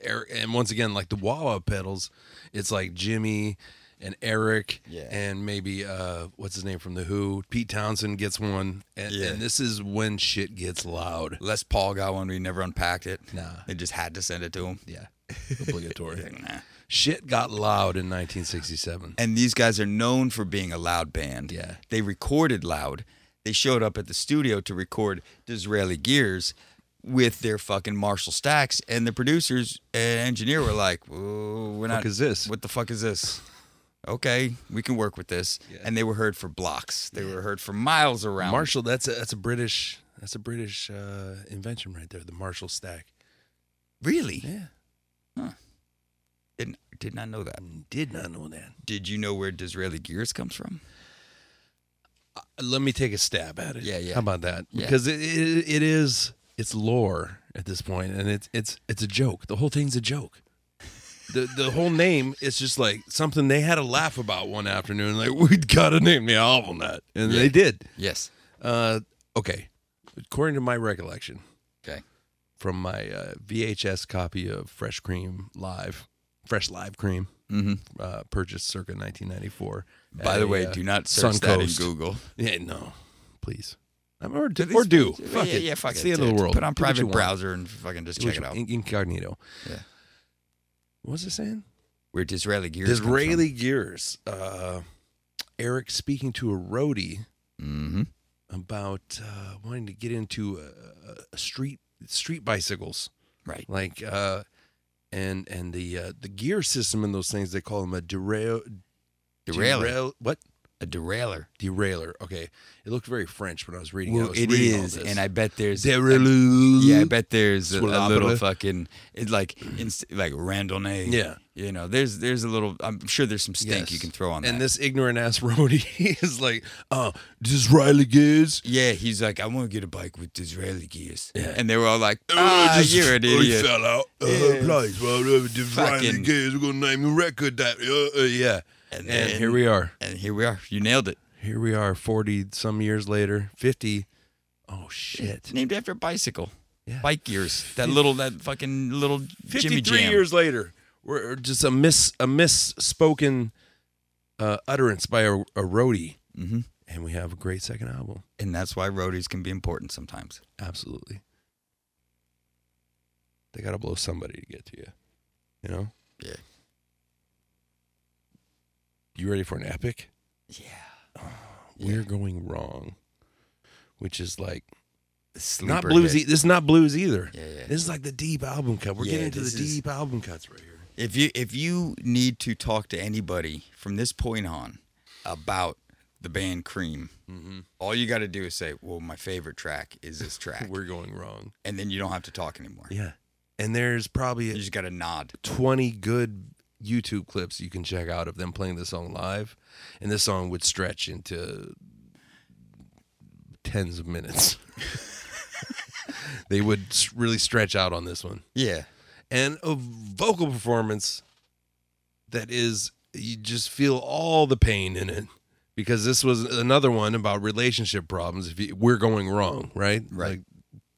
[SPEAKER 2] Eric, and once again, like the Wawa pedals, it's like Jimmy and Eric
[SPEAKER 1] Yeah.
[SPEAKER 2] and maybe uh, what's his name from the Who, Pete Townsend gets one, and,
[SPEAKER 1] Yeah.
[SPEAKER 2] and this is when shit gets loud.
[SPEAKER 1] Les Paul got one. We never unpacked it.
[SPEAKER 2] Nah.
[SPEAKER 1] they just had to send it to him.
[SPEAKER 2] Yeah, obligatory.
[SPEAKER 1] Nah.
[SPEAKER 2] shit got loud in 1967.
[SPEAKER 1] And these guys are known for being a loud band.
[SPEAKER 2] Yeah.
[SPEAKER 1] they recorded loud. They showed up at the studio to record Disraeli Gears with their fucking Marshall stacks, and the producers and engineer were like, "Whoa, "We're not
[SPEAKER 2] Fuck is this?
[SPEAKER 1] what the fuck is this? Okay, we can work with this.
[SPEAKER 2] Yeah.
[SPEAKER 1] And they were heard for blocks. They were heard for miles around.
[SPEAKER 2] Marshall, that's a, that's a British that's a British uh, invention right there. The Marshall stack.
[SPEAKER 1] really?
[SPEAKER 2] Yeah.
[SPEAKER 1] Didn't did not know that.
[SPEAKER 2] Did not know that.
[SPEAKER 1] Did you know where Disraeli Gears comes from?
[SPEAKER 2] Let me take a stab at it.
[SPEAKER 1] Yeah, yeah.
[SPEAKER 2] How about that?
[SPEAKER 1] Yeah.
[SPEAKER 2] Because it, it, it is it's lore at this point, and it's it's it's a joke. The whole thing's a joke. The the whole name is just like something they had a laugh about one afternoon. Like we gotta name the album that, and they did.
[SPEAKER 1] Yes.
[SPEAKER 2] Uh, okay, according to my recollection,
[SPEAKER 1] Okay.
[SPEAKER 2] from my uh, VHS copy of Fresh Cream Live, Fresh Live Cream,
[SPEAKER 1] Mm-hmm.
[SPEAKER 2] uh, purchased circa 1994.
[SPEAKER 1] By
[SPEAKER 2] at
[SPEAKER 1] the
[SPEAKER 2] a,
[SPEAKER 1] way,
[SPEAKER 2] uh,
[SPEAKER 1] do not search that in
[SPEAKER 2] Suncoast.
[SPEAKER 1] Google.
[SPEAKER 2] Yeah, no, please. I'm- Or, do-
[SPEAKER 1] At
[SPEAKER 2] or
[SPEAKER 1] least-
[SPEAKER 2] do.
[SPEAKER 1] Yeah,
[SPEAKER 2] Fuck
[SPEAKER 1] yeah,
[SPEAKER 2] it.
[SPEAKER 1] Yeah, fuck
[SPEAKER 2] it's
[SPEAKER 1] it.
[SPEAKER 2] the end of
[SPEAKER 1] dude.
[SPEAKER 2] the world.
[SPEAKER 1] Put on
[SPEAKER 2] Do what you
[SPEAKER 1] private
[SPEAKER 2] want.
[SPEAKER 1] browser and fucking just
[SPEAKER 2] Do what
[SPEAKER 1] check
[SPEAKER 2] you
[SPEAKER 1] it out.
[SPEAKER 2] want. In- Incognito.
[SPEAKER 1] Yeah.
[SPEAKER 2] What was it saying?
[SPEAKER 1] Where Disraeli Gears
[SPEAKER 2] Disraeli Gears. Uh, Eric speaking to a roadie
[SPEAKER 1] Mm-hmm.
[SPEAKER 2] about uh, wanting to get into uh, uh, street street bicycles.
[SPEAKER 1] Right.
[SPEAKER 2] like uh and and the uh the gear system in those things they call them a derail
[SPEAKER 1] Derailer.
[SPEAKER 2] derail- what
[SPEAKER 1] A derailer.
[SPEAKER 2] derailer okay it looked very french when i was reading I
[SPEAKER 1] Well,
[SPEAKER 2] was
[SPEAKER 1] it
[SPEAKER 2] reading all
[SPEAKER 1] is,
[SPEAKER 2] this.
[SPEAKER 1] and I bet there's
[SPEAKER 2] Derailleur.
[SPEAKER 1] Yeah, I bet there's a, a
[SPEAKER 2] Swalabra.
[SPEAKER 1] little fucking it's like inst- like Randonay.
[SPEAKER 2] Yeah.
[SPEAKER 1] you know, there's there's a little. I'm sure there's some stink you
[SPEAKER 2] Yes.
[SPEAKER 1] can throw on
[SPEAKER 2] and
[SPEAKER 1] that.
[SPEAKER 2] this ignorant ass roadie is like uh disraeli gears
[SPEAKER 1] yeah, he's like, I want to get a bike with Disraeli gears,
[SPEAKER 2] Yeah.
[SPEAKER 1] and they were all like,
[SPEAKER 2] Uh,
[SPEAKER 1] Ah,
[SPEAKER 2] just-
[SPEAKER 1] you're an
[SPEAKER 2] oh,
[SPEAKER 1] idiot.
[SPEAKER 2] fell out. Uh,
[SPEAKER 1] Yeah.
[SPEAKER 2] place. Well, uh, Disraeli
[SPEAKER 1] Fucking-
[SPEAKER 2] gears. We're gonna name your record that. Uh, uh, yeah.
[SPEAKER 1] And
[SPEAKER 2] And,
[SPEAKER 1] then-
[SPEAKER 2] here we are.
[SPEAKER 1] And here we are. You nailed it.
[SPEAKER 2] Here we are, forty some years later, fifty Oh shit!
[SPEAKER 1] Named after a bicycle.
[SPEAKER 2] Yeah.
[SPEAKER 1] Bike gears. That little, that fucking little Jimmy
[SPEAKER 2] Fifty-three
[SPEAKER 1] Jam.
[SPEAKER 2] years later, we're uh, just a miss a misspoken uh, utterance by a, a roadie,
[SPEAKER 1] hmm
[SPEAKER 2] and we have a great second album.
[SPEAKER 1] And that's why roadies can be important sometimes.
[SPEAKER 2] Absolutely. They got to blow somebody to get to you. You know?
[SPEAKER 1] Yeah.
[SPEAKER 2] You ready for an epic?
[SPEAKER 1] Yeah.
[SPEAKER 2] We're going wrong, which is like not
[SPEAKER 1] Sleeper
[SPEAKER 2] blues.
[SPEAKER 1] hit.
[SPEAKER 2] E- this is not blues either.
[SPEAKER 1] Yeah, yeah.
[SPEAKER 2] This is like the deep album cut. We're
[SPEAKER 1] Yeah,
[SPEAKER 2] getting into
[SPEAKER 1] this
[SPEAKER 2] the
[SPEAKER 1] is-
[SPEAKER 2] deep album cuts right here.
[SPEAKER 1] If you if you need to talk to anybody from this point on about the band Cream,
[SPEAKER 2] Mm-hmm.
[SPEAKER 1] all you got to do is say, "Well, my favorite track is this track,"
[SPEAKER 2] We're going wrong.
[SPEAKER 1] and then you don't have to talk anymore.
[SPEAKER 2] Yeah. And there's probably
[SPEAKER 1] You just got to nod.
[SPEAKER 2] 20 good YouTube clips you can check out of them playing the song live. And this song would stretch into tens of minutes. they would s- really stretch out on this one.
[SPEAKER 1] Yeah,
[SPEAKER 2] And a vocal performance that is, you just feel all the pain in it. Because this was another one about relationship problems. If you, we're going wrong, right?
[SPEAKER 1] Right.
[SPEAKER 2] Like,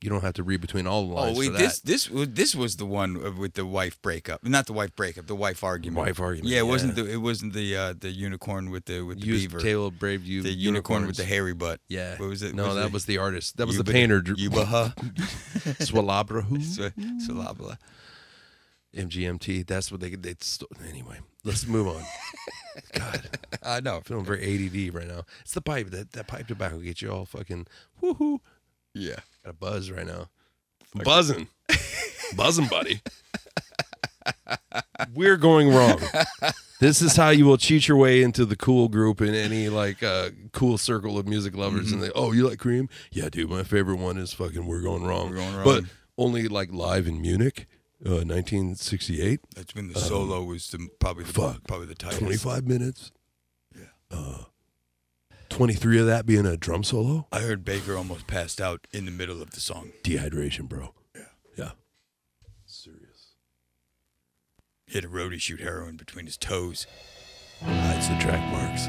[SPEAKER 2] you don't have to read between all the lines.
[SPEAKER 1] Oh, wait,
[SPEAKER 2] for that.
[SPEAKER 1] this this was this was the one uh, with the wife breakup, not the wife breakup, the wife argument.
[SPEAKER 2] Wife argument,
[SPEAKER 1] Yeah, it wasn't
[SPEAKER 2] yeah.
[SPEAKER 1] the it wasn't the uh, the unicorn with the with the
[SPEAKER 2] Use
[SPEAKER 1] beaver,
[SPEAKER 2] Caleb Brave you
[SPEAKER 1] the unicorn with
[SPEAKER 2] unicorns.
[SPEAKER 1] the hairy butt.
[SPEAKER 2] Yeah.
[SPEAKER 1] what was it?
[SPEAKER 2] No, that
[SPEAKER 1] it
[SPEAKER 2] was the artist. That was the
[SPEAKER 1] Yuba-
[SPEAKER 2] painter.
[SPEAKER 1] Yubaha,
[SPEAKER 2] Swalabrahu.
[SPEAKER 1] Swa- Swalabla.
[SPEAKER 2] MGMT. That's what they they st- anyway. Let's move on. God,
[SPEAKER 1] I know.
[SPEAKER 2] I'm feeling very ADD right now. It's the pipe. That that pipe tobacco gets you all fucking woohoo.
[SPEAKER 1] Yeah.
[SPEAKER 2] Got a buzz right now. I'm buzzing, buzzing, buddy. We're going wrong. This is how you will cheat your way into the cool group in any like uh, cool circle of music lovers. And they, oh, you like Cream? Yeah, dude. My favorite one is fucking We're Going Wrong.
[SPEAKER 1] We're Going Wrong.
[SPEAKER 2] But only like live in Munich, uh, 1968.
[SPEAKER 1] That's when the solo was the, probably the
[SPEAKER 2] fuck.
[SPEAKER 1] probably the tightest.
[SPEAKER 2] 25 minutes. Uh, 23 of that being a drum solo.
[SPEAKER 1] I heard Baker almost passed out in the middle of the song.
[SPEAKER 2] Dehydration, bro. Yeah. Yeah.
[SPEAKER 1] Hit a roadie shoot heroin between his toes.
[SPEAKER 2] Hides the track marks.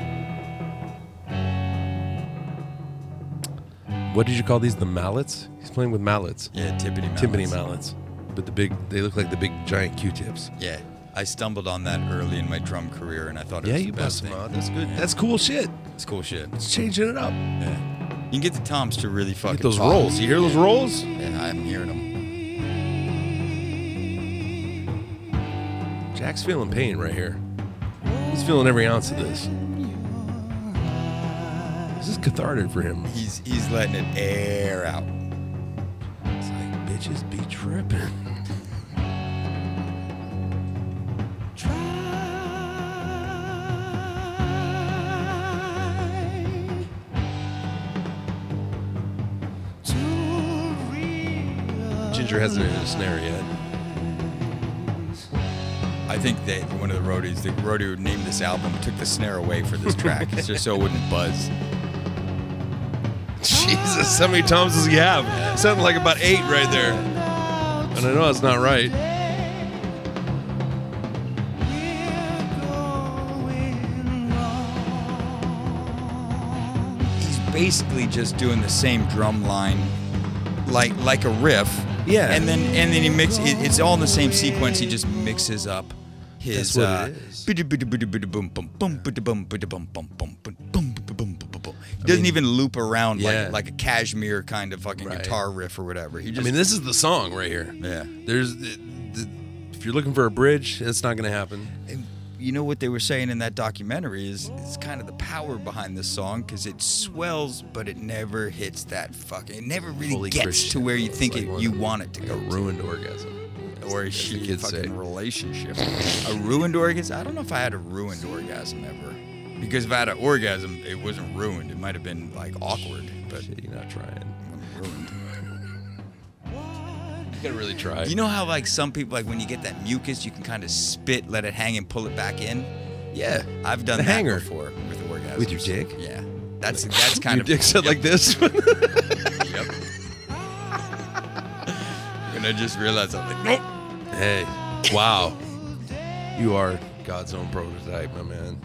[SPEAKER 2] What did you call these? The mallets? He's playing with mallets.
[SPEAKER 1] Yeah, Tippity Mountains.
[SPEAKER 2] Timpani mallets. But the big, they look like the big giant Q-tips.
[SPEAKER 1] Yeah. I stumbled on that early in my drum career and I thought it
[SPEAKER 2] Yeah,
[SPEAKER 1] was
[SPEAKER 2] you
[SPEAKER 1] the best
[SPEAKER 2] bust
[SPEAKER 1] thing.
[SPEAKER 2] them out. That's good. That's cool shit.
[SPEAKER 1] It's cool shit.
[SPEAKER 2] It's changing it up.
[SPEAKER 1] You can get the toms to really fucking
[SPEAKER 2] Get those
[SPEAKER 1] talk.
[SPEAKER 2] rolls. You hear those rolls?
[SPEAKER 1] Yeah, I'm hearing them.
[SPEAKER 2] Jack's feeling pain right here. He's feeling every ounce of this. This is cathartic for him.
[SPEAKER 1] He's he's letting it air out.
[SPEAKER 2] It's like bitches be tripping. Ginger hasn't hit a snare yet.
[SPEAKER 1] I think that one of the roadies, the roadie who named this album, took the snare away for this track just so it wouldn't buzz.
[SPEAKER 2] Jesus, how many toms does he have? Sounded like about eight right there. And I know that's not right.
[SPEAKER 1] he's basically just doing the same drum line like like a riff
[SPEAKER 2] Yeah.
[SPEAKER 1] and then and then he mix it, it's all in the same sequence he just mixes up his
[SPEAKER 2] That's what
[SPEAKER 1] uh
[SPEAKER 2] it is.
[SPEAKER 1] he doesn't even loop around
[SPEAKER 2] Yeah.
[SPEAKER 1] like like a cashmere kind of fucking
[SPEAKER 2] Right.
[SPEAKER 1] guitar riff or whatever he
[SPEAKER 2] I
[SPEAKER 1] just
[SPEAKER 2] mean, this is the song right here.
[SPEAKER 1] yeah
[SPEAKER 2] There's, the, the, if you're looking for a bridge, that's not going to happen.
[SPEAKER 1] And you know what they were saying in that documentary is it's kind of the power behind this song because it swells, but it never hits that fucking. It never really
[SPEAKER 2] Holy
[SPEAKER 1] gets
[SPEAKER 2] Christian.
[SPEAKER 1] to where you
[SPEAKER 2] It's
[SPEAKER 1] think
[SPEAKER 2] like
[SPEAKER 1] it,
[SPEAKER 2] one-
[SPEAKER 1] you want it to
[SPEAKER 2] Like
[SPEAKER 1] go.
[SPEAKER 2] a ruined orgasm.
[SPEAKER 1] to, or a
[SPEAKER 2] the
[SPEAKER 1] shit
[SPEAKER 2] kids
[SPEAKER 1] fucking
[SPEAKER 2] say.
[SPEAKER 1] relationship. a ruined orgasm. I don't know if I had a ruined orgasm ever. Because if I had an orgasm, it wasn't ruined. It might have been like awkward, but
[SPEAKER 2] Shit, you're not trying.
[SPEAKER 1] ruined.
[SPEAKER 2] You gotta really try.
[SPEAKER 1] You know how like some people like when you get that mucus, you can kind of spit, let it hang, and pull it back in.
[SPEAKER 2] yeah.
[SPEAKER 1] I've done
[SPEAKER 2] The
[SPEAKER 1] that
[SPEAKER 2] hanger.
[SPEAKER 1] before with orgasms.
[SPEAKER 2] With your dick?
[SPEAKER 1] Yeah. That's that's kind
[SPEAKER 2] Your
[SPEAKER 1] of
[SPEAKER 2] dick said like this.
[SPEAKER 1] Yep. and I just realized I'm like, nope.
[SPEAKER 2] hey, wow. You are God's own prototype, my man.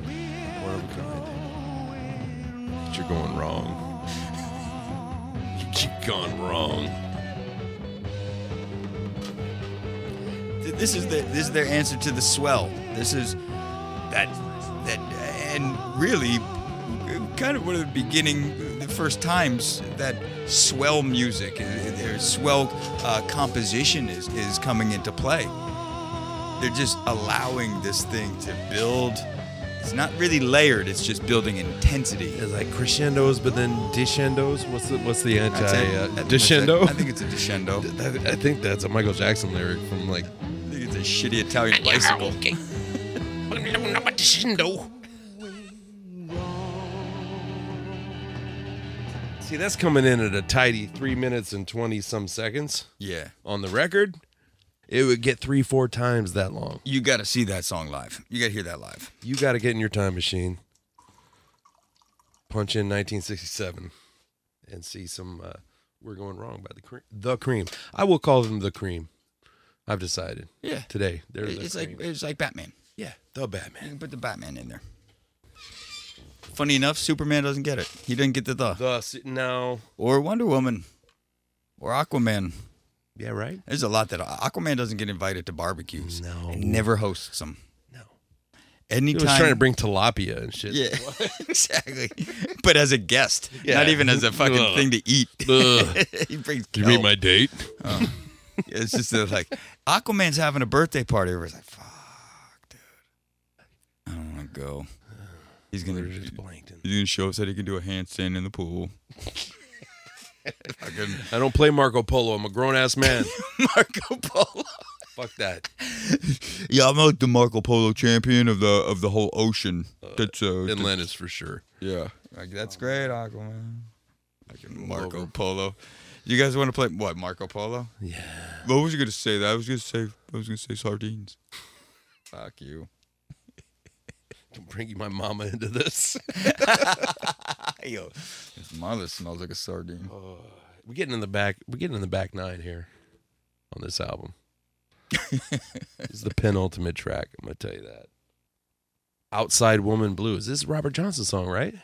[SPEAKER 2] One of a kind. But you're going wrong. You much gone wrong.
[SPEAKER 1] Th- This is the this is their answer to the swell. This is that that and really uh, kind of one of the beginning, uh, the first times that swell music, uh, their swell uh, composition is is coming into play. They're just allowing this thing to build. It's not really layered. It's just building intensity.
[SPEAKER 2] It's like crescendos, but then descendos. What's the what's the anti
[SPEAKER 1] That's it. I think
[SPEAKER 2] uh,
[SPEAKER 1] that's it.
[SPEAKER 2] descendo?
[SPEAKER 1] I think it's a descendo.
[SPEAKER 2] I, I think that's a Michael Jackson lyric from like
[SPEAKER 1] I think it's a shitty Italian bicycle.
[SPEAKER 2] See, that's coming in at a tidy three minutes and 20 some seconds
[SPEAKER 1] Yeah.
[SPEAKER 2] on the record. It would get three, four times that long.
[SPEAKER 1] You got to see that song live. You got to hear that live.
[SPEAKER 2] You got to get in your time machine, punch in 1967, and see some uh, We're Going Wrong by the, cre- the Cream. I will call them the Cream. I've decided.
[SPEAKER 1] Yeah.
[SPEAKER 2] Today. They're the
[SPEAKER 1] It's
[SPEAKER 2] cream.
[SPEAKER 1] like it's like Batman.
[SPEAKER 2] yeah, the
[SPEAKER 1] You
[SPEAKER 2] Batman.
[SPEAKER 1] can put the Batman in there. Funny enough, Superman doesn't get it. He doesn't get the the
[SPEAKER 2] The, s- no.
[SPEAKER 1] or Wonder Woman or Aquaman.
[SPEAKER 2] Yeah, right?
[SPEAKER 1] There's a lot that Aquaman doesn't get invited to barbecues.
[SPEAKER 2] No.
[SPEAKER 1] and never hosts them.
[SPEAKER 2] No. He
[SPEAKER 1] Anytime.
[SPEAKER 2] was trying to bring tilapia and shit.
[SPEAKER 1] yeah, exactly. But as a guest,
[SPEAKER 2] Yeah.
[SPEAKER 1] not even as a fucking
[SPEAKER 2] Ugh.
[SPEAKER 1] thing to eat.
[SPEAKER 2] Ugh.
[SPEAKER 1] he brings.
[SPEAKER 2] You mean
[SPEAKER 1] kelp.
[SPEAKER 2] my date?
[SPEAKER 1] It's just that, like Aquaman's having a birthday party. Everybody's like, "Fuck, dude, I don't want to go." He's gonna
[SPEAKER 2] We're just blanked in
[SPEAKER 1] he's gonna show us that he can do a handstand in the pool. Fucking
[SPEAKER 2] I don't play Marco Polo. I'm a grown ass man.
[SPEAKER 1] Marco Polo.
[SPEAKER 2] Fuck that.
[SPEAKER 1] Yeah, I'm like the Marco Polo champion of the of the whole ocean. That's uh,
[SPEAKER 2] Inland is for sure.
[SPEAKER 1] yeah, like, that's great, Aquaman. Like Marco Polo. You guys want to play what Marco Polo?
[SPEAKER 2] Yeah.
[SPEAKER 1] What was you gonna say? That I was gonna say I was gonna say sardines. Fuck you.
[SPEAKER 2] I'm bringing my mama into this.
[SPEAKER 1] Yo, his mother smells like a sardine.
[SPEAKER 2] We're getting in the back. We're getting in the back nine here on this album. this is the penultimate track. I'm gonna tell you that. Outside Woman Blues. This is Robert Johnson's song, right?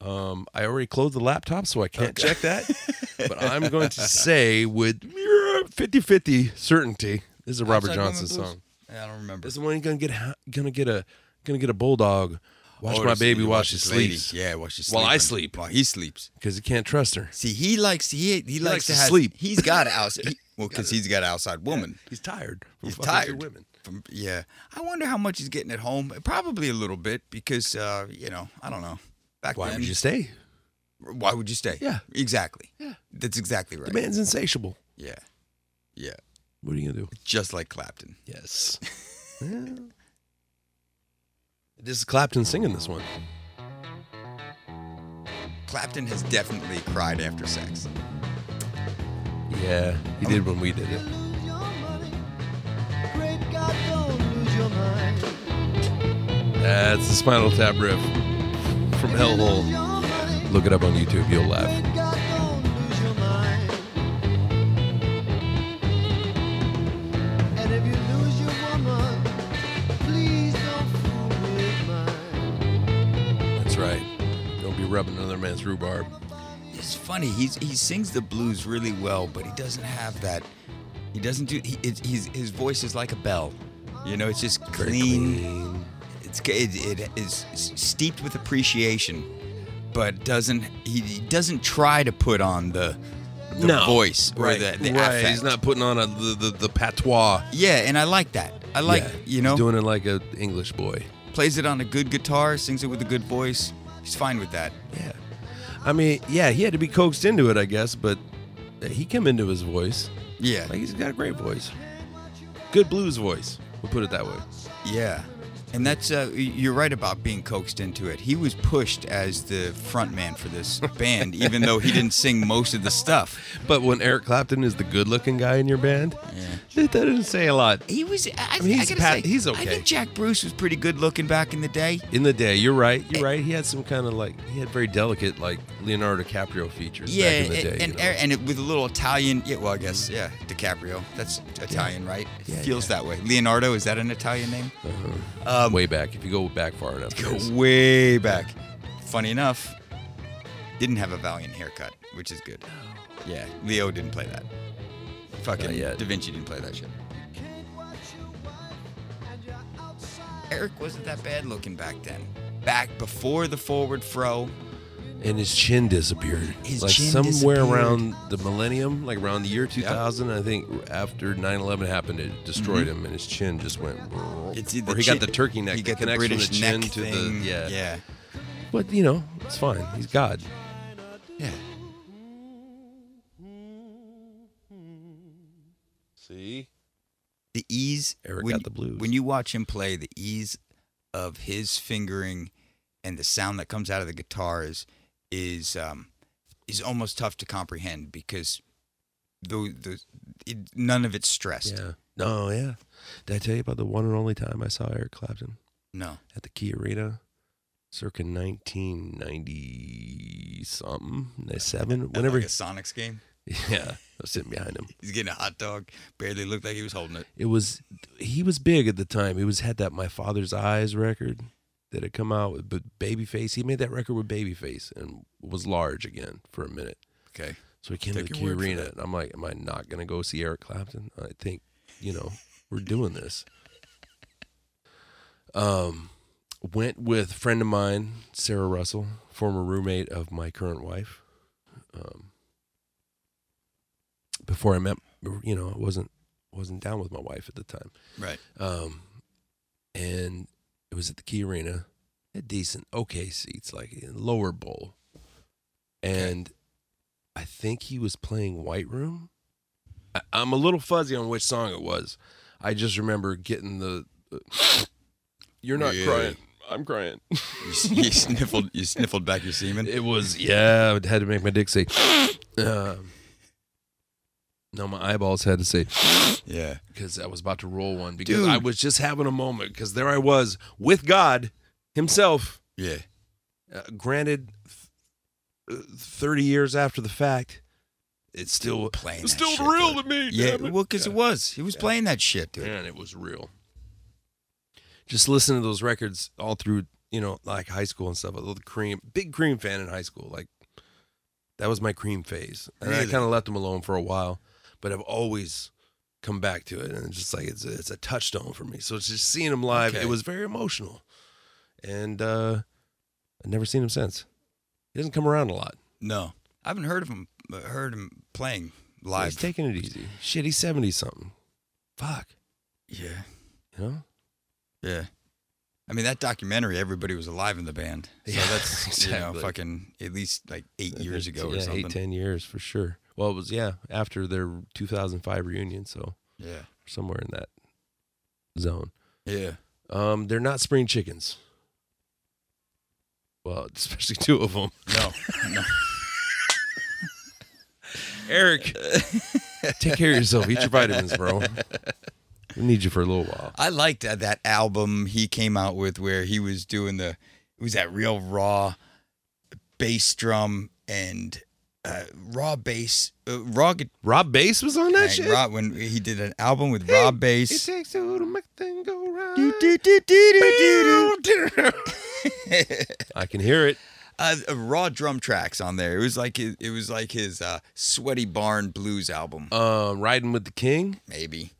[SPEAKER 2] Um, I already closed the laptop, so I can't check that. but I'm going to say with 50-50 certainty, this is a Robert
[SPEAKER 1] Outside Woman
[SPEAKER 2] Johnson
[SPEAKER 1] Blues?
[SPEAKER 2] song.
[SPEAKER 1] Yeah, I don't remember.
[SPEAKER 2] This is the one gonna get ha- gonna get a gonna get a bulldog. Watch
[SPEAKER 1] Oh,
[SPEAKER 2] my
[SPEAKER 1] this-
[SPEAKER 2] baby
[SPEAKER 1] you
[SPEAKER 2] while
[SPEAKER 1] watch
[SPEAKER 2] she
[SPEAKER 1] this lady.
[SPEAKER 2] sleeps
[SPEAKER 1] Yeah, while she's
[SPEAKER 2] While I
[SPEAKER 1] sleeping.
[SPEAKER 2] sleep.
[SPEAKER 1] While he sleeps.
[SPEAKER 2] because you can't trust her.
[SPEAKER 1] See, he likes he he,
[SPEAKER 2] likes
[SPEAKER 1] likes,
[SPEAKER 2] to
[SPEAKER 1] to, have-
[SPEAKER 2] sleep.
[SPEAKER 1] He's got an outside. he- well, because he's got an outside woman.
[SPEAKER 2] He's tired. From
[SPEAKER 1] He's
[SPEAKER 2] fucking
[SPEAKER 1] tired.
[SPEAKER 2] Two women.
[SPEAKER 1] From, yeah, I wonder how much he's getting at home. Probably a little bit because uh, you know I don't know. Back
[SPEAKER 2] Why
[SPEAKER 1] then,
[SPEAKER 2] would you stay?
[SPEAKER 1] why would you stay?
[SPEAKER 2] Yeah.
[SPEAKER 1] exactly.
[SPEAKER 2] Yeah.
[SPEAKER 1] that's exactly right.
[SPEAKER 2] The man's insatiable.
[SPEAKER 1] Yeah, yeah,
[SPEAKER 2] What are you gonna do?
[SPEAKER 1] just like Clapton.
[SPEAKER 2] Yes. This is Clapton singing this one.
[SPEAKER 1] Clapton has definitely cried after sex.
[SPEAKER 2] Yeah, he did when we did it. That's the Spinal Tap riff from Hellhole. Look it up on YouTube. You'll laugh.
[SPEAKER 6] And if you lose your woman, please don't fool with mine.
[SPEAKER 2] That's right. Don't be rubbing another man's rhubarb.
[SPEAKER 1] It's funny. He's he sings the blues really well, but he doesn't have that. He doesn't do. He, it, he's, his voice is like a bell. You know, it's just clean. It's ca- it, it is steeped with appreciation, but doesn't he, he doesn't try to put on the the voice or
[SPEAKER 2] right.
[SPEAKER 1] the, the
[SPEAKER 2] right.
[SPEAKER 1] affect.
[SPEAKER 2] He's not putting on a, the, the the patois.
[SPEAKER 1] Yeah, and I like that. I like
[SPEAKER 2] Yeah,
[SPEAKER 1] you know
[SPEAKER 2] he's doing it like a English boy.
[SPEAKER 1] plays it on a good guitar, sings it with a good voice. He's fine with that.
[SPEAKER 2] Yeah, I mean, yeah, he had to be coaxed into it, I guess, but he came into his voice.
[SPEAKER 1] Yeah,
[SPEAKER 2] Like he's got a great voice, good blues voice. We'll put it that way.
[SPEAKER 1] Yeah. And that's uh, y- you're right about being coaxed into it. He was pushed as the front man for this band, even though he didn't sing most of the stuff.
[SPEAKER 2] But when Eric Clapton is the good-looking guy in your band, that that doesn't say a lot.
[SPEAKER 1] He was. I, I
[SPEAKER 2] mean, he's
[SPEAKER 1] gotta
[SPEAKER 2] pa-
[SPEAKER 1] say,
[SPEAKER 2] he's
[SPEAKER 1] I
[SPEAKER 2] okay.
[SPEAKER 1] think Jack Bruce was pretty good looking back in the day.
[SPEAKER 2] In the day, you're right.
[SPEAKER 1] Eh.
[SPEAKER 2] You're right. He had some kind of like he had very delicate like Leonardo DiCaprio features
[SPEAKER 1] Yeah,
[SPEAKER 2] back in the
[SPEAKER 1] and
[SPEAKER 2] day.
[SPEAKER 1] and,
[SPEAKER 2] you know?
[SPEAKER 1] and it, with a little Italian. Yeah, well, I guess yeah, DiCaprio. That's Italian, right?
[SPEAKER 2] Yeah,
[SPEAKER 1] Feels that way. Leonardo is that an Italian name?
[SPEAKER 2] um,
[SPEAKER 1] Um,
[SPEAKER 2] way back, if you go back far enough, it
[SPEAKER 1] Go
[SPEAKER 2] is.
[SPEAKER 1] way back. Funny enough, Didn't have a Valiant haircut, which is good. Yeah, Leo didn't play that. Fucking
[SPEAKER 2] yet.
[SPEAKER 1] Da Vinci didn't play that shit. Eric wasn't that bad looking back then. Back before the forward fro,
[SPEAKER 2] and his chin disappeared.
[SPEAKER 1] His
[SPEAKER 2] like
[SPEAKER 1] chin
[SPEAKER 2] somewhere
[SPEAKER 1] disappeared.
[SPEAKER 2] around the millennium, like around the year 2000, I think after 9/11 happened, it destroyed him, and his chin just went.
[SPEAKER 1] Mm-hmm. it's
[SPEAKER 2] or
[SPEAKER 1] either
[SPEAKER 2] he
[SPEAKER 1] chin-
[SPEAKER 2] got the turkey neck.
[SPEAKER 1] He
[SPEAKER 2] that
[SPEAKER 1] got the
[SPEAKER 2] connects from
[SPEAKER 1] British
[SPEAKER 2] the chin
[SPEAKER 1] neck
[SPEAKER 2] to
[SPEAKER 1] thing.
[SPEAKER 2] the yeah.
[SPEAKER 1] yeah,
[SPEAKER 2] But you know, it's fine. He's God.
[SPEAKER 1] yeah.
[SPEAKER 2] See,
[SPEAKER 1] The ease.
[SPEAKER 2] Eric
[SPEAKER 1] when,
[SPEAKER 2] got the blues.
[SPEAKER 1] When you watch him play, the ease of his fingering and the sound that comes out of the guitars is um, is almost tough to comprehend because the, the it, none of it's stressed.
[SPEAKER 2] yeah, no, yeah. Did I tell you about the one and only time I saw Eric Clapton
[SPEAKER 1] No.
[SPEAKER 2] at the Key Arena, circa 1990 something, 97,
[SPEAKER 1] At,
[SPEAKER 2] whenever?
[SPEAKER 1] like a Sonics game,
[SPEAKER 2] yeah, I was sitting behind him.
[SPEAKER 1] he's getting a hot dog. Barely looked like he was holding it.
[SPEAKER 2] it was he was big at the time. He was had that My Father's Eyes record that had come out with but Babyface. He made that record with Babyface and was large again for a minute.
[SPEAKER 1] Okay.
[SPEAKER 2] So he came
[SPEAKER 1] Take
[SPEAKER 2] to the
[SPEAKER 1] your
[SPEAKER 2] Key
[SPEAKER 1] word for
[SPEAKER 2] Arena
[SPEAKER 1] that.
[SPEAKER 2] and I'm like, Am I not gonna go see Eric Clapton? I think, you know, we're doing this. Um went with a friend of mine, Sarah Russell, former roommate of my current wife. Um before I met you know, I wasn't wasn't down with my wife at the time.
[SPEAKER 1] Right.
[SPEAKER 2] Um, and it was at the Key Arena, a decent, okay seats, like lower bowl. And I think he was playing White Room. I, I'm a little fuzzy on which song it was. I just remember getting the. uh, You're not
[SPEAKER 1] Yeah.
[SPEAKER 2] crying. I'm crying.
[SPEAKER 1] You, s- you sniffled. You sniffled back your semen.
[SPEAKER 2] It was yeah. It had to make my dick say. um, no, my eyeballs had to say.
[SPEAKER 1] Yeah.
[SPEAKER 2] because I was about to roll one because
[SPEAKER 1] Dude.
[SPEAKER 2] I was just having a moment because there I was with God Himself.
[SPEAKER 1] Yeah.
[SPEAKER 2] Uh, granted, th- uh, thirty years after the fact, it's still
[SPEAKER 1] Playing
[SPEAKER 2] it's
[SPEAKER 1] that
[SPEAKER 2] still
[SPEAKER 1] shit,
[SPEAKER 2] real
[SPEAKER 1] dude.
[SPEAKER 2] to me.
[SPEAKER 1] Yeah.
[SPEAKER 2] damn it.
[SPEAKER 1] Well, because it was. He was playing that shit, dude.
[SPEAKER 2] man, it was real. Just listen to those records all through, you know, like high school and stuff. I was a cream, big cream fan in high school. Like that was my cream phase, and I
[SPEAKER 1] Really?
[SPEAKER 2] kind of left them alone for a while, but I've always come back to it, and it's just like it's a, it's a touchstone for me. So it's just seeing them live.
[SPEAKER 1] Okay.
[SPEAKER 2] It was very emotional, and uh I've never seen him since. He doesn't come around a lot.
[SPEAKER 1] No, I haven't heard of him. uh, Heard him playing
[SPEAKER 2] Like
[SPEAKER 1] live.
[SPEAKER 2] He's taking it easy. Shit, he's seventy something. Fuck,
[SPEAKER 1] yeah.
[SPEAKER 2] you know.
[SPEAKER 1] Yeah. I mean that documentary, everybody was alive in the band. So
[SPEAKER 2] Yeah,
[SPEAKER 1] that's you know,
[SPEAKER 2] exactly.
[SPEAKER 1] fucking at least like eight
[SPEAKER 2] I
[SPEAKER 1] years
[SPEAKER 2] think,
[SPEAKER 1] ago or
[SPEAKER 2] yeah,
[SPEAKER 1] something.
[SPEAKER 2] Eight, ten years for sure. Well, it was yeah after their 2005 reunion, so
[SPEAKER 1] Yeah.
[SPEAKER 2] somewhere in that zone.
[SPEAKER 1] Yeah.
[SPEAKER 2] Um, they're not spring chickens. Well, especially two of them.
[SPEAKER 1] No. no.
[SPEAKER 2] Eric, take care of yourself. Eat your vitamins, bro. We need you for a little while.
[SPEAKER 1] I liked that, that album he came out with where he was doing the it was that real raw bass drum and uh, raw bass, uh, raw guitar.
[SPEAKER 2] Rob Bass was on that shit.
[SPEAKER 1] Rob, when he did an album with Rob
[SPEAKER 2] It
[SPEAKER 1] Bass.
[SPEAKER 2] takes two to make a thing go right.
[SPEAKER 1] Do, do, do, do, do, do, do.
[SPEAKER 2] I can hear it.
[SPEAKER 1] uh, raw drum tracks on there. It was like his, it was like his uh, sweaty barn blues album,
[SPEAKER 2] Um, riding with the king.
[SPEAKER 1] maybe.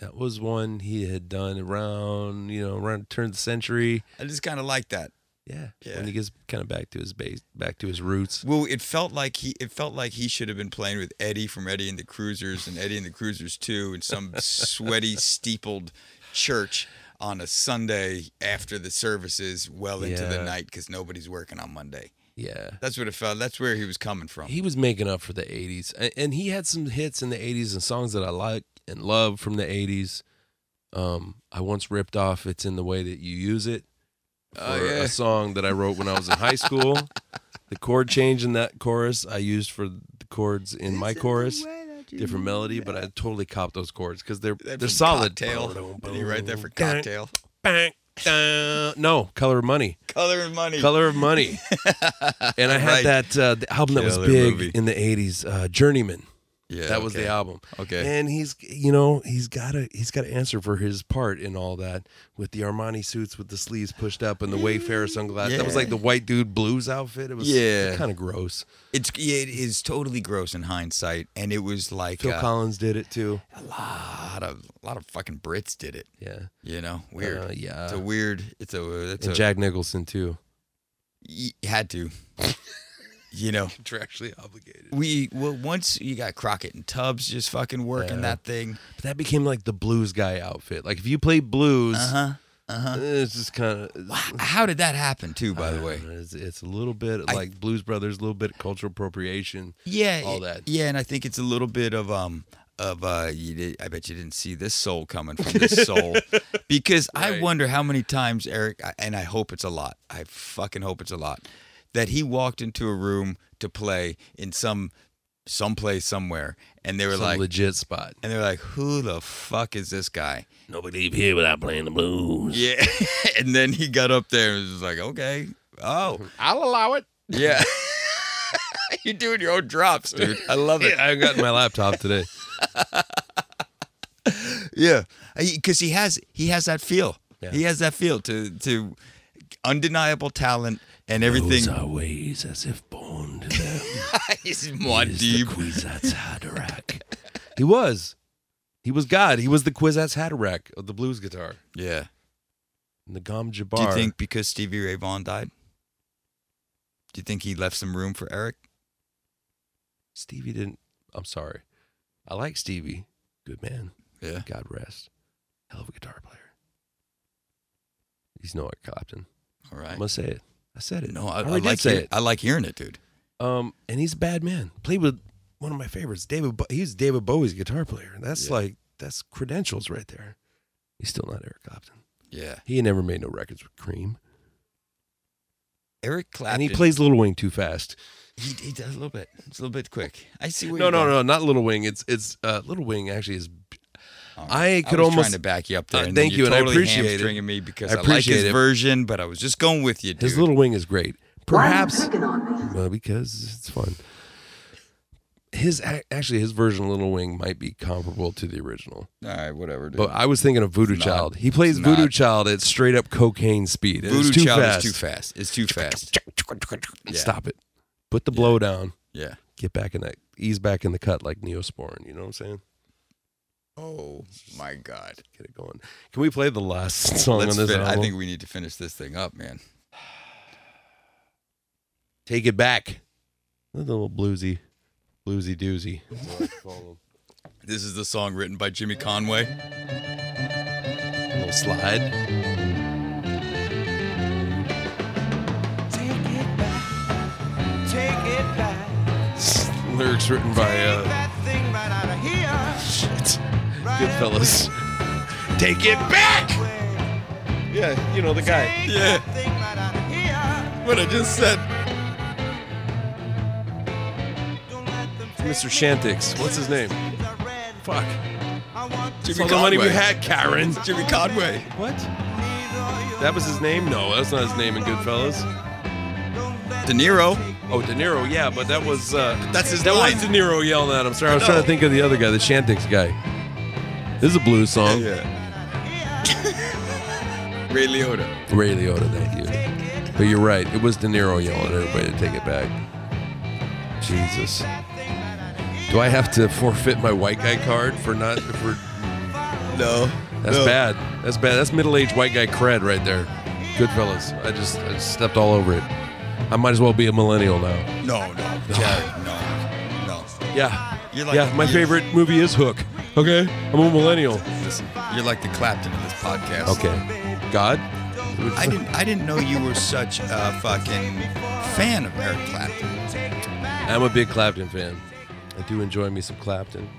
[SPEAKER 2] That was one he had done around, you know, around the turn of the century.
[SPEAKER 1] I just kind of like that.
[SPEAKER 2] Yeah.
[SPEAKER 1] Yeah.
[SPEAKER 2] When he gets kind of back to his base, back to his roots.
[SPEAKER 1] Well, it felt like he it felt like he should have been playing with Eddie from Eddie and the Cruisers and Eddie and the Cruisers Two in some sweaty steepled church on a Sunday after the services, well into the
[SPEAKER 2] Yeah.
[SPEAKER 1] night because nobody's working on Monday.
[SPEAKER 2] Yeah.
[SPEAKER 1] That's what it felt. That's where he was coming from.
[SPEAKER 2] He was making up for the 80s. And, and he had some hits in the 80s and songs that I like and love from the 80s. Um, I once ripped off It's in the Way That You Use It for
[SPEAKER 1] Oh, yeah.
[SPEAKER 2] a song that I wrote when I was in high school. The chord change in that chorus I used for the chords in my chorus. Different melody, but I totally copped those chords because they're
[SPEAKER 1] That's from
[SPEAKER 2] they're solid.
[SPEAKER 1] Cocktail. Did he write that for
[SPEAKER 2] Dun,
[SPEAKER 1] cocktail?
[SPEAKER 2] bang, dun. No, color of money.
[SPEAKER 1] Color and money.
[SPEAKER 2] Color of Money. and I had
[SPEAKER 1] Right.
[SPEAKER 2] that uh, the album that was
[SPEAKER 1] Killer
[SPEAKER 2] big
[SPEAKER 1] movie.
[SPEAKER 2] in the 80s, uh, Journeyman.
[SPEAKER 1] Yeah,
[SPEAKER 2] that was
[SPEAKER 1] okay.
[SPEAKER 2] the album.
[SPEAKER 1] Okay.
[SPEAKER 2] and he's you know he's got a he's got to answer for his part in all that with the Armani suits with the sleeves pushed up and the Wayfarer sunglasses. That was
[SPEAKER 1] Mm, Yeah.
[SPEAKER 2] like the white dude blues outfit. It was
[SPEAKER 1] Yeah.
[SPEAKER 2] kind of gross.
[SPEAKER 1] It's yeah, it is totally gross in hindsight, and it was like
[SPEAKER 2] Phil
[SPEAKER 1] uh,
[SPEAKER 2] Collins did it too.
[SPEAKER 1] a lot of a lot of fucking Brits did it.
[SPEAKER 2] Yeah,
[SPEAKER 1] You know, weird.
[SPEAKER 2] Uh, yeah.
[SPEAKER 1] it's a weird. It's a. It's
[SPEAKER 2] and
[SPEAKER 1] a.
[SPEAKER 2] Jack Nicholson too.
[SPEAKER 1] you had to. you know,
[SPEAKER 2] Contractually obligated.
[SPEAKER 1] we well once you got Crockett and Tubbs just fucking working
[SPEAKER 2] Yeah.
[SPEAKER 1] that thing.
[SPEAKER 2] But that became like the blues guy outfit. Like if you play blues, eh,
[SPEAKER 1] Uh huh. Uh huh.
[SPEAKER 2] it's just kind of.
[SPEAKER 1] How did that happen too? By the way,
[SPEAKER 2] it's, it's a little bit
[SPEAKER 1] I-
[SPEAKER 2] like Blues Brothers, a little bit cultural appropriation.
[SPEAKER 1] yeah,
[SPEAKER 2] all that.
[SPEAKER 1] Yeah, and I think it's a little bit of um of uh, you did, I bet you didn't see this soul coming from this soul because I
[SPEAKER 2] Right.
[SPEAKER 1] wonder how many times Eric I- and I hope it's a lot. I fucking hope it's a lot that he walked into a room to play in some someplace somewhere, and they were
[SPEAKER 2] Some
[SPEAKER 1] like.
[SPEAKER 2] legit spot.
[SPEAKER 1] and they're like, "Who the fuck is this guy?"
[SPEAKER 2] Nobody leave here without playing the blues.
[SPEAKER 1] Yeah. and then he got up there and was like, okay. Oh. I'll allow it. Yeah. You're doing your own drops, dude. I love it.
[SPEAKER 2] Yeah, I got my laptop today.
[SPEAKER 1] Yeah. Because he has he has that feel.
[SPEAKER 2] Yeah.
[SPEAKER 1] He has that feel to to undeniable talent and everything.
[SPEAKER 2] ways as if born to them.
[SPEAKER 1] He's one deep.
[SPEAKER 2] Kwisatz Haderach. he was. He was God. He was the Kwisatz Haderach of the blues guitar.
[SPEAKER 1] Yeah.
[SPEAKER 2] And the Gom Jabbar.
[SPEAKER 1] Do you think because Stevie Ray Vaughan died? Do you think he left some room for Eric?
[SPEAKER 2] Stevie didn't? I'm sorry. I like Stevie. Good man.
[SPEAKER 1] Yeah.
[SPEAKER 2] God rest. Hell of a guitar player. He's Noah Copton.
[SPEAKER 1] All
[SPEAKER 2] I'm
[SPEAKER 1] right.
[SPEAKER 2] gonna say it. I said it.
[SPEAKER 1] No, I, I
[SPEAKER 2] already did
[SPEAKER 1] like
[SPEAKER 2] say
[SPEAKER 1] hear- I like hearing it, dude.
[SPEAKER 2] Um, and he's a bad man. Played with one of my favorites, David. Bo- he's David Bowie's guitar player. That's
[SPEAKER 1] Yeah.
[SPEAKER 2] like that's credentials right there. He's still not Eric Clapton.
[SPEAKER 1] Yeah.
[SPEAKER 2] He never made no records with Cream,
[SPEAKER 1] Eric Clapton.
[SPEAKER 2] and he plays Little Wing too fast.
[SPEAKER 1] He, he does a little bit. It's a little bit quick. I see where
[SPEAKER 2] No,
[SPEAKER 1] you're
[SPEAKER 2] no,
[SPEAKER 1] going.
[SPEAKER 2] no, not Little Wing. It's it's uh, Little Wing actually is.
[SPEAKER 1] All
[SPEAKER 2] I could
[SPEAKER 1] was
[SPEAKER 2] almost-
[SPEAKER 1] trying to back you up there.
[SPEAKER 2] Uh,
[SPEAKER 1] and
[SPEAKER 2] thank
[SPEAKER 1] then
[SPEAKER 2] you, and I
[SPEAKER 1] totally
[SPEAKER 2] appreciate it.
[SPEAKER 1] hamstringing me because
[SPEAKER 2] I
[SPEAKER 1] I, like his
[SPEAKER 2] appreciate it.
[SPEAKER 1] version, but I was just going with you, dude.
[SPEAKER 2] His Little Wing is great.
[SPEAKER 3] Why
[SPEAKER 2] Perhaps
[SPEAKER 3] you picking on me?
[SPEAKER 2] well, because it's fun. His ac- actually his version of Little Wing might be comparable to the original.
[SPEAKER 1] All right, whatever. Dude.
[SPEAKER 2] But I was thinking of Voodoo
[SPEAKER 1] It's not.
[SPEAKER 2] Child. He plays
[SPEAKER 1] It's
[SPEAKER 2] Voodoo
[SPEAKER 1] not.
[SPEAKER 2] Child at straight up cocaine speed. It's
[SPEAKER 1] Voodoo
[SPEAKER 2] too
[SPEAKER 1] Child
[SPEAKER 2] fast.
[SPEAKER 1] is too fast. It's too fast. Yeah.
[SPEAKER 2] Stop it. Put the blow down.
[SPEAKER 1] Yeah.
[SPEAKER 2] Get back in that. Ease back in the cut like Neosporin. You know what I'm saying?
[SPEAKER 1] Oh my God.
[SPEAKER 2] Get it going. Can we play the last song
[SPEAKER 1] Let's
[SPEAKER 2] on this
[SPEAKER 1] fin-
[SPEAKER 2] album?
[SPEAKER 1] I think we need to finish this thing up, man.
[SPEAKER 2] Take it back. The little bluesy, bluesy doozy.
[SPEAKER 1] This is the song written by Jimmy Conway.
[SPEAKER 2] little slide.
[SPEAKER 4] Take it back. Take it back.
[SPEAKER 2] Lyrics written by
[SPEAKER 4] Take
[SPEAKER 2] uh,
[SPEAKER 4] that thing right out of here.
[SPEAKER 2] shit.
[SPEAKER 4] Right
[SPEAKER 2] Goodfellas. Take it back.
[SPEAKER 4] away.
[SPEAKER 2] Yeah, you know the guy.
[SPEAKER 4] Take
[SPEAKER 1] Yeah.
[SPEAKER 4] that thing right out of here.
[SPEAKER 1] What I just said.
[SPEAKER 4] Don't let them take
[SPEAKER 2] Mr.
[SPEAKER 4] me.
[SPEAKER 2] Shantix. What's his name?
[SPEAKER 4] I read.
[SPEAKER 2] Fuck.
[SPEAKER 4] I want to
[SPEAKER 2] It's
[SPEAKER 1] Jimmy
[SPEAKER 2] all the money we
[SPEAKER 1] Conway.
[SPEAKER 2] had, Karen.
[SPEAKER 1] Jimmy Conway.
[SPEAKER 2] What?
[SPEAKER 4] neither your
[SPEAKER 2] That was his name? No, that's not his name in Goodfellas.
[SPEAKER 4] Don't let
[SPEAKER 1] De Niro.
[SPEAKER 2] Oh, De Niro. Yeah, but that was uh,
[SPEAKER 1] That's his
[SPEAKER 2] that
[SPEAKER 1] line.
[SPEAKER 2] was De Niro yelling at him. Sorry, I was trying to think of the other guy, the Shantix guy. This is a blues song.
[SPEAKER 1] Ray Liotta.
[SPEAKER 2] Ray Liotta, thank you. But you're right. It was De Niro yelling at everybody to take it back. Jesus. Do I have to forfeit my white guy card for not for?
[SPEAKER 1] No.
[SPEAKER 2] That's
[SPEAKER 1] No.
[SPEAKER 2] bad. That's bad. That's middle-aged white guy cred right there. Goodfellas. I just I just stepped all over it. I might as well be a millennial now.
[SPEAKER 1] No, no. Yeah, no. No.
[SPEAKER 2] Yeah.
[SPEAKER 1] You're like-
[SPEAKER 2] yeah. My
[SPEAKER 1] you're-
[SPEAKER 2] favorite movie is Hook. Okay. I'm a millennial.
[SPEAKER 1] Listen, you're like the Clapton of this podcast.
[SPEAKER 2] Okay. God?
[SPEAKER 1] I didn't. I didn't know you were such a fucking fan of Eric Clapton.
[SPEAKER 2] I'm a big Clapton fan. I do enjoy me some Clapton. I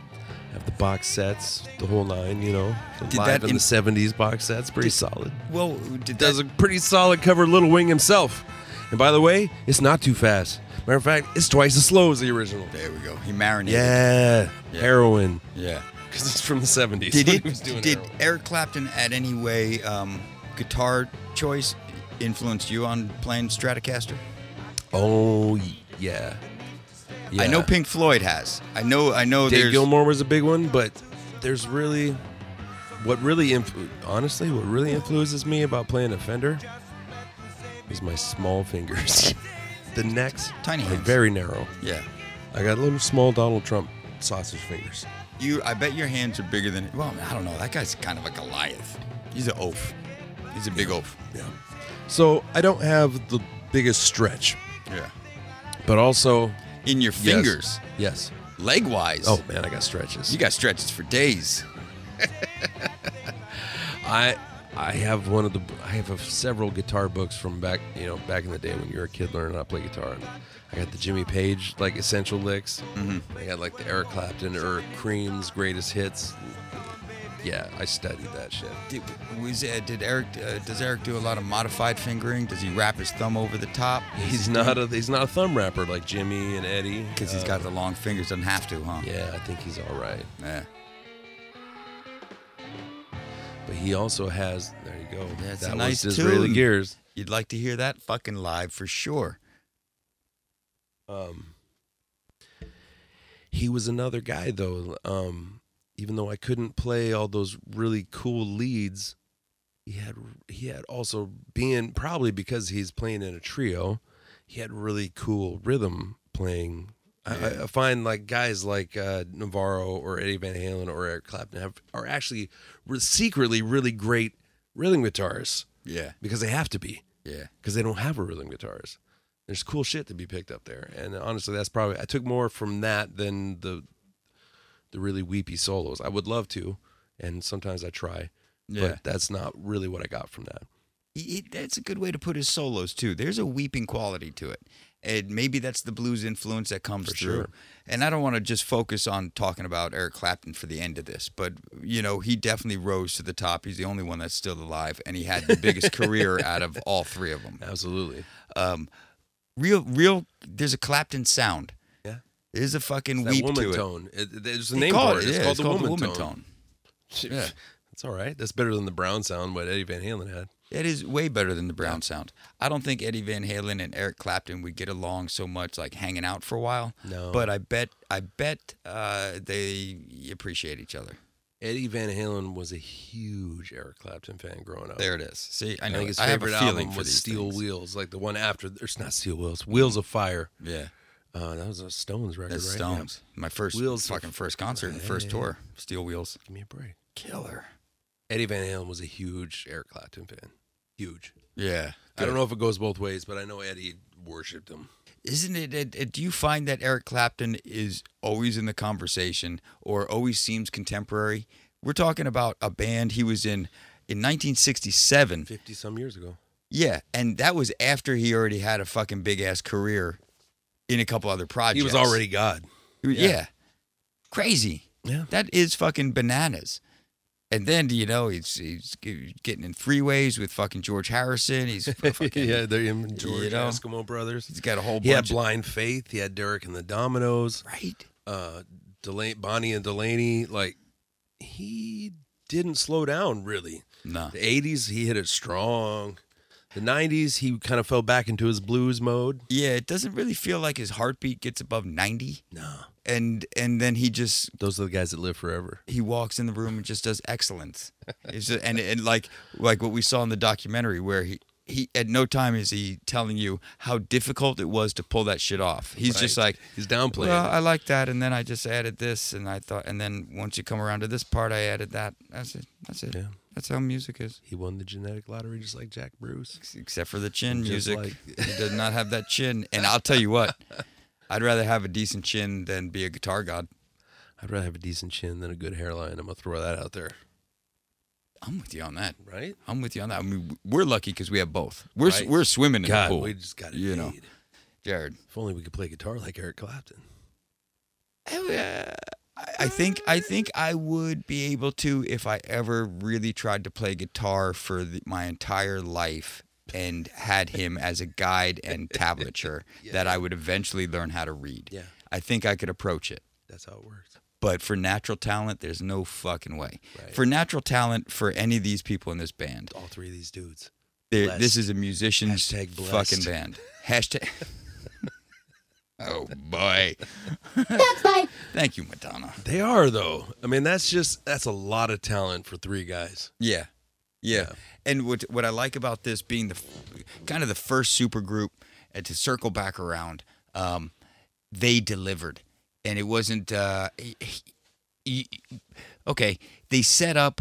[SPEAKER 2] have the box sets, the whole nine, you know. The
[SPEAKER 1] Did
[SPEAKER 2] live
[SPEAKER 1] that
[SPEAKER 2] in
[SPEAKER 1] in-
[SPEAKER 2] the 70s box sets, pretty solid.
[SPEAKER 1] Well, did
[SPEAKER 2] Does a pretty solid cover of Little Wing himself. And by the way, it's not too fast. Matter of fact, it's twice as slow as the original.
[SPEAKER 1] There we go. He marinated.
[SPEAKER 2] Yeah,
[SPEAKER 1] Yeah.
[SPEAKER 2] heroin.
[SPEAKER 1] Yeah.
[SPEAKER 2] Because it's from the 70s.
[SPEAKER 1] Did
[SPEAKER 2] when
[SPEAKER 1] it?
[SPEAKER 2] he was doing
[SPEAKER 1] did
[SPEAKER 2] heroin.
[SPEAKER 1] Eric Clapton at any way um, guitar choice influenced you on playing Stratocaster?
[SPEAKER 2] Oh, yeah.
[SPEAKER 1] I know
[SPEAKER 2] Yeah.
[SPEAKER 1] Pink Floyd has. I know. I know.
[SPEAKER 2] Dave
[SPEAKER 1] there's
[SPEAKER 2] Gilmore was a big one, but there's really what really influ- honestly what really influences me about playing a Fender is my small fingers. the necks
[SPEAKER 1] Tiny
[SPEAKER 2] are
[SPEAKER 1] hands.
[SPEAKER 2] very narrow.
[SPEAKER 1] Yeah.
[SPEAKER 2] I got little small Donald Trump sausage fingers.
[SPEAKER 1] You. I bet your hands are bigger than. Well, I don't know. That guy's kind of a Goliath. He's a oaf. He's a big oaf.
[SPEAKER 2] Yeah. So I don't have the biggest stretch,
[SPEAKER 1] Yeah.
[SPEAKER 2] but also
[SPEAKER 1] In your
[SPEAKER 2] Yes.
[SPEAKER 1] fingers,
[SPEAKER 2] Yes.
[SPEAKER 1] leg wise.
[SPEAKER 2] Oh man, I got stretches.
[SPEAKER 1] You got stretches for days.
[SPEAKER 2] I I have one of the I have a, several guitar books from back you know back in the day when you were a kid learning how to play guitar. And I got the Jimmy Page like essential licks. Mm-hmm. I got like the Eric Clapton or Cream's greatest hits. Yeah, I studied that shit.
[SPEAKER 1] Did, was, uh, did Eric? Uh, does Eric do a lot of modified fingering? Does he wrap his thumb over the top?
[SPEAKER 2] He's not a he's not a thumb rapper like Jimmy and Eddie
[SPEAKER 1] because he's
[SPEAKER 2] Uh,
[SPEAKER 1] got the long fingers. Doesn't have to, huh?
[SPEAKER 2] Yeah, I think he's all right.
[SPEAKER 1] Yeah.
[SPEAKER 2] But he also has there you go.
[SPEAKER 1] That's a
[SPEAKER 2] that
[SPEAKER 1] nice
[SPEAKER 2] was
[SPEAKER 1] tune.
[SPEAKER 2] Israeli Gears.
[SPEAKER 1] You'd like to hear that fucking live for sure.
[SPEAKER 2] Um, he was another guy though. Um, even though I couldn't play all those really cool leads, he had he had also being probably because he's playing in a trio, he had really cool rhythm playing. I- I, I find like guys like uh, Navarro or Eddie Van Halen or Eric Clapton have are actually re- secretly really great rhythm guitarists
[SPEAKER 1] Yeah.
[SPEAKER 2] because they have to be
[SPEAKER 1] Yeah.
[SPEAKER 2] because they don't have a rhythm guitars. There's cool shit to be picked up there, and honestly, that's probably I took more from that than the the really weepy solos. I would love to, and sometimes I try,
[SPEAKER 1] Yeah.
[SPEAKER 2] but that's not really what I got from that.
[SPEAKER 1] He- he- that's a good way to put his solos too. There's a weeping quality to it, and maybe that's the blues influence that comes
[SPEAKER 2] For
[SPEAKER 1] through.
[SPEAKER 2] sure.
[SPEAKER 1] And I don't want to just focus on talking about Eric Clapton for the end of this, but you know he definitely rose to the top. He's the only one that's still alive, and he had the biggest career out of all three of them.
[SPEAKER 2] Absolutely,
[SPEAKER 1] Real, real. There's a Clapton sound.
[SPEAKER 2] Yeah.
[SPEAKER 1] There's a fucking
[SPEAKER 2] that
[SPEAKER 1] weep
[SPEAKER 2] woman
[SPEAKER 1] to it.
[SPEAKER 2] tone. It- it- there's a
[SPEAKER 1] They
[SPEAKER 2] name
[SPEAKER 1] call
[SPEAKER 2] for it.
[SPEAKER 1] yeah,
[SPEAKER 2] It's, called, the woman tone.
[SPEAKER 1] Yeah.
[SPEAKER 2] It's all right. That's better than the brown sound what Eddie Van Halen had.
[SPEAKER 1] It is way better than the Brown sound. I don't think Eddie Van Halen and Eric Clapton would get along so much, like hanging out for a while.
[SPEAKER 2] No.
[SPEAKER 1] But I bet, I bet uh, they appreciate each other.
[SPEAKER 2] Eddie Van Halen was a huge Eric Clapton fan growing up.
[SPEAKER 1] There it is. See, I
[SPEAKER 2] I
[SPEAKER 1] know.
[SPEAKER 2] think his
[SPEAKER 1] I have
[SPEAKER 2] favorite
[SPEAKER 1] a feeling
[SPEAKER 2] album
[SPEAKER 1] for
[SPEAKER 2] was
[SPEAKER 1] these
[SPEAKER 2] Steel
[SPEAKER 1] things.
[SPEAKER 2] Wheels, like the one after. There's not Steel Wheels. Wheels of Fire.
[SPEAKER 1] Yeah,
[SPEAKER 2] Uh, that was a Stones record,
[SPEAKER 1] that's
[SPEAKER 2] right? Yeah.
[SPEAKER 1] Stones. My first
[SPEAKER 2] Wheels
[SPEAKER 1] fucking
[SPEAKER 2] of-
[SPEAKER 1] first concert, and first
[SPEAKER 2] Hey.
[SPEAKER 1] tour. Steel Wheels,
[SPEAKER 2] Give me a break.
[SPEAKER 1] killer.
[SPEAKER 2] Eddie Van Halen was a huge Eric Clapton fan. Huge.
[SPEAKER 1] Yeah.
[SPEAKER 2] I don't know if it goes both ways, but I know Eddie worshipped him.
[SPEAKER 1] Isn't it, it, it? Do you find that Eric Clapton is always in the conversation or always seems contemporary? We're talking about a band he was in in 1967.
[SPEAKER 2] 50 some years ago.
[SPEAKER 1] Yeah, and that was after he already had a fucking big ass career in a couple other projects.
[SPEAKER 2] He was already God.
[SPEAKER 1] yeah. crazy.
[SPEAKER 2] Yeah.
[SPEAKER 1] That is fucking bananas. And then you know he's he's getting in freeways with fucking George Harrison. He's fucking,
[SPEAKER 2] yeah, they're him, George
[SPEAKER 1] You know?
[SPEAKER 2] Eskimo Brothers.
[SPEAKER 1] he's got a whole
[SPEAKER 2] He had
[SPEAKER 1] bunch. of,
[SPEAKER 2] Blind Faith. He had Derek and the Dominoes.
[SPEAKER 1] right?
[SPEAKER 2] Uh, Delaney, Bonnie and Delaney. Like, he didn't slow down, really.
[SPEAKER 1] No.
[SPEAKER 2] The 80s, he hit it strong. The 90s, he kind of fell back into his blues mode.
[SPEAKER 1] Yeah, it doesn't really feel like his heartbeat gets above ninety.
[SPEAKER 2] No.
[SPEAKER 1] and and then he just
[SPEAKER 2] Those are the guys that live forever.
[SPEAKER 1] he walks in the room and just does excellence. It's just, and and like like what we saw in the documentary where he he at no time is he telling you how difficult it was to pull that shit off. He's just
[SPEAKER 2] Right.
[SPEAKER 1] like
[SPEAKER 2] He's downplaying
[SPEAKER 1] Well,
[SPEAKER 2] it."
[SPEAKER 1] I like that, and then I just added this, and I thought, and then once you come around to this part, I added that. That's it. That's it.
[SPEAKER 2] Yeah.
[SPEAKER 1] That's how music is.
[SPEAKER 2] He won the genetic lottery just like Jack Bruce.
[SPEAKER 1] Except for the chin
[SPEAKER 2] Just
[SPEAKER 1] music, he does not have that chin. And I'll tell you what, I'd rather have a decent chin than be a guitar god.
[SPEAKER 2] I'd rather have a decent chin than a good hairline. I'm gonna throw that out there,
[SPEAKER 1] I'm with you on that.
[SPEAKER 2] right?
[SPEAKER 1] I'm with you on that. I mean, we're lucky because we have both. We're
[SPEAKER 2] Right.
[SPEAKER 1] we're swimming in
[SPEAKER 2] God,
[SPEAKER 1] the pool.
[SPEAKER 2] we just got it.
[SPEAKER 1] You know.
[SPEAKER 2] made.
[SPEAKER 1] Jared,
[SPEAKER 2] If only we could play guitar like Eric Clapton.
[SPEAKER 1] Oh, I, I think I think I would be able to if I ever really tried to play guitar for the, my entire life and had him as a guide and tablature that I would eventually learn how to read.
[SPEAKER 2] Yeah.
[SPEAKER 1] I think I could approach it.
[SPEAKER 2] That's how it works.
[SPEAKER 1] But for natural talent, there's no fucking way.
[SPEAKER 2] Right.
[SPEAKER 1] For natural talent, for any of these people in this band,
[SPEAKER 2] All three of these dudes.
[SPEAKER 1] There-
[SPEAKER 2] Blessed.
[SPEAKER 1] this is a musician's
[SPEAKER 2] Hashtag blessed.
[SPEAKER 1] fucking band. Hashtag. Oh boy.
[SPEAKER 10] That's fine.
[SPEAKER 1] Thank you, Madonna.
[SPEAKER 2] They are though. I mean, that's just that's a lot of talent for three guys.
[SPEAKER 1] Yeah. Yeah. And what what I like about this being the f- kind of the first supergroup and to circle back around, um, they delivered, and it wasn't. Uh, he- he- he- okay, they set up.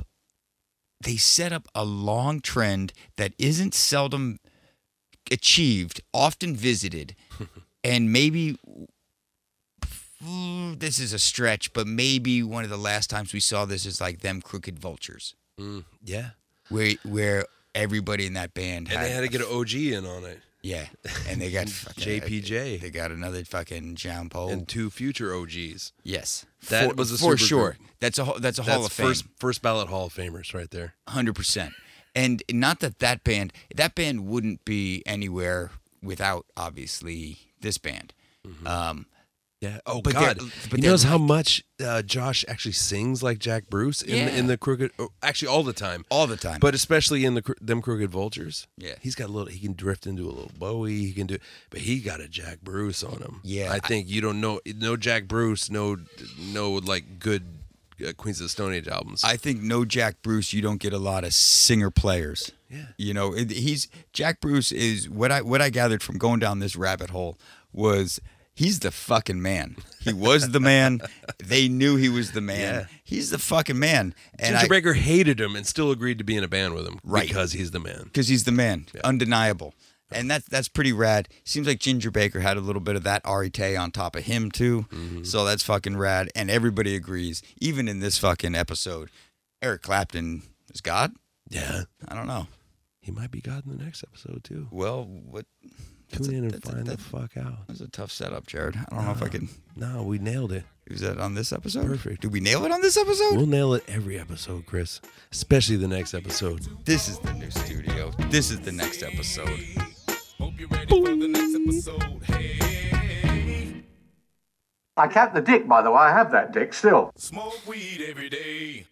[SPEAKER 1] They set up a long trend that isn't seldom achieved, often visited, and maybe mm, this is a stretch, but maybe one of the last times we saw this is like them crooked vultures
[SPEAKER 2] Mm, yeah.
[SPEAKER 1] where where everybody in that band
[SPEAKER 2] And
[SPEAKER 1] had,
[SPEAKER 2] they had to get an OG in on it
[SPEAKER 1] yeah, and they got fucking,
[SPEAKER 2] JPJ.
[SPEAKER 1] They got another fucking John Paul.
[SPEAKER 2] and two future OGs.
[SPEAKER 1] yes,
[SPEAKER 2] That
[SPEAKER 1] for,
[SPEAKER 2] was a
[SPEAKER 1] for
[SPEAKER 2] supergroup.
[SPEAKER 1] sure. That's a ho- that's a Hall of
[SPEAKER 2] That's first
[SPEAKER 1] Fame,
[SPEAKER 2] first ballot Hall of Famers right there.
[SPEAKER 1] hundred percent. And not that that band that band wouldn't be anywhere without obviously this band. Um,
[SPEAKER 2] Yeah. Oh
[SPEAKER 1] But they're- uh,
[SPEAKER 2] God.
[SPEAKER 1] but
[SPEAKER 2] But you notice
[SPEAKER 1] they're
[SPEAKER 2] how much uh, Josh actually sings like Jack Bruce in
[SPEAKER 1] Yeah.
[SPEAKER 2] the, in the crooked. oh, Actually, all the time.
[SPEAKER 1] all the time,
[SPEAKER 2] But especially in the Cro- them crooked vultures.
[SPEAKER 1] Yeah.
[SPEAKER 2] He's got a little. He can drift into a little Bowie. He can do. But he got a Jack Bruce on him.
[SPEAKER 1] Yeah,
[SPEAKER 2] I
[SPEAKER 1] I-
[SPEAKER 2] think you don't know. No Jack Bruce. No. No like good uh, Queens of the Stone Age albums.
[SPEAKER 1] I think no Jack Bruce, you don't get a lot of singer players.
[SPEAKER 2] Yeah.
[SPEAKER 1] You know, it, he's Jack Bruce is what I what I gathered from going down this rabbit hole was he's the fucking man. He was the man. They knew he was the man.
[SPEAKER 2] Yeah.
[SPEAKER 1] He's the fucking man. And
[SPEAKER 2] Ginger
[SPEAKER 1] I-
[SPEAKER 2] Baker hated him and still agreed to be in a band with him
[SPEAKER 1] Right.
[SPEAKER 2] because he's the man.
[SPEAKER 1] because he's the man, undeniable, and that's that's pretty rad. Seems like Ginger Baker had a little bit of that arete on top of him too, so that's fucking rad. And everybody agrees, even in this fucking episode, Eric Clapton is God.
[SPEAKER 2] Yeah.
[SPEAKER 1] I don't know.
[SPEAKER 2] He might be God in the next episode too.
[SPEAKER 1] Well, what? that's
[SPEAKER 2] Tune
[SPEAKER 1] a-
[SPEAKER 2] in and
[SPEAKER 1] that's a-
[SPEAKER 2] find
[SPEAKER 1] that-
[SPEAKER 2] the fuck out.
[SPEAKER 1] That was a tough setup, Jared. I don't know if I can
[SPEAKER 2] No, we nailed it.
[SPEAKER 1] use that on this episode.
[SPEAKER 2] Perfect.
[SPEAKER 1] Did we nail it on this episode?
[SPEAKER 2] We'll nail it every episode, Chris. Especially the next episode.
[SPEAKER 1] This is the new studio. This is the next episode.
[SPEAKER 8] I kept the dick, by the way. I have that dick still.
[SPEAKER 11] Smoke weed every day.